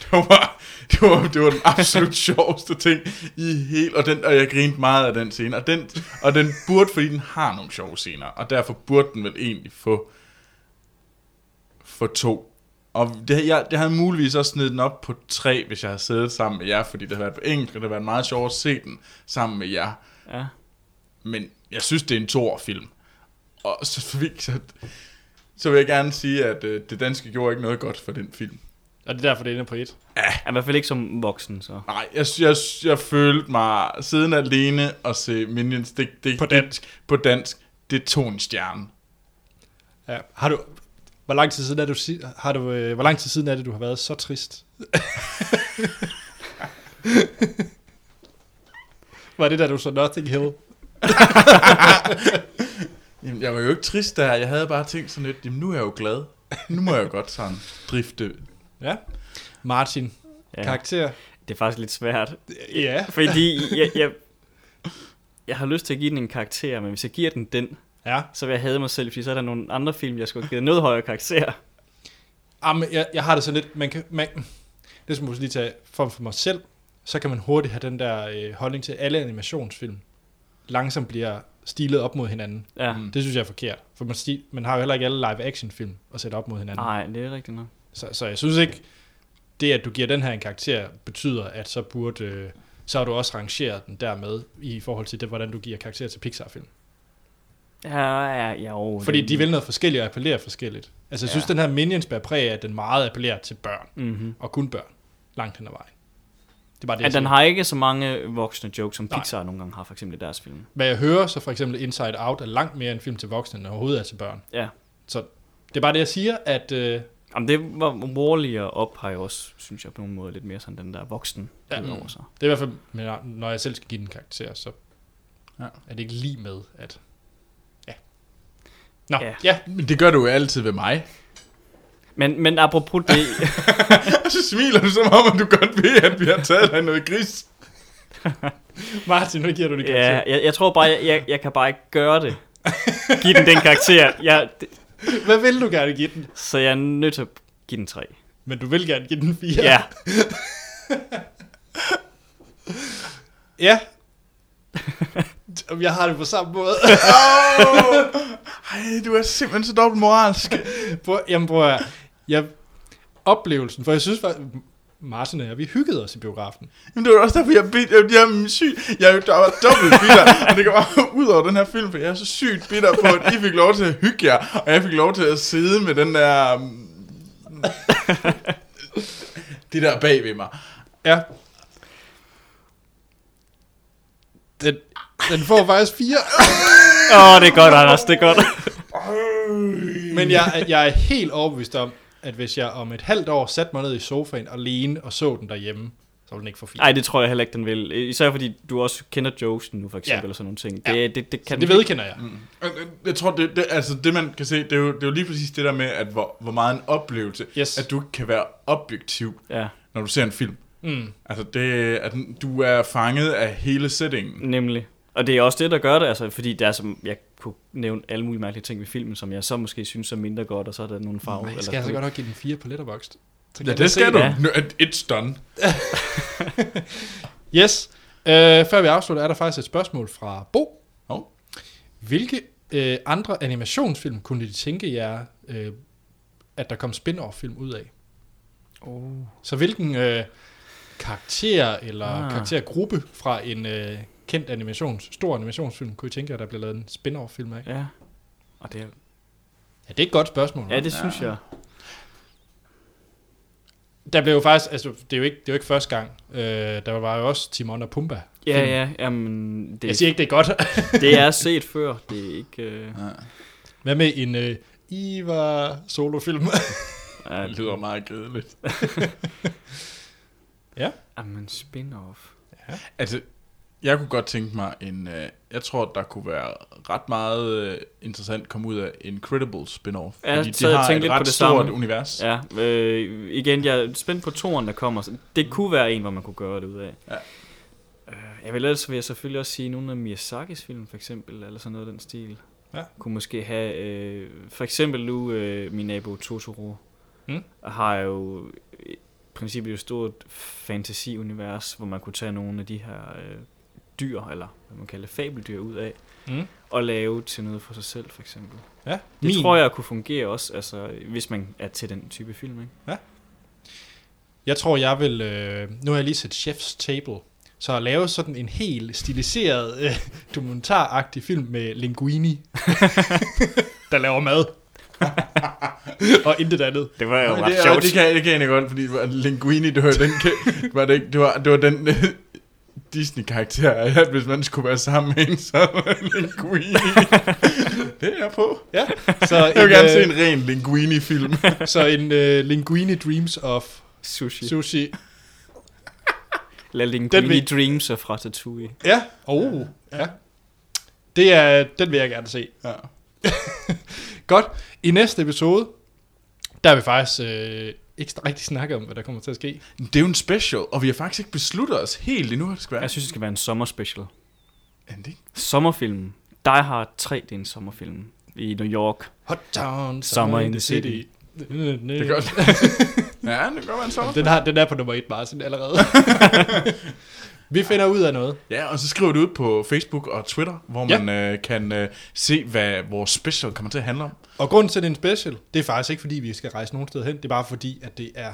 S3: det, var, det, var, det var den absolut sjoveste ting i hele... Og, den, og jeg grinte meget af den scene. Og den, og den burde, fordi den har nogle sjove scener, og derfor burde den vel egentlig få, få to. Og det, jeg, det havde muligvis også snedet den op på tre, hvis jeg havde siddet sammen med jer, fordi det havde været på engelsk, og det havde været meget sjovt at se den sammen med jer
S2: Ja.
S3: men jeg synes, det er en toårfilm. Og så, så, så vil jeg gerne sige, at øh, det danske gjorde ikke noget godt for den film.
S1: Og det er derfor, det ender på et.
S2: Ja, I hvert fald ikke som voksen, så.
S3: Nej, jeg, jeg, jeg følte mig siden alene og se Minions det, det,
S1: På dansk.
S3: Det, på dansk. Det tog en stjerne.
S1: Ja. Har du... Hvor lang tid siden er, du, si- har du, øh, hvor lang tid siden er det, du har været så trist? var det, da du så Nothing Hill?
S3: Jamen, jeg var jo ikke trist der. Jeg havde bare tænkt sådan lidt, jamen nu er jeg jo glad. Nu må jeg godt sådan drifte.
S1: Ja. Martin, ja.
S2: Ja.
S1: karakter?
S2: Det er faktisk lidt svært,
S1: Ja.
S2: fordi jeg, jeg, jeg har lyst til at give den en karakter, men hvis jeg giver den den,
S1: Ja.
S2: så vil jeg hade mig selv, fordi så er der nogle andre film, jeg skulle have givet noget højere karakter.
S1: Jamen, jeg, jeg har det sådan lidt, man kan, man, det skal man måske lige tage for, for mig selv, så kan man hurtigt have den der øh, holdning til at alle animationsfilm, langsomt bliver stilet op mod hinanden.
S2: Ja.
S1: Det synes jeg er forkert, for man, sti, man har jo heller ikke alle live action film at sætte op mod hinanden.
S2: Nej, det er rigtigt nok.
S1: Så, så jeg synes ikke, det at du giver den her en karakter, betyder, at så burde... Øh, så har du også rangeret den dermed, i forhold til det, hvordan du giver karakter til Pixar-film.
S2: Ja, ja, ja, jo,
S1: Fordi
S2: det-
S1: de vil noget forskelligt og appellerer forskelligt. Altså jeg synes,
S2: Ja.
S1: den her Minions bærer præg af, at den meget appellerer til børn,
S2: Mhm.
S1: og kun børn, langt hen ad vejen. Det er bare det, jeg
S2: At den
S1: siger.
S2: har ikke så mange voksne jokes, som
S1: Nej.
S2: Pixar nogle gange har, for eksempel i deres film.
S1: Hvad jeg hører, så for eksempel Inside Out er langt mere en film til voksne, end overhovedet er til børn.
S2: Ja.
S1: Så det er bare det, jeg siger, at øh,
S2: Jamen, det var Wall-E og Up har jo også, synes jeg, på nogle måder lidt mere sådan den der voksen
S1: Ja. Mm.
S2: ja. over sig.
S1: det er i hvert fald, men når jeg selv skal give den karakter, så
S3: Ja.
S1: er det ikke lige med, at... Ja. Nå,
S2: Ja.
S1: ja. ja.
S3: Men det gør du jo altid ved mig.
S2: Men, men apropos det,
S3: Og så smiler du som om, at du godt ved, at vi har taget dig noget gris.
S1: Martin, nu giver du det karakter.
S2: ja, jeg, jeg tror bare, jeg, jeg, jeg kan bare ikke gøre det. Giv den den karakter. Jeg, det,
S1: Hvad vil du gerne give den?
S2: så jeg er nødt til at give den tre.
S1: Men du vil gerne give den 4.
S2: Ja. ja.
S1: Ja. Jamen, Jeg har det på samme måde.
S3: Ej, du er simpelthen så dobbelt moralsk.
S1: Prøv, jamen prøv at høre. jeg, Oplevelsen, for jeg synes faktisk, Martin og jeg, vi hyggede os i biografen.
S3: Jamen, det var også derfor, jeg, bid, jeg, jeg er syg. Jeg er jo der var dobbelt bitter, og det går bare ud over den her film, for jeg er så sygt bitter på, at I fik lov til at hygge jer, og jeg fik lov til at sidde med den der... mm, det der bag ved mig.
S1: Ja. Den, den får faktisk fire,
S2: Åh, det er godt, Anders, det er godt.
S1: men jeg, jeg er helt overbevist om, at hvis jeg om et halvt år satte mig ned i sofaen alene og så den derhjemme, så ville den ikke få fire.
S2: Nej, det tror jeg heller ikke, den vil. Især fordi du også kender jokesen nu, for eksempel,
S1: Ja.
S2: eller sådan nogle ting.
S1: Ja.
S2: Det, det, det kan
S1: det
S2: den
S1: vedkender jeg.
S3: Jeg tror, det, det, altså det man kan se, det er, jo, det er jo lige præcis det der med, at hvor, hvor meget en oplevelse,
S1: Yes.
S3: at du ikke kan være objektiv,
S2: ikke- Ja,
S3: når du ser en film. Mm. Altså det, at du er fanget af hele settingen.
S2: nemlig. Og det er også det, der gør det, altså, fordi der er som, jeg kunne nævne alle mulige mærkelige ting ved filmen, som jeg så måske synes er mindre godt, og så er der nogle farver.
S1: Nej,
S2: eller
S1: skal jeg så godt nok give den fire på Letterboxd? Så kan
S3: Ja,
S1: jeg se
S3: det skal
S1: den.
S3: du.
S2: Ja.
S3: Ja. It's done.
S1: Yes. Øh, før vi afslutter, er der faktisk et spørgsmål fra Bo.
S3: Hov.
S1: Hvilke øh, andre animationsfilm kunne de tænke jer, øh, at der kom spin-off-film ud af?
S2: Oh.
S1: Så hvilken øh, karakter eller
S2: Ah.
S1: ah. karaktergruppe fra en øh, kendt animations, stor animationsfilm kunne I tænke jer, der bliver lavet en spin-off-film af?
S2: Ja. Og det, er-
S1: Ja, det er et godt spørgsmål.
S2: ja, det synes jeg.
S1: Der blev jo faktisk, altså det er jo ikke, det er jo ikke første gang, øh, der var jo også Timon og Pumba.
S2: Ja, ja, jamen,
S1: Jeg
S2: det,
S1: siger ikke, det er godt.
S2: det er set før. Det er ikke... Øh,
S1: Hvad med en øh, Iva solofilm?
S2: ja,
S3: Det lyder meget kedeligt.
S2: jamen, spin-off.
S3: Altså, jeg kunne godt tænke mig en... Øh, jeg tror, der kunne være ret meget øh, interessant at komme ud af Incredibles spin-off.
S2: Ja,
S3: fordi de
S2: så jeg
S3: har
S2: tænkte
S3: et
S2: lidt på
S3: ret
S2: det
S3: stort
S2: samme.
S3: univers.
S2: Ja, øh, igen, jeg er spændt på toren, der kommer. Så
S1: Mm.
S2: Det kunne være en, hvor man kunne gøre det ud af.
S3: Ja.
S2: Øh, Jeg vil ellers vil jeg selvfølgelig også sige nogle af Miyazakis film, for eksempel, eller sådan noget af den stil.
S1: Ja.
S2: Kunne måske have, øh, for eksempel nu, øh, min nabo Totoro,
S1: Mm.
S2: har jo i princippet jo et stort fantasiunivers, hvor man kunne tage nogle af de her øh, dyr, eller hvad man kalder fabeldyr ud af,
S1: Mm.
S2: og lave til noget for sig selv, for eksempel.
S1: Ja, det
S2: Det tror jeg kunne fungere også, altså, hvis man er til den type film, ikke?
S1: Jeg tror, jeg vil... Øh, nu har jeg lige set Chef's Table. Så at lave sådan en helt stiliseret, øh, dokumentaragtig film med Linguini, der laver mad. og intet andet.
S2: Det var jo
S3: Nej, det, er, det, kan, det kan jeg egentlig godt, fordi Linguini, det var den, det var det, ikke, det var, det var den øh, Disney-karakter, at hvis man skulle være sammen med en, så var det Linguini. det er jeg på.
S1: Ja. Så
S3: Jeg vil gerne
S1: øh,
S3: se en ren Linguini-film.
S1: Så en øh, Linguini Dreams of
S2: Sushi.
S1: Sushi.
S2: La Linguini
S1: vil-
S2: Dreams er fra Tatooine.
S1: Ja. Oh, ja. Det er, den vil jeg gerne se.
S3: Ja.
S1: Godt. I næste episode, der vil vi faktisk øh, ikke rigtig snakke om, hvad der kommer til at ske.
S3: Det er jo en special, og vi har faktisk ikke besluttet os helt endnu, hvad det skal være.
S2: Jeg synes, det skal være en sommerspecial.
S3: Er det ikke?
S2: Sommerfilm. Die Hard 3, det er en sommerfilm. I New York.
S1: Hot Town, Summer,
S2: Summer in the City.
S1: Det
S3: Det gør det. ja, det gør man så.
S1: Den, har, den er på nummer et, Martin, allerede. Vi finder ud af noget.
S3: Ja, og så skriver du ud på Facebook og Twitter, hvor
S1: Ja.
S3: man øh, kan øh, se, hvad vores special kommer til at handle om.
S1: Og grunden til, at det er en special, det er faktisk ikke, fordi vi skal rejse nogen sted hen. Det er bare fordi, at det er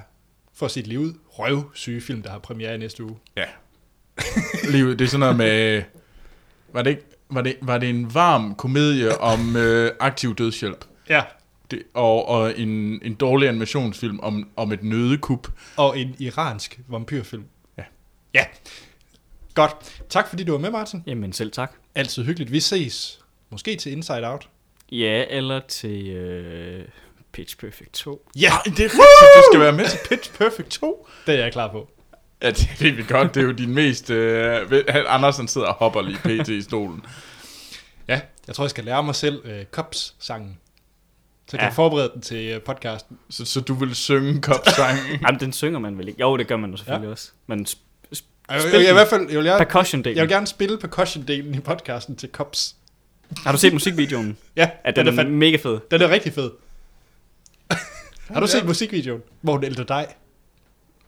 S1: for sit liv ud røvsyge film, der har premiere i næste uge.
S3: Ja. Livet, det er sådan noget med... Var det, ikke, var det, var det en varm komedie om øh, aktiv dødshjælp?
S1: Ja.
S3: Det, og og en, en dårlig animationsfilm om, om et nødekup.
S1: Og en iransk vampyrfilm.
S3: Ja.
S1: Ja. Godt. Tak fordi du var med, Martin.
S2: Jamen selv tak.
S1: Altid hyggeligt. Vi ses. Måske til Inside Out.
S2: Ja, eller til øh, Pitch Perfect 2.
S1: Ja,
S3: Det er rigtigt, du skal være med til Pitch Perfect 2.
S1: det er jeg klar på.
S3: Ja, det er virkelig godt. Det er jo din mest... Øh, ved- Andersen sidder og hopper lige pt. i stolen.
S1: Ja, jeg tror, jeg skal lære mig selv øh, Cops-sangen. Så kan
S2: Ja.
S1: jeg forberede den til øh, podcasten.
S3: Så, så du vil synge kopsangen.
S2: Jamen, den synger man vel ikke? Jo, det gør man jo selvfølgelig ja. også. Men sp- sp-
S1: Jeg, jeg, jeg,
S2: spil
S1: jeg, i
S2: den.
S1: hvert fald, jeg, vil, jeg,
S2: percussion-delen.
S1: jeg vil gerne spille percussion-delen i podcasten til Cops.
S2: Har du set musikvideoen?
S1: Ja,
S2: Ja, den, den er
S1: fandme-
S2: mega fed.
S1: Den er rigtig fed. Har du
S3: Ja.
S1: set musikvideoen, hvor hun ældre dig?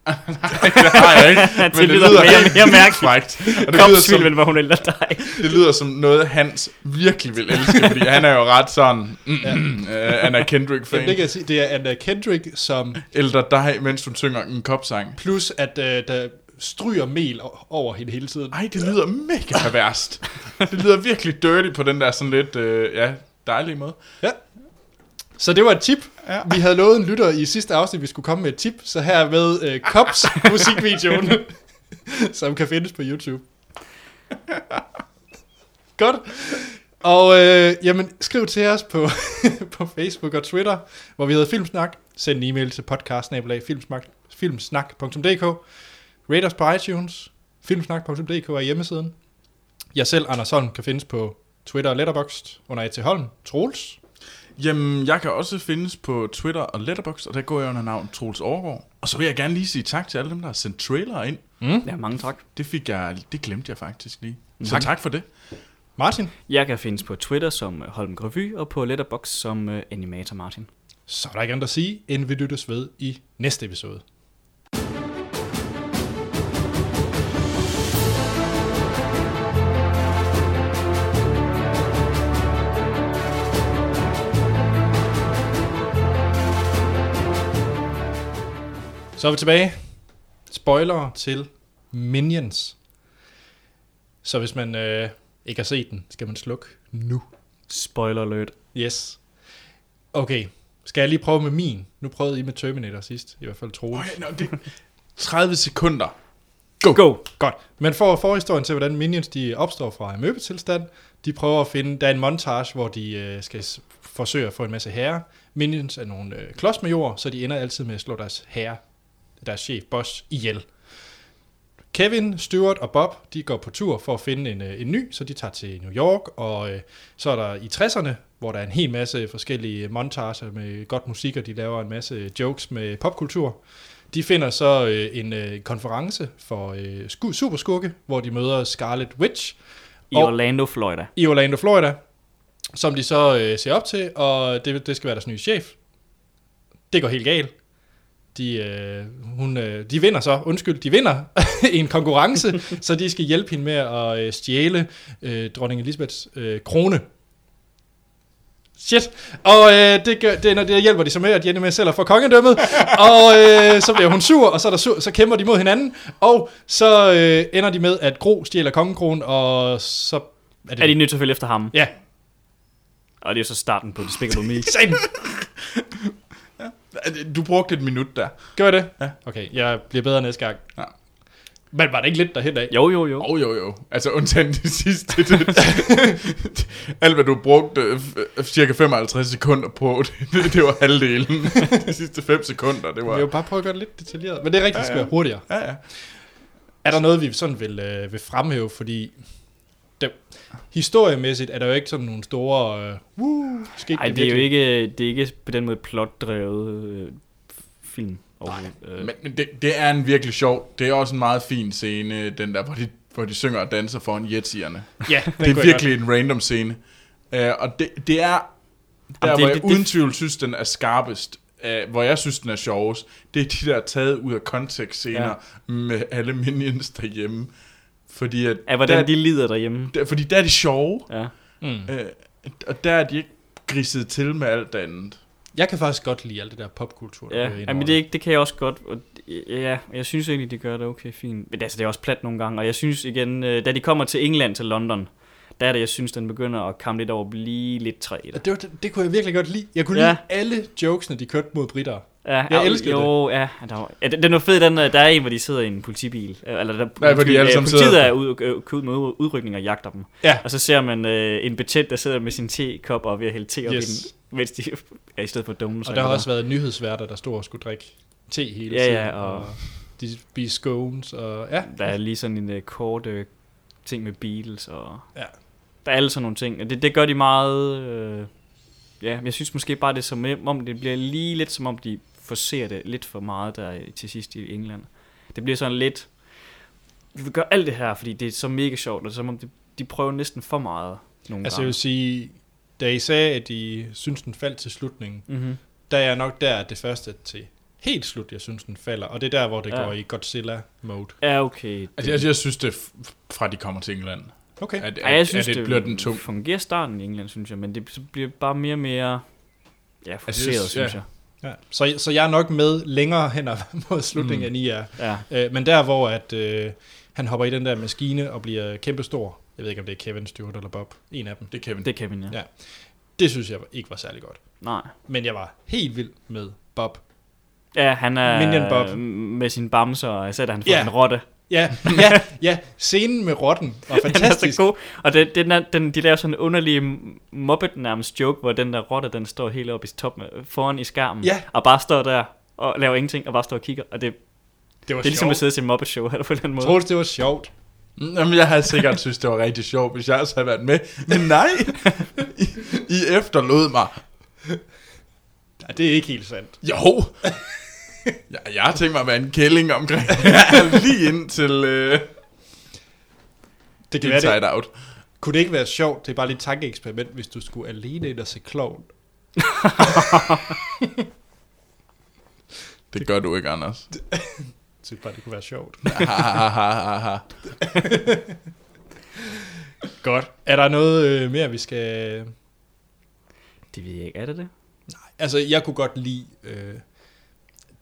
S3: Det har jeg ikke.
S2: Det lyder mere og
S3: helt
S2: mere mærkeligt.
S3: frækt. Og det lyder, som,
S2: Kropsfilmen, hvor hun ældre dig.
S3: det lyder som noget, Hans virkelig vil elske, fordi han er jo ret sådan... Mm, ja. Anna
S1: Jamen, det kan
S3: Kendrick-fan.
S1: jeg sige, det er Anna Kendrick, som
S3: Ældre dig, mens hun synger en kopsang.
S1: plus at øh, der stryger mel o- over hende hele tiden.
S3: Ej, det lyder mega perverst. Det lyder virkelig dirty på den der sådan lidt, øh, ja, dejlige måde.
S1: Ja. Så det var et tip.
S3: Ja.
S1: Ja. Vi havde lovet en lytter i sidste afsnit, at vi skulle komme med et tip, så her er med øh, Kops musikvideoen, som kan findes på YouTube. Godt. Og øh, jamen, skriv til os på, på Facebook og Twitter, hvor vi hedder Filmsnak. Send en e-mail til podcast-filmsnak.dk Rate os på iTunes. Filmsnak.dk er hjemmesiden. Jeg selv, Anders Holm, kan findes på Twitter og Letterboxd under A.T. Holm. Troels.
S3: Jamen, jeg kan også findes på Twitter og Letterboxd, og der går jeg under navn Troels Overgaard. Og så vil jeg gerne lige sige tak til alle dem, der har sendt trailer ind.
S2: Ja, mange tak.
S3: Det fik jeg, det glemte jeg faktisk lige. Så tak, tak for det.
S1: Martin.
S2: Jeg kan findes på Twitter som øh, Holm Gravy og på Letterbox som øh, Animator Martin.
S1: Så er der ikke andet at sige, end vi lyttes ved i næste episode. Så er vi tilbage. Spoiler til Minions. Så hvis man øh, ikke har set den, skal man slukke nu.
S2: Spoiler alert.
S1: Yes. Okay, skal jeg lige prøve med min? Nu prøvede I med Terminator sidst, i hvert fald
S3: Oh,
S1: Troels.
S3: ja, nå, det 30 sekunder.
S2: Go!
S1: Godt. Men for forhistorien til, hvordan Minions de opstår fra amøbetilstand, de prøver at finde, der er en montage, hvor de øh, skal s- forsøge at få en masse herrer. Minions er nogle øh, klods med jord, så de ender altid med at slå deres herre, deres chef, boss, ihjel. Kevin, Stuart og Bob, de går på tur for at finde en, øh, en ny, så de tager til New York, og øh, så er der i 60'erne, hvor der er en hel masse forskellige montager med godt musik, og de laver en masse jokes med popkultur. De finder så øh, en øh, konference for øh, sku- superskurke, hvor de møder Scarlet Witch
S2: I
S1: Og-
S2: Orlando, Florida.
S1: i Orlando, Florida, som de så øh, ser op til, og det, det skal være deres nye chef. Det går helt galt. De, øh, hun, øh, de vinder så, undskyld, de vinder en konkurrence, så de skal hjælpe hende med at øh, stjæle øh, dronning Elisabeths øh, krone. Shit. Og øh, det, gør, det, når det hjælper de så med, at de ender med selv at få kongedømmet. og øh, så bliver hun sur, og så, er der sur, så kæmper de mod hinanden. Og så øh, ender de med, at Gro stjæler kongekronen, og så... Er det,
S2: Er de nødt til at følge efter ham?
S1: Ja,
S2: Og det er jo så starten på Despicable Me.
S1: sagen.
S3: Du brugte et minut der.
S1: Gør det?
S3: Ja.
S1: Okay, jeg bliver bedre næste gang.
S3: Ja.
S1: Men var det ikke lidt derhen af?
S2: Jo, jo, jo.
S3: Jo, jo, jo. Altså undtagen det sidste. Det, det, alt, hvad du brugte øh, f- cirka 55 sekunder på, det, det var halvdelen. De sidste 5 sekunder, det
S1: Vi
S3: var...
S1: har jo bare prøvet at gøre det lidt detaljeret. Men det er rigtigt, det skal
S3: Ja, ja.
S1: være hurtigere.
S3: Ja, ja.
S1: Er der noget, vi sådan vil, øh, vil fremhæve? Fordi det, historiemæssigt er der jo ikke sådan nogle store... Øh, woo, skete
S2: Ej, det er jo ikke, øh, det er ikke på den måde plotdrevet øh, f- film. Og, øh,
S3: Men, men det, det, er en virkelig sjov... Det er også en meget fin scene, den der, hvor de, hvor de synger og danser foran jetierne.
S1: Ja, den
S3: Det
S1: kunne
S3: er
S1: jeg
S3: virkelig en random scene. Uh, og det, det er... Der,
S2: det-
S3: hvor jeg
S2: det- det-
S3: uden tvivl synes, den er skarpest, uh, hvor jeg synes, den er sjovest, det er de der taget ud af kontekst scener ja. med alle minions derhjemme. Fordi, at
S2: Af hvordan
S3: der,
S2: de lider derhjemme.
S3: der, fordi der er de sjove,
S2: Ja.
S3: øh, og der er de ikke griset til med alt andet.
S1: Jeg kan faktisk godt lide alt det der popkultur. der
S2: Ja,
S1: bliver
S2: jamen
S1: indover.
S2: det, er ikke- det kan jeg også godt. Og, ja, og jeg synes egentlig, det gør det okay fint. Men altså, det er også plat nogle gange. Og jeg synes igen, øh, da de kommer til England, til London, der er det, jeg synes, den begynder at komme lidt over at blive lidt træt.
S1: Og det, var, det, det kunne jeg virkelig godt lide. Jeg kunne
S2: Ja.
S1: lide alle jokesene, de kørte mod britter.
S2: Ja,
S1: Jeg
S2: og-
S1: elsker
S2: jo, det. Ja, der var, ja, den, den var fed, den, øh, der er en, hvor de sidder i en politibil. øh, Eller der,
S3: hvor de
S2: undskyld,
S3: alle
S2: øh,
S3: sammen
S2: Politiet
S3: sidder-
S2: er ud, øh, ud med ud- udrykning og jagter dem.
S1: Ja.
S2: Og så ser man øh, en betjent, der sidder med sin tekop og er ved at hælde te op i
S1: Yes.
S2: den, mens de er i stedet for dumme.
S1: Og der har også været nyhedsværter, der stod og skulle drikke te hele
S2: Ja,
S1: tiden.
S2: ja, og-
S1: de spiste scones, og ja.
S2: Der er lige sådan en uh, kort uh, ting med Beatles og...
S1: Ja.
S2: Der er alle sådan nogle ting, og det, det gør de meget... Øh, ja, men jeg synes måske bare, det er som om, det bliver lige lidt som om, de forser det lidt for meget der i- til sidst i England. Det bliver sådan lidt... Vi vil gøre alt det her, fordi det er så mega sjovt, og det er som om, de, de prøver næsten for meget nogle
S1: Altså jeg
S2: gange.
S1: vil sige, da I sagde, at I synes, den faldt til slutningen,
S2: mm-hmm.
S1: der er jeg nok der det første til helt slut, jeg synes, den falder. Og det er der, hvor det
S2: Ja.
S1: ja. går i Godzilla-mode.
S2: Ja, okay.
S3: Altså, jeg, jeg synes det, f- fra de kommer til England,
S1: Okay.
S3: at,
S2: Ej,
S3: at,
S2: jeg synes,
S3: at det, bliver den tung.
S2: fungerer starten i England, synes jeg, men det så bliver bare mere og mere... Ja, forceret,
S3: Altså, synes-
S2: synes
S3: ja.
S2: jeg.
S1: Ja. Så, så jeg er nok med længere hen ad- mod slutningen, mm. end I er.
S2: Ja.
S1: Øh, men der, hvor at, øh, han hopper i den der maskine og bliver kæmpestor. Jeg ved ikke, om det er Kevin Stewart eller Bob. En af dem.
S3: Det kan vi.
S2: Det kan vi, ja.
S1: Ja. Det synes jeg ikke var særlig godt.
S2: Nej.
S1: Men jeg var helt vild med Bob.
S2: Ja, han er
S1: Minion Bob.
S2: m- med sin bamser, og især da han får
S1: Ja.
S2: en rotte.
S1: Ja, ja, ja. Scenen med rotten var
S2: Den er
S1: fantastisk.
S2: så god. Og den, den er, den, de laver sådan en underlig m- Muppet nærmest joke, hvor den der rotte, den står helt oppe i toppen, af- foran i skærmen,
S1: Ja.
S2: og bare står der og laver ingenting, og bare står og kigger. Og det, det
S1: Det var
S2: er ligesom at
S1: sjovt.
S2: sidde til en Muppet show, eller på den måde.
S1: Troels, det var sjovt.
S3: Mm, Jamen, jeg havde sikkert synes, det var rigtig sjovt, hvis jeg også havde været med. Men nej, I, I efterlod mig.
S1: Nej, det er ikke helt sandt.
S3: Jo. Jeg, jeg har tænkt mig at være en kælling omkring lige indtil øh,
S1: Det kan være, det,
S3: Inside Out.
S1: kunne det ikke være sjovt? Det er bare lidt et tankeeksperiment, hvis du skulle alene ind og se klovn.
S3: Det gør du ikke, Anders.
S1: Jeg synes bare, det kunne være sjovt. Godt. Er der noget øh, mere, vi skal...
S2: Det ved jeg ikke, er det det?
S1: Altså, jeg kunne godt lide øh,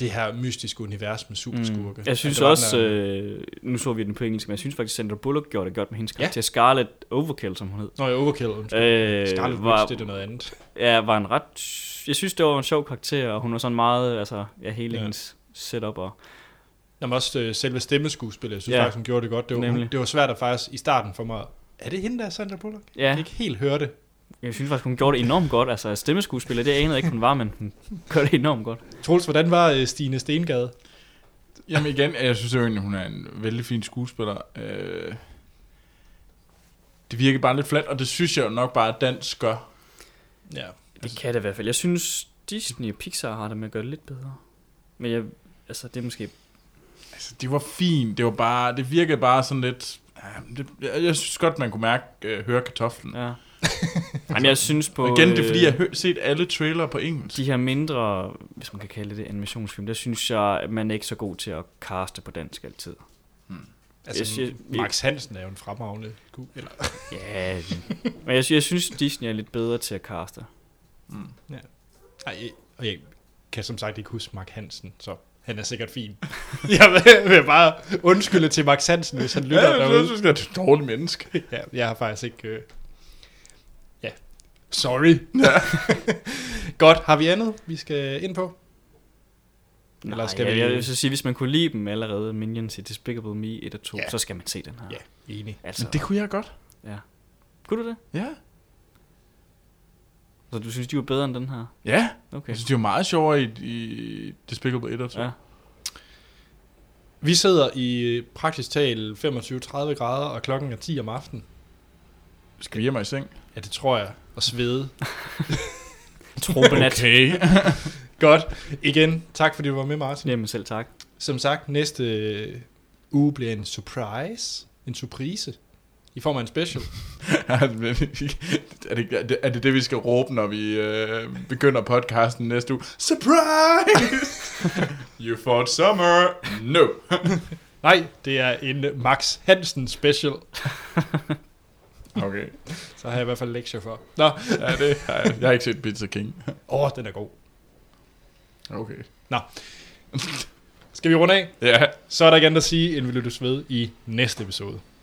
S1: det her mystiske univers med superskurke.
S2: Mm. Jeg synes
S1: At der var
S2: også,
S1: den der-
S2: øh, nu så vi den på engelsk, men jeg synes faktisk, Sandra Bullock gjorde det godt med hendes
S1: Ja.
S2: karakter. Scarlet Overkill, som hun hed.
S1: Nå, jeg overkill. undskyld.
S2: Øh,
S1: Scarlet Witch,
S2: var,
S1: det er da noget andet.
S2: ja, var en ret... Jeg synes, det var en sjov karakter, og hun var sådan meget... Altså, ja, hele
S1: Ja.
S2: ja. hendes setup og...
S1: Nå, men også øh, selve stemmeskuespillet, jeg synes
S2: Ja.
S1: ja. faktisk, hun gjorde det godt. Det var,
S2: Nemlig.
S1: det var svært at faktisk i starten for mig. Er det hende, der er Sandra Bullock?
S2: Ja.
S1: Jeg kan ikke helt høre det.
S2: Jeg synes faktisk, hun gjorde det enormt godt. Altså, stemmeskuespiller, det anede jeg ikke, hun var, men hun gør det enormt godt.
S1: Troels, hvordan var øh, Stine Stengade?
S3: Jamen igen, jeg synes jo egentlig, hun er en vældig fin skuespiller. Øh, det virker bare lidt fladt, og det synes jeg jo nok bare, at dansk gør.
S1: Ja.
S2: Det kan det i hvert fald. Jeg synes, Disney og Pixar har det med at gøre det lidt bedre. Men jeg, altså, det er måske...
S3: Altså, det var fint, det var bare, det virkede bare sådan lidt... ja, Det, jeg, jeg synes godt, man kunne mærke, øh, høre kartoflen. Ja.
S2: Ja. Jamen, jeg synes på...
S3: Og igen, det er fordi,
S2: øh,
S3: jeg har hø- set alle trailer på engelsk.
S2: De her mindre, hvis man kan kalde det det, animationsfilm, der synes jeg, at man er ikke så god til at kaste på dansk altid. Jeg
S1: Altså,
S2: siger-
S1: Max Hansen er jo en fremragende ku- eller
S2: Ja, men jeg, sy- jeg synes, Disney er lidt bedre til at kaste.
S1: Nej, jeg- og jeg kan som sagt ikke huske Mark Hansen, så han er sikkert fin. jeg vil, vil bare undskylde til Mark Hansen, hvis han lytter
S3: Ja,
S1: ja,
S3: jeg synes,
S1: derude.
S3: synes, det er et dårligt menneske.
S1: Ja, jeg har faktisk ikke... Øh... Ja, sorry. Godt, har vi andet, vi skal ind på? Eller
S2: Nej,
S1: skal
S2: jeg,
S1: vi-
S2: jeg vil så sige, hvis man kunne lide dem allerede, Minions i Despicable Me 1 og 2,
S1: Ja.
S2: så skal man se den her.
S1: Ja, enig.
S2: Altså,
S3: Det kunne jeg godt.
S2: ja. Kunne du det?
S3: Ja.
S2: Så du synes, de var bedre end den her?
S3: Ja.
S2: Okay.
S3: Jeg synes, det er jo meget sjovere i, i Despicable altså. 1 og 2.
S2: Ja.
S3: Ja.
S1: Vi sidder i øh, praktisk talt 25-30 grader, og klokken er 10 om aftenen.
S3: Skal vi hjem og i seng?
S1: Ja, det tror jeg. Og svede.
S2: Tropenat. okay.
S3: Okay.
S1: Godt. Igen, tak fordi du var med, Martin.
S2: Jamen selv tak.
S1: Som sagt, næste øh, uge bliver en surprise. En surprise. I form af en special.
S3: er, det, er, det, er det det, vi skal råbe, når vi øh, begynder podcasten næste uge? Surprise! you thought summer? No.
S1: Nej, det er en Max Hansen special.
S3: Okay.
S1: Så har jeg i hvert fald lektier for. Nå,
S3: Ja, det har jeg. jeg har ikke set Pizza King.
S1: åh, oh, den er god.
S3: Okay.
S1: Nå. Skal vi runde af?
S3: Ja.
S1: Så er der ikke andet at sige, end vi lyttes ved i næste episode.